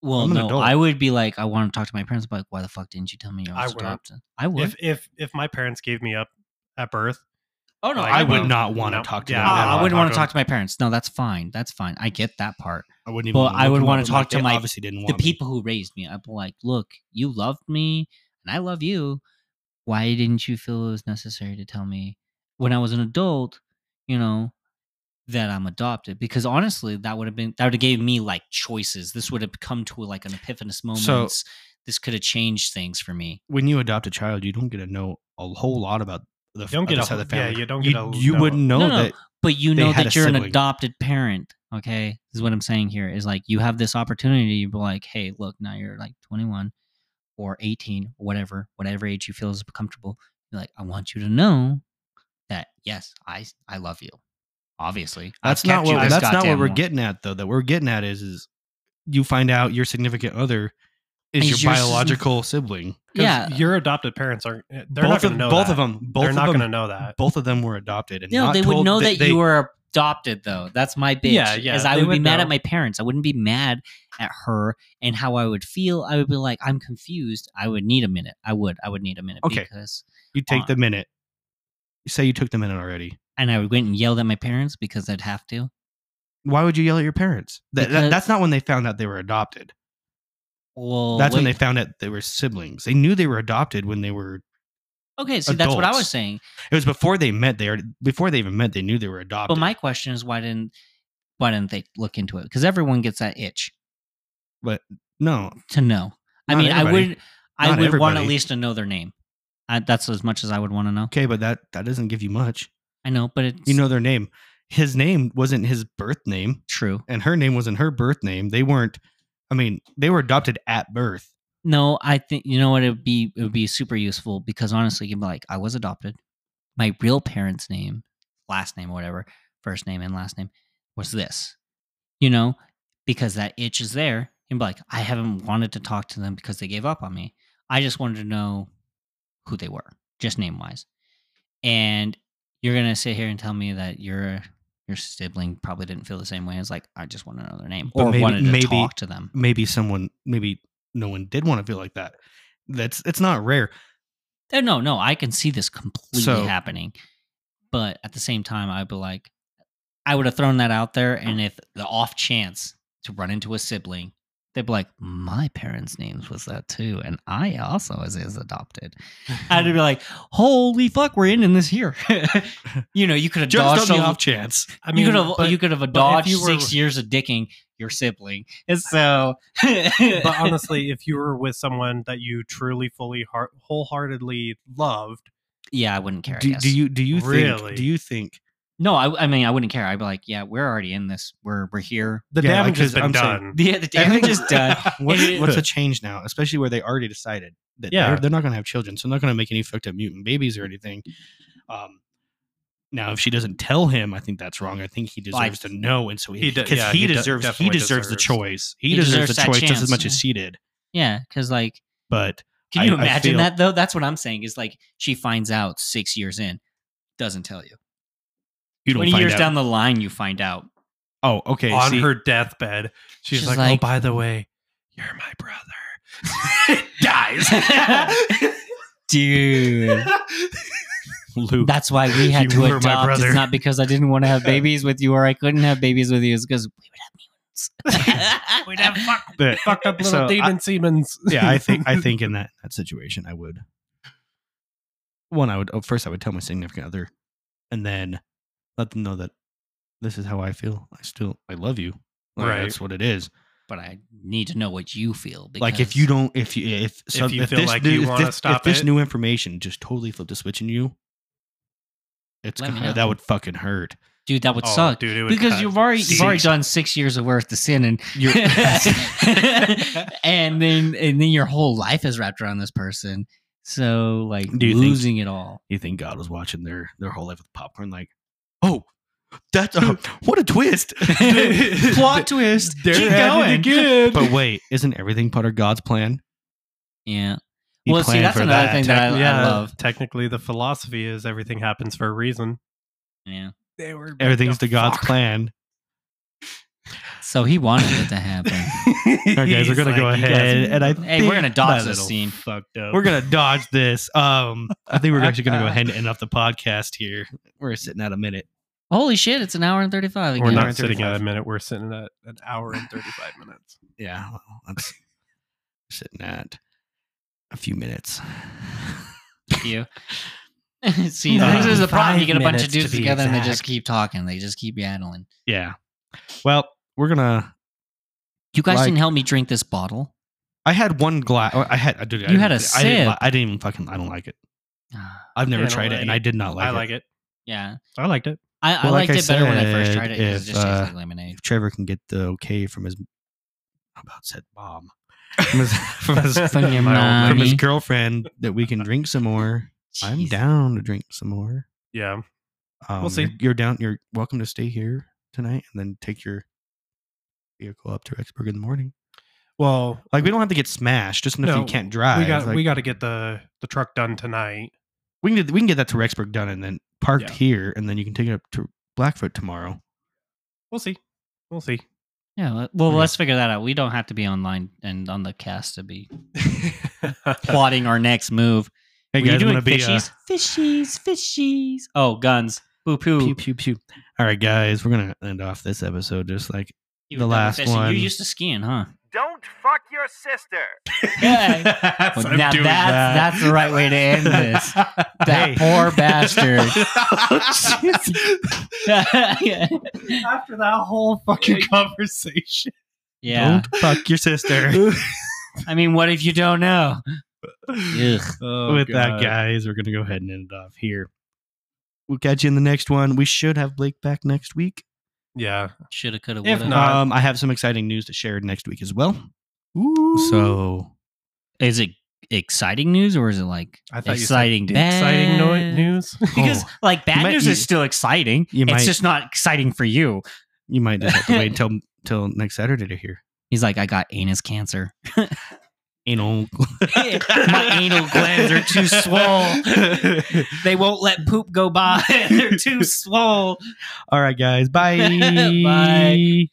A: Well,
B: I'm an
A: no,
B: adult.
A: I would be like, I want to talk to my parents, but like, why the fuck didn't you tell me you
C: I
A: was
C: would.
A: adopted? I would.
C: If if if my parents gave me up at birth,
A: Oh, no,
C: like,
A: I would
C: no,
B: not wanna
C: no,
B: talk to
C: yeah,
B: them at
C: don't
A: I wouldn't want to
C: them.
A: talk to my parents. No, that's fine. That's fine. I get that part.
B: I wouldn't even.
A: But
B: wanna
A: I
B: look
A: would
B: them
A: want
B: up.
A: to
B: I'm like,
A: talk to
B: they
A: my
B: obviously didn't
A: the
B: want me.
A: people who raised me. I'd be like, look, you loved me and I love you. Why didn't you feel it was necessary to tell me when I was an adult, you know, that I'm adopted? Because honestly, that would have been that would have gave me like choices. This would have come to like an epiphanous moment. this could have changed things for me.
B: when you adopt a child, you don't get to know a whole lot about the
C: You don't get
B: other
C: a
B: side of the
C: whole- yeah,
B: family.
C: you don't
B: You,
C: get to
B: you
C: know-
B: wouldn't know
A: No, no,
B: that.
A: but you
B: they
A: know
B: had
A: that
B: a
A: you're an
B: sibling.
A: adopted parent. Okay, this is what I'm saying here is like you have this opportunity to be like, hey, look, now you're like 21 or 18, whatever, whatever age you feel is comfortable. You're like, I want you to know that yes, I I love you. Obviously, I've
B: That's not
A: kept you
B: what.
A: this
B: That's not what
A: goddamn
B: we're
A: long.
B: getting at, though. That we're getting at is is you find out your significant other is
A: Is
B: your
A: your sis-
B: biological sibling.
C: 'Cause
A: Yeah.
C: your adopted parents aren't. eh, They're not
B: Both of-
C: going to know.
B: both
C: that.
B: of 'em- both
C: they're
B: of
C: not
B: 'em-
C: going to know that.
B: Both of them were adopted, and
A: No,
B: not
A: they would
B: told-
A: know
B: they-
A: that
B: they-
A: you were adopted, though. That's my bitch.
C: Yeah, yeah,
A: Is I
C: they
A: would, be
C: would
A: mad
C: know.
A: at my parents. I wouldn't be mad at her and how I would feel. I would be like, I'm confused. I would need a minute. I would. I would need a minute.
B: Okay.
A: Because
B: You take
A: on.
B: the minute. You say you took the minute already.
A: and I would went and yelled at my parents because I'd have to.
B: Why would you yell at your parents? That, that,
A: Because-
B: that's not when they found out they were adopted.
A: Well,
B: that's when they
A: wait.
B: found out they were siblings. They knew they were adopted when they were.
A: Okay, see, that's what I was
B: adults.
A: saying.
B: It was before they met. They already, before they even met, they knew they were adopted.
A: But my question is, why didn't why didn't they look into it? Because everyone gets that itch
B: but no,
A: to know. I
B: Not
A: mean,
B: everybody.
A: I would I
B: Not
A: would want at
B: everybody.
A: least to know their name. I, that's as much as I would want to know.
B: okay, but that that doesn't give you much.
A: I know, but it's
B: You know their name. His name wasn't his birth name,
A: true.
B: and her name wasn't her birth name. They weren't. I mean, they were adopted at birth.
A: No, I think you know what it would be. It would be super useful because honestly, you'd be like, I was adopted. My real parents' name, last name, or whatever, first name and last name was this. You know, because that itch is there. You'd be like, I haven't wanted to talk to them because they gave up on me. I just wanted to know who they were, just name wise. And you're gonna sit here and tell me that your your sibling probably didn't feel the same way. It's like I just want to know their name
B: But
A: or
B: maybe-
A: wanted to
B: maybe-
A: talk to them.
B: Maybe someone, maybe no one did want to feel like that. That's it's not rare.
A: Uh, No, no, I can see this completely
B: So-
A: happening. But at the same time, I'd be like, I would have thrown that out there. And if the off chance to run into a sibling, they'd be like, my parents' names was that too. And I also was, is adopted. I'd be like, holy fuck, we're in in this here. [LAUGHS] you know, you could have
B: Just
A: dodged
B: on the
A: all-
B: off chance.
C: I mean,
A: you could have
C: but-
A: you could have
C: but if
A: dodged
C: you were-
A: six years of dicking your sibling. And so,
C: [LAUGHS] but honestly, if you were with someone that you truly, fully, heart, wholeheartedly loved,
A: [LAUGHS] yeah, I wouldn't care. I
B: Do,
A: guess.
B: do you do you
C: Really?
B: think do you think
A: No, I, I mean I wouldn't care. I'd be like, yeah, we're already in this. We're we're here.
C: the
B: Yeah,
C: damage
B: like, 'cause
C: has been
B: I'm saying-
C: done.
A: Yeah, the damage
B: [LAUGHS]
A: is done. [LAUGHS]
B: what's,
A: And-
B: what's a change now, especially where they already decided that
C: Yeah.
B: they're, they're not going to have children, so they're not going to make any fucked up mutant babies or anything. Um, now, if she doesn't tell him, I think that's wrong. I think he deserves
A: Like-
B: to know, and so
C: He
B: he
C: de-
B: because
C: yeah,
B: he,
C: he de-
B: deserves he
C: definitely
B: deserves the
C: deserves-
B: choice. He,
A: He
B: deserves,
A: deserves
B: the
A: that
B: choice just as
A: chance,
B: much
A: yeah.
B: as she did.
A: yeah, because like,
B: But
A: can you
B: I- I
A: imagine
B: feel-
A: that though? That's what I'm saying. Is like she finds out six years in, doesn't tell you.
B: you don't
A: Twenty
B: find
A: years
B: out.
A: down the line, you find out.
B: [LAUGHS] oh, okay.
C: On
B: see,
C: her deathbed, she's,
A: She's
C: like,
A: like-
C: "Oh, by the way, you're my brother."
B: dies.
A: Dude,
B: Luke.
A: that's why we had
B: You
A: to
B: were my
A: adopt.
B: brother.
A: It's not because I didn't want to
B: [LAUGHS]
A: have babies with you or I couldn't have babies with you. It's because we would
B: [LAUGHS]
A: have mutants.
C: We'd have [LAUGHS] fuck,
B: But-
C: fucked up little
B: so I-
C: demon Siemens.
B: yeah, I
C: [LAUGHS]
B: think I think in that that situation, I would. One, I would oh, first I would tell my significant other, and then let them know that this is how I feel. I still I love you. Like,
C: Right.
B: that's what it is.
A: [LAUGHS] but I need to know what you feel. Because
B: like if you don't, if you if some,
C: you
B: if
C: feel
B: this
C: like
B: new-
C: you
B: if
C: wanna
B: this,
C: stop
B: if this
C: it.
B: new information just totally flipped a switch in you, it's
A: Let me
B: gonna,
A: know.
B: that would fucking hurt.
A: Dude, that would
C: Oh,
A: suck.
C: dude, it would
A: because
C: cut
A: you've already you've already
C: six-
A: done six years of worth of sin, and
C: [LAUGHS]
A: [LAUGHS] and then and then your whole life is wrapped around this person. So like
B: Do you think-
A: losing it
B: [LAUGHS]
A: all.
B: [LAUGHS] You think God was watching their their whole life with popcorn? Like, oh, that
C: [LAUGHS]
B: uh, what a twist! [LAUGHS]
A: Plot twist.
B: They're
A: Keep
B: at it
A: going.
B: again. But wait, isn't everything part of God's plan?
A: Yeah.
B: He
A: Well, see,
B: planned
A: that's
B: for
A: another thing that I- I
C: yeah,
A: love.
C: Technically, the philosophy is everything happens for a [LAUGHS] reason.
A: Yeah.
C: They were
B: [LAUGHS] Everything's to God's plan.
A: So he wanted it to
B: [LAUGHS]
A: happen.
B: All right, guys, we're gonna go ahead, and I
A: hey, we're
B: think
A: gonna dodge
B: my
A: this
B: little
A: scene.
C: Fucked up.
B: We're gonna dodge this. Um, I think we're actually gonna go ahead and end up the podcast here. We're sitting at a minute.
A: Holy shit! It's an hour and thirty-five. Again.
C: We're
B: Yeah.
C: not sitting at a minute. We're sitting at an hour and thirty-five minutes.
B: Yeah, well, that's sitting at a few minutes.
A: you. [LAUGHS] See,
B: Uh,
A: this is the problem. You
B: five
A: get a bunch of
B: minutes to
A: dudes
B: be
A: together and they just
B: exact.
A: keep talking. They just keep yaddling.
B: Yeah. Well, we're gonna.
A: You guys
B: Like-
A: didn't help me drink this bottle.
B: I had one glass. I had. I did. I
A: You had
B: didn't-
A: a
B: I didn't, li-
A: sip.
B: I didn't even fucking. I don't like it.
A: Ah.
B: I've never
C: Yeah, I don't
B: tried it,
C: like
B: and
C: it.
B: I did not like
C: I
B: it.
C: like it.
A: Yeah,
C: I liked it.
A: I, I
B: Well, like
A: liked it better when I first
B: said,
A: tried it because it just tastes
B: uh,
A: like lemonade.
B: If Trevor can get the okay from his, how about said bomb, from his from
C: [LAUGHS]
B: his,
A: [LAUGHS] From your
B: my old- from his
A: mommy.
B: girlfriend that we can drink some more. I'm down to drink some more.
C: Yeah.
B: Um,
C: see.
B: You're, you're down. You're welcome to stay here tonight, and then take your vehicle up to Rexburg in the morning.
C: Well,
B: Like we don't have to get smashed. Just enough
C: no,
B: you can't drive.
C: We got
B: like,
C: we got to get the the truck done tonight.
B: we can get, we can get that to Rexburg done, and then parked
C: Yeah.
B: here, and then you can take it up to Blackfoot tomorrow.
C: We'll see. We'll see.
A: Yeah, le- well,
B: Okay.
A: let's figure that out. We don't have to be online and on the cast to be plotting our next move.
B: Hey
A: Were you
B: guys, I'm
A: doing
B: gonna be, uh,
A: fishies? fishies, fishies. Oh, guns. Poo poo.
B: Pew pew pew. All right, guys, we're gonna end off this episode just like
A: You
B: the
A: were doing
B: last
A: fishing.
B: one.
A: You used to skiing, huh?
P: Don't fuck your sister.
B: [LAUGHS]
A: Yeah.
B: Yes,
A: Well,
B: I'm
A: now that's
B: doing that.
A: that's the right
C: [LAUGHS]
A: way to end
B: [LAUGHS]
A: this. [LAUGHS] That
B: Hey.
A: poor bastard.
C: After that whole fucking conversation.
A: yeah.
B: Don't fuck your [LAUGHS] sister.
A: I mean, what if you don't
B: [LAUGHS]
A: know? Ugh.
C: Oh,
B: With that,
C: God.
B: guys, we're gonna go ahead and end it off here. We'll catch you in the next one. We should have Blake back next week.
C: Yeah.
A: Shoulda, coulda,
C: If
A: woulda.
C: not-
B: Um, I have some exciting news to share next week as well.
C: [LAUGHS]
B: So
A: is it exciting news or is it like
C: I thought you said
A: exciting bad?
C: exciting no- news.
A: Because
B: Oh.
A: like bad
B: You might-
A: news
B: you-
A: is still exciting.
B: you
A: it's
B: might-
A: just not exciting for you.
B: you might just have to wait till till next Saturday to hear.
A: [LAUGHS] He's like, I got anus cancer.
B: [LAUGHS] Anal.
A: [LAUGHS] My anal glands are too
B: [LAUGHS]
A: swole. They won't let [LAUGHS] poop go by. They're too swole.
B: All right, guys. Bye.
A: [LAUGHS] Bye.